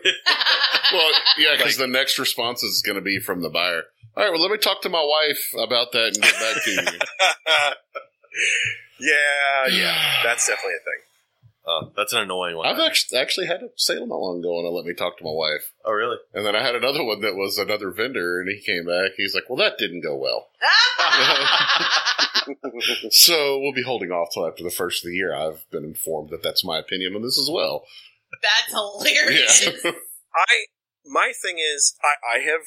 [SPEAKER 3] Well, yeah, because the next response is going to be from the buyer. All right, well, let me talk to my wife about that and get back to you. Uh,
[SPEAKER 4] yeah, yeah, that's definitely a thing.
[SPEAKER 1] Uh, that's an annoying one.
[SPEAKER 3] I've actually, actually had a sale not long ago, and I let me talk to my wife.
[SPEAKER 1] oh really?
[SPEAKER 3] And then I had another one that was another vendor, and he came back. He's like, "Well, that didn't go well, so we'll be holding off till after the first of the year." I've been informed that that's my opinion on this as well.
[SPEAKER 2] That's hilarious.
[SPEAKER 3] Yeah,
[SPEAKER 4] I my thing is I, I have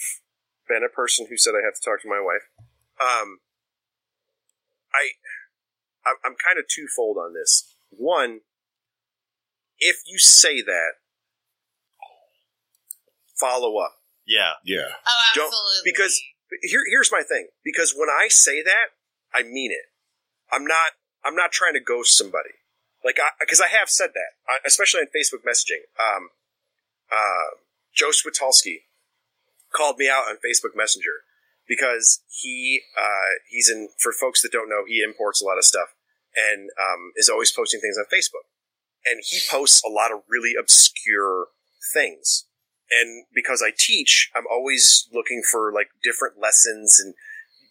[SPEAKER 4] been a person who said I have to talk to my wife. Um, I I'm, I'm kind of twofold on this. One, if you say that, follow up.
[SPEAKER 1] Yeah,
[SPEAKER 3] yeah,
[SPEAKER 2] Oh,
[SPEAKER 4] Don't-
[SPEAKER 2] absolutely.
[SPEAKER 4] because- Here, here's my thing because when I say that, I mean it. I'm not I'm not trying to ghost somebody. Like because I, have said that, I, especially on Facebook messaging. Um, uh, Joe Switalski called me out on Facebook Messenger because he uh, he's in for folks that don't know he imports a lot of stuff and um, is always posting things on Facebook and he posts a lot of really obscure things and because I teach I'm always looking for like different lessons and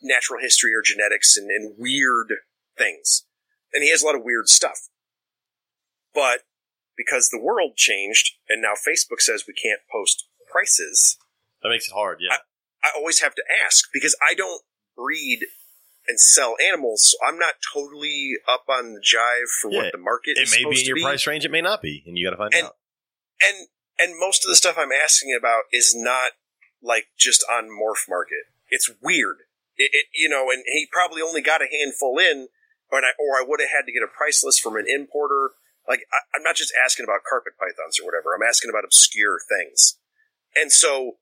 [SPEAKER 4] natural history or genetics and, and weird things and he has a lot of weird stuff but because the world changed and now Facebook says we can't post prices
[SPEAKER 1] that makes it hard. Yeah,
[SPEAKER 4] I always have to ask because I don't breed and sell animals, so I'm not totally up on the jive for
[SPEAKER 1] Yeah,
[SPEAKER 4] what the market
[SPEAKER 1] it
[SPEAKER 4] is
[SPEAKER 1] may be
[SPEAKER 4] supposed
[SPEAKER 1] in
[SPEAKER 4] to
[SPEAKER 1] your
[SPEAKER 4] be.
[SPEAKER 1] price range, it may not be, and you got to find
[SPEAKER 4] And-
[SPEAKER 1] out.
[SPEAKER 4] And and most of the stuff I'm asking about is not like just on morph market. It's weird, it, it, you know. And he probably only got a handful in, or I, or I would have had to get a price list from an importer. Like I, I'm not just asking about carpet pythons or whatever. I'm asking about obscure things, and so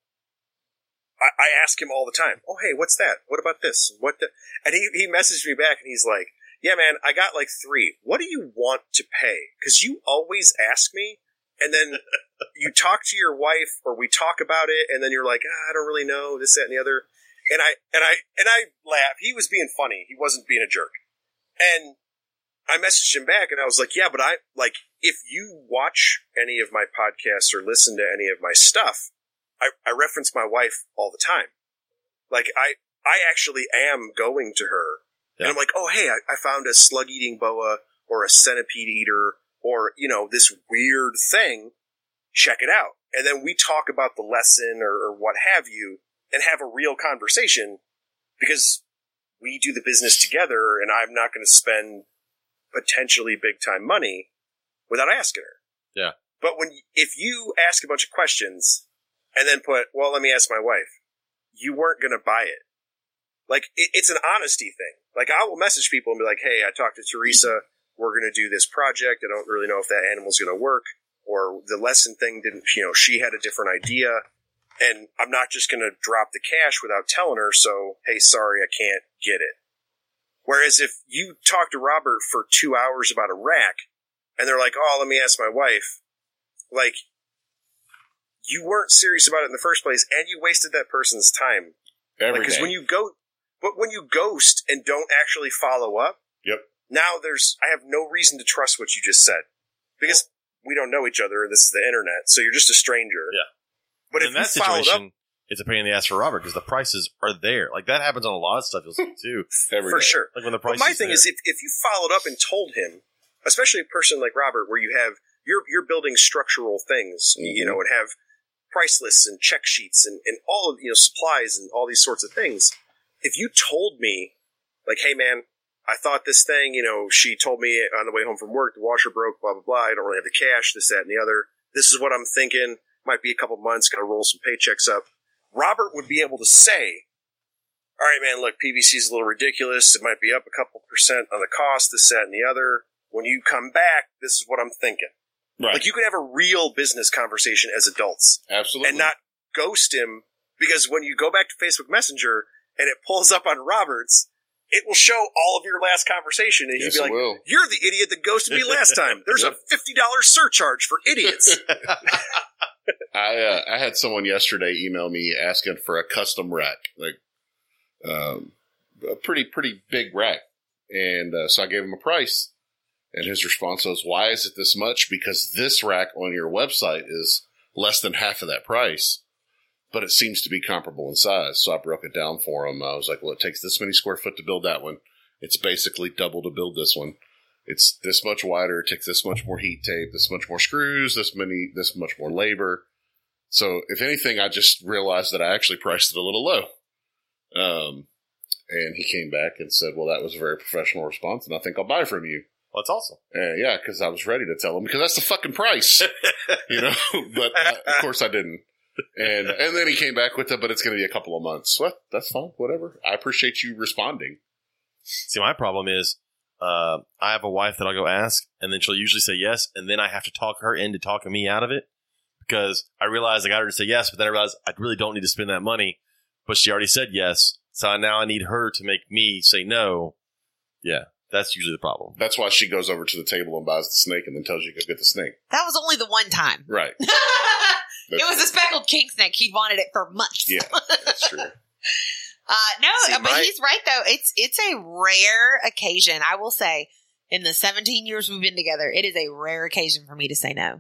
[SPEAKER 4] I, I ask him all the time, "Oh, hey, what's that? What about this? What?" The? And he he messaged me back, and he's like, "Yeah, man, I got like three. What do you want to pay? Because you always ask me, and then you talk to your wife, or we talk about it, and then you're like, ah, I don't really know this, that, and the other." And I and I and I laugh. He was being funny. He wasn't being a jerk. And I messaged him back, and I was like, "Yeah, but I like if you watch any of my podcasts or listen to any of my stuff." I, I reference my wife all the time. Like I, I actually am going to her, and
[SPEAKER 1] Yeah.
[SPEAKER 4] I'm like, oh hey, I, I found a slug eating boa or a centipede eater or you know this weird thing. Check it out, and then we talk about the lesson or, or what have you, and have a real conversation because we do the business together, and I'm not going to spend potentially big time money without asking her.
[SPEAKER 1] Yeah.
[SPEAKER 4] But when if you ask a bunch of questions and then put, well, let me ask my wife. You weren't going to buy it. Like, it, it's an honesty thing. Like, I will message people and be like, hey, I talked to Teresa. We're going to do this project. I don't really know if that animal's going to work or the lesson thing didn't, you know, she had a different idea. And I'm not just going to drop the cash without telling her. So, hey, sorry, I can't get it. Whereas if you talk to Robert for two hours about a rack and they're like, "Oh, let me ask my wife." Like, you weren't serious about it in the first place, and you wasted that person's time.
[SPEAKER 3] Every
[SPEAKER 4] Because
[SPEAKER 3] day.
[SPEAKER 4] when you go, but when you ghost and don't actually follow up,
[SPEAKER 3] Yep.
[SPEAKER 4] Now there's I have no reason to trust what you just said because we don't know each other. and This is the internet, so you're just a stranger.
[SPEAKER 1] Yeah.
[SPEAKER 4] But
[SPEAKER 1] And
[SPEAKER 4] if you followed up,
[SPEAKER 1] it's a pain in the ass for Robert because the prices are there. Like that happens on a lot of stuff you'll see too.
[SPEAKER 3] Every
[SPEAKER 4] for
[SPEAKER 3] day.
[SPEAKER 4] sure.
[SPEAKER 1] Like when the
[SPEAKER 4] But
[SPEAKER 1] price.
[SPEAKER 4] my thing is, if, if you followed up and told him, especially a person like Robert, where you have you're you're building structural things, you know, and have price lists and check sheets and, and all of you know supplies and all these sorts of things. If you told me, like, hey man, I thought this thing, you know, she told me on the way home from work the washer broke, blah blah blah. I don't really have the cash, this that and the other. This is what I'm thinking. Might be a couple months, got to roll some paychecks up. Robert would be able to say, all right, man, look, PVC's a little ridiculous. It might be up a couple percent on the cost, this, that, and the other. When you come back, this is what I'm thinking.
[SPEAKER 3] Right.
[SPEAKER 4] Like, you could have a real business conversation as adults
[SPEAKER 3] Absolutely.
[SPEAKER 4] and not ghost him because when you go back to Facebook Messenger and it pulls up on Roberts, it will show all of your last conversation and
[SPEAKER 3] Yes,
[SPEAKER 4] he'd be
[SPEAKER 3] it
[SPEAKER 4] like,
[SPEAKER 3] will.
[SPEAKER 4] You're the idiot that ghosted me last time. There's a $50 surcharge for idiots.
[SPEAKER 3] I uh, I had someone yesterday email me asking for a custom rack, like um, a pretty pretty big rack, and uh, so I gave him a price, and his response was, "Why is it this much? Because this rack on your website is less than half of that price, but it seems to be comparable in size." So I broke it down for him. I was like, "Well, it takes this many square foot to build that one. It's basically double to build this one." It's this much wider, it takes this much more heat tape, this much more screws, this many, this much more labor. So if anything, I just realized that I actually priced it a little low. Um, and he came back and said, "Well, that was a very professional response, and I think I'll buy from you."
[SPEAKER 1] well, it's awesome.
[SPEAKER 3] And yeah, because I was ready to tell him because that's the fucking price, you know. but uh, of course, I didn't. And and then he came back with it, but it's going to be a couple of months. Well, that's fine, whatever. I appreciate you responding.
[SPEAKER 1] See, my problem is uh, I have a wife that I'll go ask, and then she'll usually say yes, and then I have to talk her into talking me out of it because I realize I got her to say yes, but then I realize I really don't need to spend that money, but she already said yes, so now I need her to make me say no. Yeah, that's usually the problem.
[SPEAKER 3] That's why she goes over to the table and buys the snake, and then tells you to go get the snake.
[SPEAKER 2] That was only the one time.
[SPEAKER 3] Right?
[SPEAKER 2] it
[SPEAKER 3] That's-
[SPEAKER 2] was a speckled king snake. He wanted it for months.
[SPEAKER 3] Yeah, that's true.
[SPEAKER 2] Uh, no,
[SPEAKER 4] See,
[SPEAKER 2] but
[SPEAKER 4] my-
[SPEAKER 2] he's right though. It's it's a rare occasion, I will say. In the 17 years we've been together, it is a rare occasion for me to say no.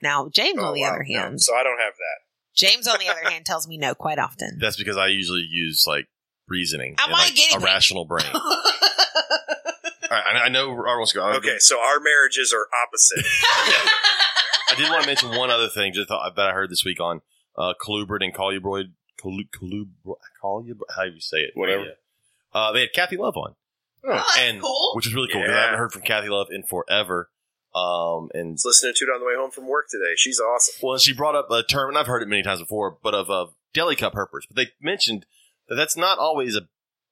[SPEAKER 2] Now, James
[SPEAKER 4] Oh,
[SPEAKER 2] on the
[SPEAKER 4] wow.
[SPEAKER 2] other
[SPEAKER 4] No,
[SPEAKER 2] hand,
[SPEAKER 4] so I don't have that.
[SPEAKER 2] James on the other hand tells me no quite often.
[SPEAKER 1] That's because I usually use like reasoning,
[SPEAKER 2] I
[SPEAKER 1] and,
[SPEAKER 2] might
[SPEAKER 1] like,
[SPEAKER 2] get
[SPEAKER 1] a
[SPEAKER 2] it.
[SPEAKER 1] rational brain. All
[SPEAKER 2] Oh,
[SPEAKER 1] right, I, I know I was going.
[SPEAKER 4] Okay, so our marriages are opposite.
[SPEAKER 1] I did want to mention one other thing just thought, that I heard this week on uh, Colubrid and Colubroid. Colu- Colubro- Colubro- how do you say it?
[SPEAKER 3] Whatever.
[SPEAKER 1] Yeah. Uh, they had Kathy Love on,
[SPEAKER 2] Oh, that's
[SPEAKER 1] and
[SPEAKER 2] cool.
[SPEAKER 1] which is really cool 'cause I
[SPEAKER 4] Yeah.
[SPEAKER 1] haven't heard from Kathy Love in forever. Um, and
[SPEAKER 4] was listening to it on the way home from work today. She's awesome.
[SPEAKER 1] well, she brought up a term, and I've heard it many times before, but of uh, deli cup herpers. But they mentioned that that's not always a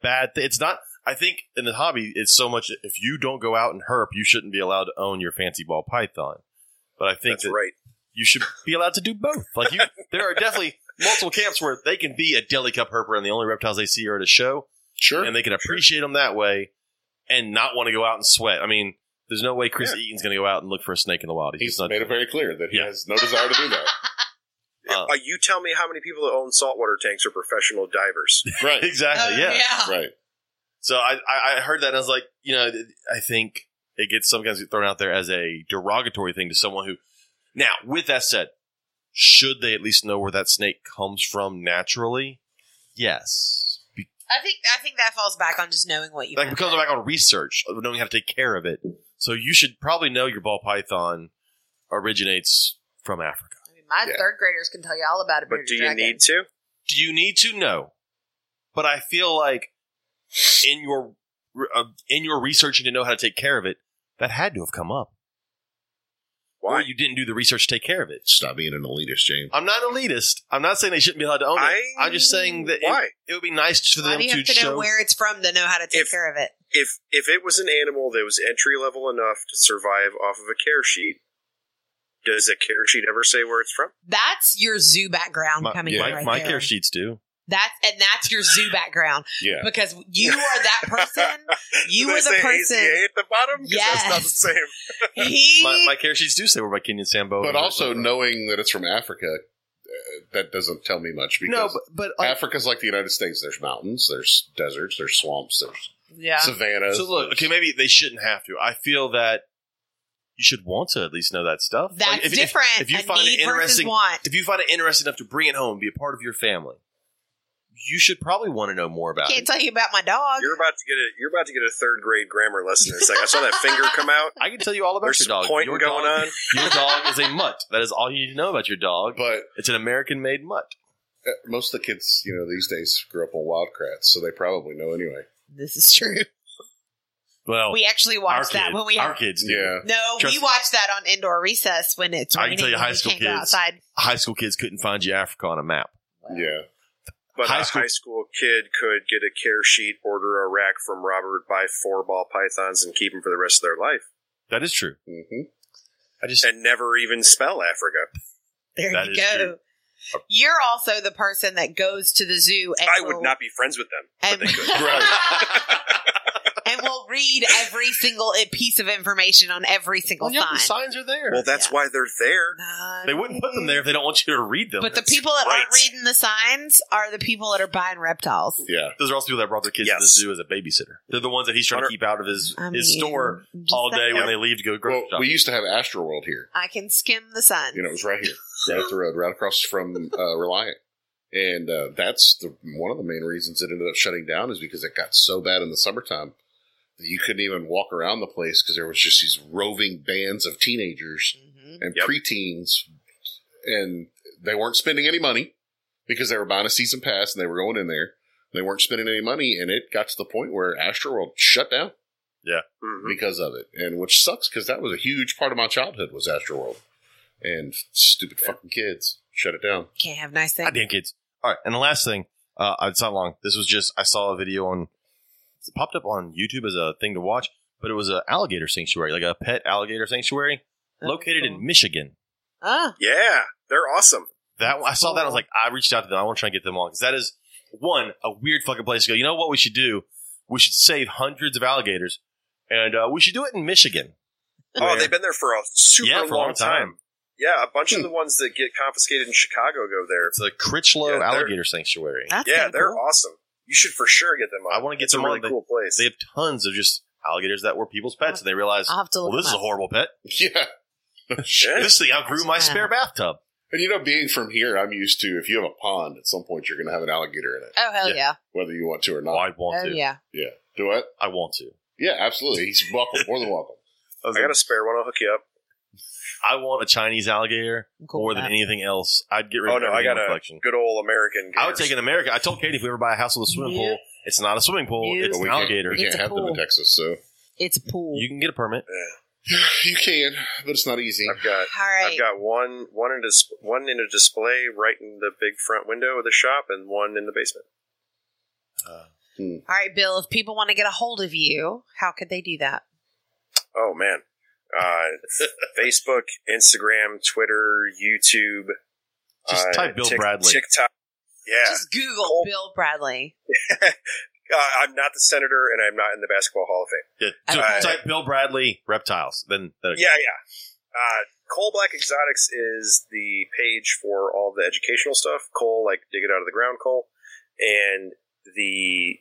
[SPEAKER 1] bad thing. It's not. I think in the hobby, it's so much if you don't go out and herp, you shouldn't be allowed to own your fancy ball python. But I think
[SPEAKER 4] That's
[SPEAKER 1] that
[SPEAKER 4] right.
[SPEAKER 1] you should be allowed to do both. Like you, there are definitely multiple camps where they can be a deli cup herper, and the only reptiles they see are at a show,
[SPEAKER 3] Sure.
[SPEAKER 1] and they can appreciate them that way, and not want to go out and sweat. I mean, there's no way Chris Eaton's going to go out and look for a snake in the wild. He's,
[SPEAKER 3] He's
[SPEAKER 1] just not.
[SPEAKER 3] made it very clear that he
[SPEAKER 1] Yeah.
[SPEAKER 3] has no desire to do that.
[SPEAKER 1] uh,
[SPEAKER 4] Uh, you tell me how many people that own saltwater tanks are professional divers.
[SPEAKER 3] Right.
[SPEAKER 2] Oh,
[SPEAKER 1] exactly. yeah.
[SPEAKER 3] Right.
[SPEAKER 1] So I, I I heard that and I was like, you know, th- I think it gets sometimes thrown out there as a derogatory thing to someone who. Now, with that said, should they at least know where that snake comes from naturally? Yes. Be-
[SPEAKER 2] I think I think that falls back on just knowing what you
[SPEAKER 1] like
[SPEAKER 2] want.
[SPEAKER 1] it comes back on research of knowing how to take care of it. So you should probably know your ball python originates from Africa.
[SPEAKER 2] I mean, my
[SPEAKER 3] Yeah.
[SPEAKER 2] third graders can tell you all about it.
[SPEAKER 4] But do you need to?
[SPEAKER 1] Do you need to know? But I feel like in your uh, in your researching to know how to take care of it, that had to have come up, or
[SPEAKER 4] Why?
[SPEAKER 1] you didn't do the research to take care of it.
[SPEAKER 3] Stop being an elitist, James.
[SPEAKER 1] I'm not elitist. I'm not saying they shouldn't be allowed to own it.
[SPEAKER 4] I-
[SPEAKER 1] I'm just saying that
[SPEAKER 4] why?
[SPEAKER 1] it, it would be nice for
[SPEAKER 2] Why
[SPEAKER 1] them
[SPEAKER 2] do you
[SPEAKER 1] to
[SPEAKER 2] have to know
[SPEAKER 1] show.
[SPEAKER 2] where it's from to know how to take
[SPEAKER 4] If-
[SPEAKER 2] care of it?
[SPEAKER 4] If if it was an animal that was entry level enough to survive off of a care sheet, does a care sheet ever say where it's from?
[SPEAKER 2] That's your zoo background
[SPEAKER 1] my
[SPEAKER 2] coming
[SPEAKER 1] my,
[SPEAKER 2] in right
[SPEAKER 1] my
[SPEAKER 2] there.
[SPEAKER 1] care sheets do.
[SPEAKER 2] That's and that's your zoo background
[SPEAKER 3] Yeah.
[SPEAKER 2] because you are that person. You
[SPEAKER 4] Do
[SPEAKER 2] are
[SPEAKER 4] they
[SPEAKER 2] the
[SPEAKER 4] say ACA
[SPEAKER 2] person.
[SPEAKER 4] at the bottom? 'Cause That's not the
[SPEAKER 2] Yes.
[SPEAKER 4] same.
[SPEAKER 2] He
[SPEAKER 1] My, my care sheets do say we're by Kenyan Sambo.
[SPEAKER 3] But uh, also knowing that it's from Africa, uh, that doesn't tell me much
[SPEAKER 1] no,
[SPEAKER 3] because
[SPEAKER 1] but, but like,
[SPEAKER 3] Africa's like the United States. There's mountains, there's deserts, there's swamps, there's
[SPEAKER 2] yeah.
[SPEAKER 3] savannas.
[SPEAKER 1] so look, okay, maybe they shouldn't have to. I feel that you should want to at least know that stuff. Like,
[SPEAKER 2] That's
[SPEAKER 1] if- if-
[SPEAKER 2] different.
[SPEAKER 1] if you
[SPEAKER 2] A
[SPEAKER 1] find it
[SPEAKER 2] need versus
[SPEAKER 1] interesting-
[SPEAKER 2] want.
[SPEAKER 1] if you find it interesting enough to bring it home, be a part of your family, you should probably want to know more about
[SPEAKER 2] can't
[SPEAKER 1] it.
[SPEAKER 2] tell you about my dog.
[SPEAKER 4] You're about to get a you're about to get a third grade grammar lesson. in a second. I saw that finger come out.
[SPEAKER 1] I can tell you all about
[SPEAKER 4] There's
[SPEAKER 1] your dog.
[SPEAKER 4] some pointing
[SPEAKER 1] your
[SPEAKER 4] going
[SPEAKER 1] dog,
[SPEAKER 4] on.
[SPEAKER 1] Your dog is a mutt. That is all you need to know about your dog.
[SPEAKER 3] But
[SPEAKER 1] It's an American-made mutt.
[SPEAKER 3] uh, most of the kids, you know, these days grew up on Wildcrats, so they probably know anyway.
[SPEAKER 2] This is true.
[SPEAKER 1] Well,
[SPEAKER 2] We actually watched
[SPEAKER 1] Oh, our
[SPEAKER 2] that
[SPEAKER 1] kid-
[SPEAKER 2] when we
[SPEAKER 1] our
[SPEAKER 2] had.
[SPEAKER 1] kids. do.
[SPEAKER 3] Yeah.
[SPEAKER 2] No,
[SPEAKER 1] Trust
[SPEAKER 2] we
[SPEAKER 1] me.
[SPEAKER 2] watched that on indoor recess when it's
[SPEAKER 1] I can
[SPEAKER 2] raining.
[SPEAKER 1] tell you
[SPEAKER 2] and
[SPEAKER 1] high
[SPEAKER 2] we
[SPEAKER 1] school
[SPEAKER 2] can't go
[SPEAKER 1] kids-
[SPEAKER 2] outside.
[SPEAKER 1] high school kids couldn't find you Africa on a map.
[SPEAKER 3] Yeah.
[SPEAKER 4] But
[SPEAKER 1] High
[SPEAKER 4] a
[SPEAKER 1] school-
[SPEAKER 4] high school kid could get a care sheet, order a rack from Robert, buy four ball pythons, and keep them for the rest of their life,
[SPEAKER 1] That is true.
[SPEAKER 3] hmm
[SPEAKER 1] I just
[SPEAKER 4] and never even spell Africa.
[SPEAKER 2] There
[SPEAKER 1] That
[SPEAKER 2] you
[SPEAKER 1] is
[SPEAKER 2] go.
[SPEAKER 1] true.
[SPEAKER 2] You're also the person that goes to the zoo and
[SPEAKER 4] I
[SPEAKER 2] will-
[SPEAKER 4] would not be friends with them.
[SPEAKER 2] and, and will read every single piece of information on every single
[SPEAKER 1] well, yeah, the
[SPEAKER 2] sign.
[SPEAKER 1] signs are there.
[SPEAKER 4] Well, that's
[SPEAKER 2] Yeah.
[SPEAKER 4] why they're there.
[SPEAKER 2] No.
[SPEAKER 1] they wouldn't put them there if they don't want you to read them.
[SPEAKER 2] But the people that aren't
[SPEAKER 4] right.
[SPEAKER 2] reading the signs are the people that are buying reptiles.
[SPEAKER 3] Yeah.
[SPEAKER 1] Those are also people that brought their kids to the
[SPEAKER 4] Yes.
[SPEAKER 1] zoo as a babysitter. They're the ones that he's trying to
[SPEAKER 4] Hunter-
[SPEAKER 1] keep out of his
[SPEAKER 2] I
[SPEAKER 1] his
[SPEAKER 2] mean,
[SPEAKER 1] store
[SPEAKER 2] I'm just
[SPEAKER 1] all day
[SPEAKER 2] saying.
[SPEAKER 1] when they leave to go grocery
[SPEAKER 3] Well, we
[SPEAKER 1] shopping.
[SPEAKER 3] used to have Astroworld here.
[SPEAKER 2] I can skim the sun.
[SPEAKER 3] You know, it was right here, right up the road, right across from uh, Reliant. And uh, that's the one of the main reasons it ended up shutting down is because it got so bad in the summertime that you couldn't even walk around the place because there was just these roving bands of teenagers
[SPEAKER 2] Mhm.
[SPEAKER 3] and
[SPEAKER 4] Yep.
[SPEAKER 3] preteens, and they weren't spending any money because they were buying a season pass and they were going in there. They weren't spending any money, and it got to the point where Astroworld shut down
[SPEAKER 4] Mhm.
[SPEAKER 3] because of it, and which sucks because that was a huge part of my childhood was Astroworld, and stupid fucking kids shut it down.
[SPEAKER 2] Can't have nice things.
[SPEAKER 1] Goddamn kids. All right, and the last thing, uh, it's not long. This was just I saw a video on it popped up on YouTube as a thing to watch, but it was an alligator sanctuary, like a pet alligator sanctuary
[SPEAKER 2] That's
[SPEAKER 1] located
[SPEAKER 2] cool.
[SPEAKER 1] in Michigan.
[SPEAKER 2] Ah,
[SPEAKER 4] Yeah, they're awesome.
[SPEAKER 1] That one- I saw that. I was
[SPEAKER 2] Cool.
[SPEAKER 1] like, I reached out to them. I want to try and get them on because that is one a weird fucking place to go. You know what we should do? We should save hundreds of alligators, and uh, we should do it in Michigan.
[SPEAKER 4] Oh, they've been there for a super
[SPEAKER 1] yeah, for a
[SPEAKER 4] long, time. Yeah, a bunch
[SPEAKER 3] Hmm.
[SPEAKER 4] of the ones that get confiscated in Chicago go there.
[SPEAKER 1] It's a Critchlow
[SPEAKER 4] Yeah, they're-
[SPEAKER 1] Alligator Sanctuary.
[SPEAKER 2] that's
[SPEAKER 4] yeah,
[SPEAKER 2] kinda
[SPEAKER 4] they're
[SPEAKER 2] cool.
[SPEAKER 4] awesome. You should for sure get them on.
[SPEAKER 1] I wanna get
[SPEAKER 4] it's
[SPEAKER 1] them
[SPEAKER 4] a
[SPEAKER 1] on.
[SPEAKER 4] really
[SPEAKER 1] They-
[SPEAKER 4] cool place.
[SPEAKER 1] They have tons of just alligators that were people's pets, and they realized,
[SPEAKER 2] I'll have to
[SPEAKER 1] well,
[SPEAKER 2] look.
[SPEAKER 1] this is a
[SPEAKER 2] them up.
[SPEAKER 1] horrible pet.
[SPEAKER 3] Yeah,
[SPEAKER 4] Yeah.
[SPEAKER 1] This thing outgrew my spare bathtub.
[SPEAKER 3] and you know, being from here, I'm used to if you have a pond, at some point you're going to have an alligator in it,
[SPEAKER 2] Oh hell
[SPEAKER 1] Yeah.
[SPEAKER 2] yeah!
[SPEAKER 3] whether you want to or
[SPEAKER 1] Oh,
[SPEAKER 3] not.
[SPEAKER 1] I want
[SPEAKER 2] Oh
[SPEAKER 1] to.
[SPEAKER 2] yeah!
[SPEAKER 3] Yeah, do it.
[SPEAKER 1] I want to.
[SPEAKER 3] Yeah, absolutely. He's welcome, more than welcome.
[SPEAKER 1] I, was
[SPEAKER 4] I
[SPEAKER 1] like,
[SPEAKER 4] got a spare one. I'll hook you up.
[SPEAKER 1] I want a Chinese alligator
[SPEAKER 2] I'm cool
[SPEAKER 1] more
[SPEAKER 2] with
[SPEAKER 1] than
[SPEAKER 2] that.
[SPEAKER 1] anything else. I'd get rid
[SPEAKER 4] Oh,
[SPEAKER 1] of
[SPEAKER 4] no, I
[SPEAKER 1] everything in
[SPEAKER 4] got
[SPEAKER 1] my
[SPEAKER 4] a
[SPEAKER 1] collection.
[SPEAKER 4] Good old American.
[SPEAKER 1] I would
[SPEAKER 4] gators.
[SPEAKER 1] take an American. I told Katie if we ever buy a house with a swimming
[SPEAKER 2] Yeah.
[SPEAKER 1] pool, it's not a swimming pool.
[SPEAKER 2] Yeah.
[SPEAKER 1] It's
[SPEAKER 3] But we
[SPEAKER 1] an
[SPEAKER 3] can't-
[SPEAKER 1] alligator.
[SPEAKER 3] we can't
[SPEAKER 2] It's a
[SPEAKER 3] have them in
[SPEAKER 2] pool.
[SPEAKER 3] Texas, so
[SPEAKER 2] It's a pool.
[SPEAKER 1] You can get a permit.
[SPEAKER 4] Yeah.
[SPEAKER 3] you can, but it's not easy.
[SPEAKER 4] I've got
[SPEAKER 2] All right.
[SPEAKER 4] I've got one one in dis- one in a display right in the big front window of the shop, and one in the basement.
[SPEAKER 2] All right, Bill. If people want to get a hold of you, how could they do that?
[SPEAKER 4] Oh man, uh, Facebook, Instagram, Twitter, YouTube.
[SPEAKER 1] Just
[SPEAKER 4] uh,
[SPEAKER 1] type Bill
[SPEAKER 4] Tik-
[SPEAKER 1] Bradley.
[SPEAKER 4] TikTok. Yeah,
[SPEAKER 2] Just Google
[SPEAKER 4] Oh.
[SPEAKER 2] Bill Bradley.
[SPEAKER 4] uh, I'm not the senator, and I'm not in the basketball Hall of Fame.
[SPEAKER 1] Yeah. So
[SPEAKER 4] Alright.
[SPEAKER 1] type Bill Bradley reptiles. Then that'll-
[SPEAKER 4] Yeah, yeah. Uh, Cole Black Exotics is the page for all the educational stuff. Cole, like dig it out of the ground, Cole, and the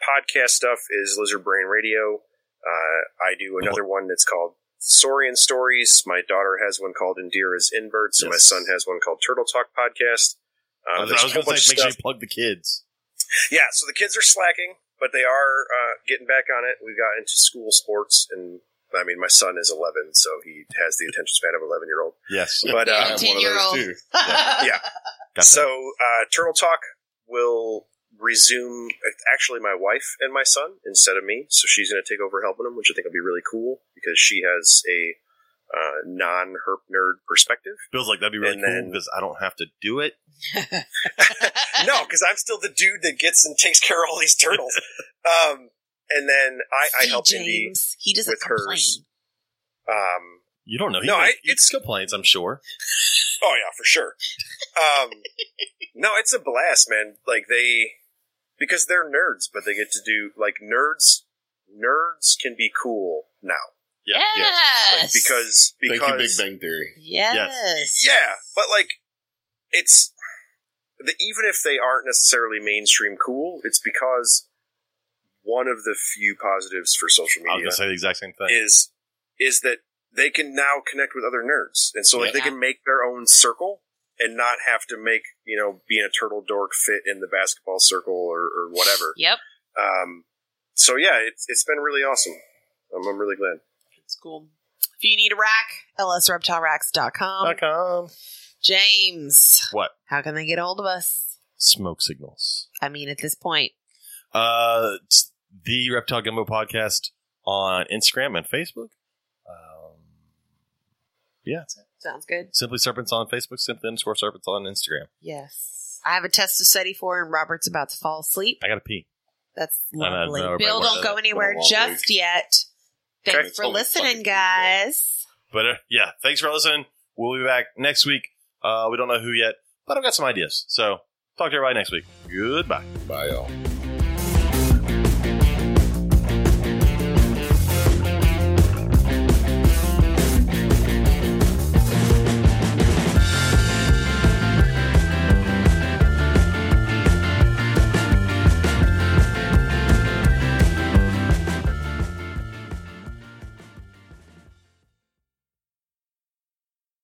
[SPEAKER 4] podcast stuff is Lizard Brain Radio. Uh, I do another one that's called Saurian Stories. My daughter has one called Endear as Invert, so my
[SPEAKER 1] Yes.
[SPEAKER 4] son has one called Turtle Talk Podcast.
[SPEAKER 1] I
[SPEAKER 4] Uh,
[SPEAKER 1] was,
[SPEAKER 4] there's
[SPEAKER 1] I
[SPEAKER 4] a
[SPEAKER 1] was going
[SPEAKER 4] whole
[SPEAKER 1] to
[SPEAKER 4] bunch of
[SPEAKER 1] say, make sure
[SPEAKER 4] stuff.
[SPEAKER 1] you plug the kids.
[SPEAKER 4] Yeah, so the kids are slacking, but they are uh, getting back on it. We got into school sports, and I mean, my son is 11, so he has the attention span of an 11 year old.
[SPEAKER 1] Yes.
[SPEAKER 4] But
[SPEAKER 3] I
[SPEAKER 4] uh,
[SPEAKER 3] have one of those
[SPEAKER 2] 10-year-old.
[SPEAKER 3] too.
[SPEAKER 4] yeah,
[SPEAKER 1] Got
[SPEAKER 4] so uh, Turtle Talk will resume. Actually, my wife and my son instead of me, so she's going to take over helping them, which I think will be really cool because she has a uh, non herp nerd perspective.
[SPEAKER 1] that. Bill's like, that'd be really
[SPEAKER 4] and
[SPEAKER 1] cool
[SPEAKER 4] then-
[SPEAKER 1] because I don't have to do it.
[SPEAKER 4] no, because I'm still the dude that gets and takes care of all these turtles. um, and then I, I
[SPEAKER 2] See,
[SPEAKER 4] help Indy. um,
[SPEAKER 2] James. He doesn't
[SPEAKER 4] with
[SPEAKER 2] complain.
[SPEAKER 4] hers. Um,
[SPEAKER 1] You don't know. He
[SPEAKER 4] No,
[SPEAKER 1] might-
[SPEAKER 4] I-
[SPEAKER 1] he
[SPEAKER 4] it's-
[SPEAKER 1] complaints, I'm sure.
[SPEAKER 4] Oh yeah, for sure. Um, no, it's a blast, man. Like they, because they're nerds, but they get to do like nerds. Nerds can be cool now
[SPEAKER 1] Yeah.
[SPEAKER 2] yes.
[SPEAKER 4] Like, because because
[SPEAKER 3] Thank you, Big Bang Theory.
[SPEAKER 2] Yes.
[SPEAKER 4] yeah, but like it's the, even if they aren't necessarily mainstream cool, it's because one of the few positives for social
[SPEAKER 1] I was
[SPEAKER 4] media
[SPEAKER 1] gonna say the exact same thing.
[SPEAKER 4] is is that they can now connect with other nerds, and so like
[SPEAKER 2] Yeah.
[SPEAKER 4] they can make their own circle and not have to make you know being a turtle dork fit in the basketball circle or, or whatever.
[SPEAKER 2] Yep.
[SPEAKER 4] Um, so yeah, it's it's been really awesome. I'm, I'm really glad.
[SPEAKER 2] It's cool. If you need a rack, lsreptileracks.com.
[SPEAKER 1] Dot com.
[SPEAKER 2] James,
[SPEAKER 1] What?
[SPEAKER 2] how can they get hold of us?
[SPEAKER 1] Smoke signals.
[SPEAKER 2] I mean, at this point,
[SPEAKER 1] Uh, it's the Reptile Gumbo podcast on Instagram and Facebook. Um, yeah, that's it.
[SPEAKER 2] sounds good.
[SPEAKER 1] Simply Serpents on Facebook, Simply underscore Serpents on Instagram.
[SPEAKER 2] Yes. I have a test to study for, and Robert's about to fall asleep.
[SPEAKER 1] I gotta pee.
[SPEAKER 2] That's
[SPEAKER 1] I know,
[SPEAKER 2] lovely.
[SPEAKER 1] I know,
[SPEAKER 2] Bill,
[SPEAKER 1] everybody
[SPEAKER 2] don't go
[SPEAKER 1] wants
[SPEAKER 2] anywhere
[SPEAKER 3] Been a long
[SPEAKER 2] just yet.
[SPEAKER 4] Okay.
[SPEAKER 2] Thanks for
[SPEAKER 3] It's only
[SPEAKER 2] listening,
[SPEAKER 3] fucking
[SPEAKER 2] guys.
[SPEAKER 1] But uh, yeah, thanks for listening. We'll be back next week. Uh, we don't know who yet, but I've got some ideas. So talk to everybody next week. Goodbye.
[SPEAKER 3] Bye, y'all.
[SPEAKER 2] Bye.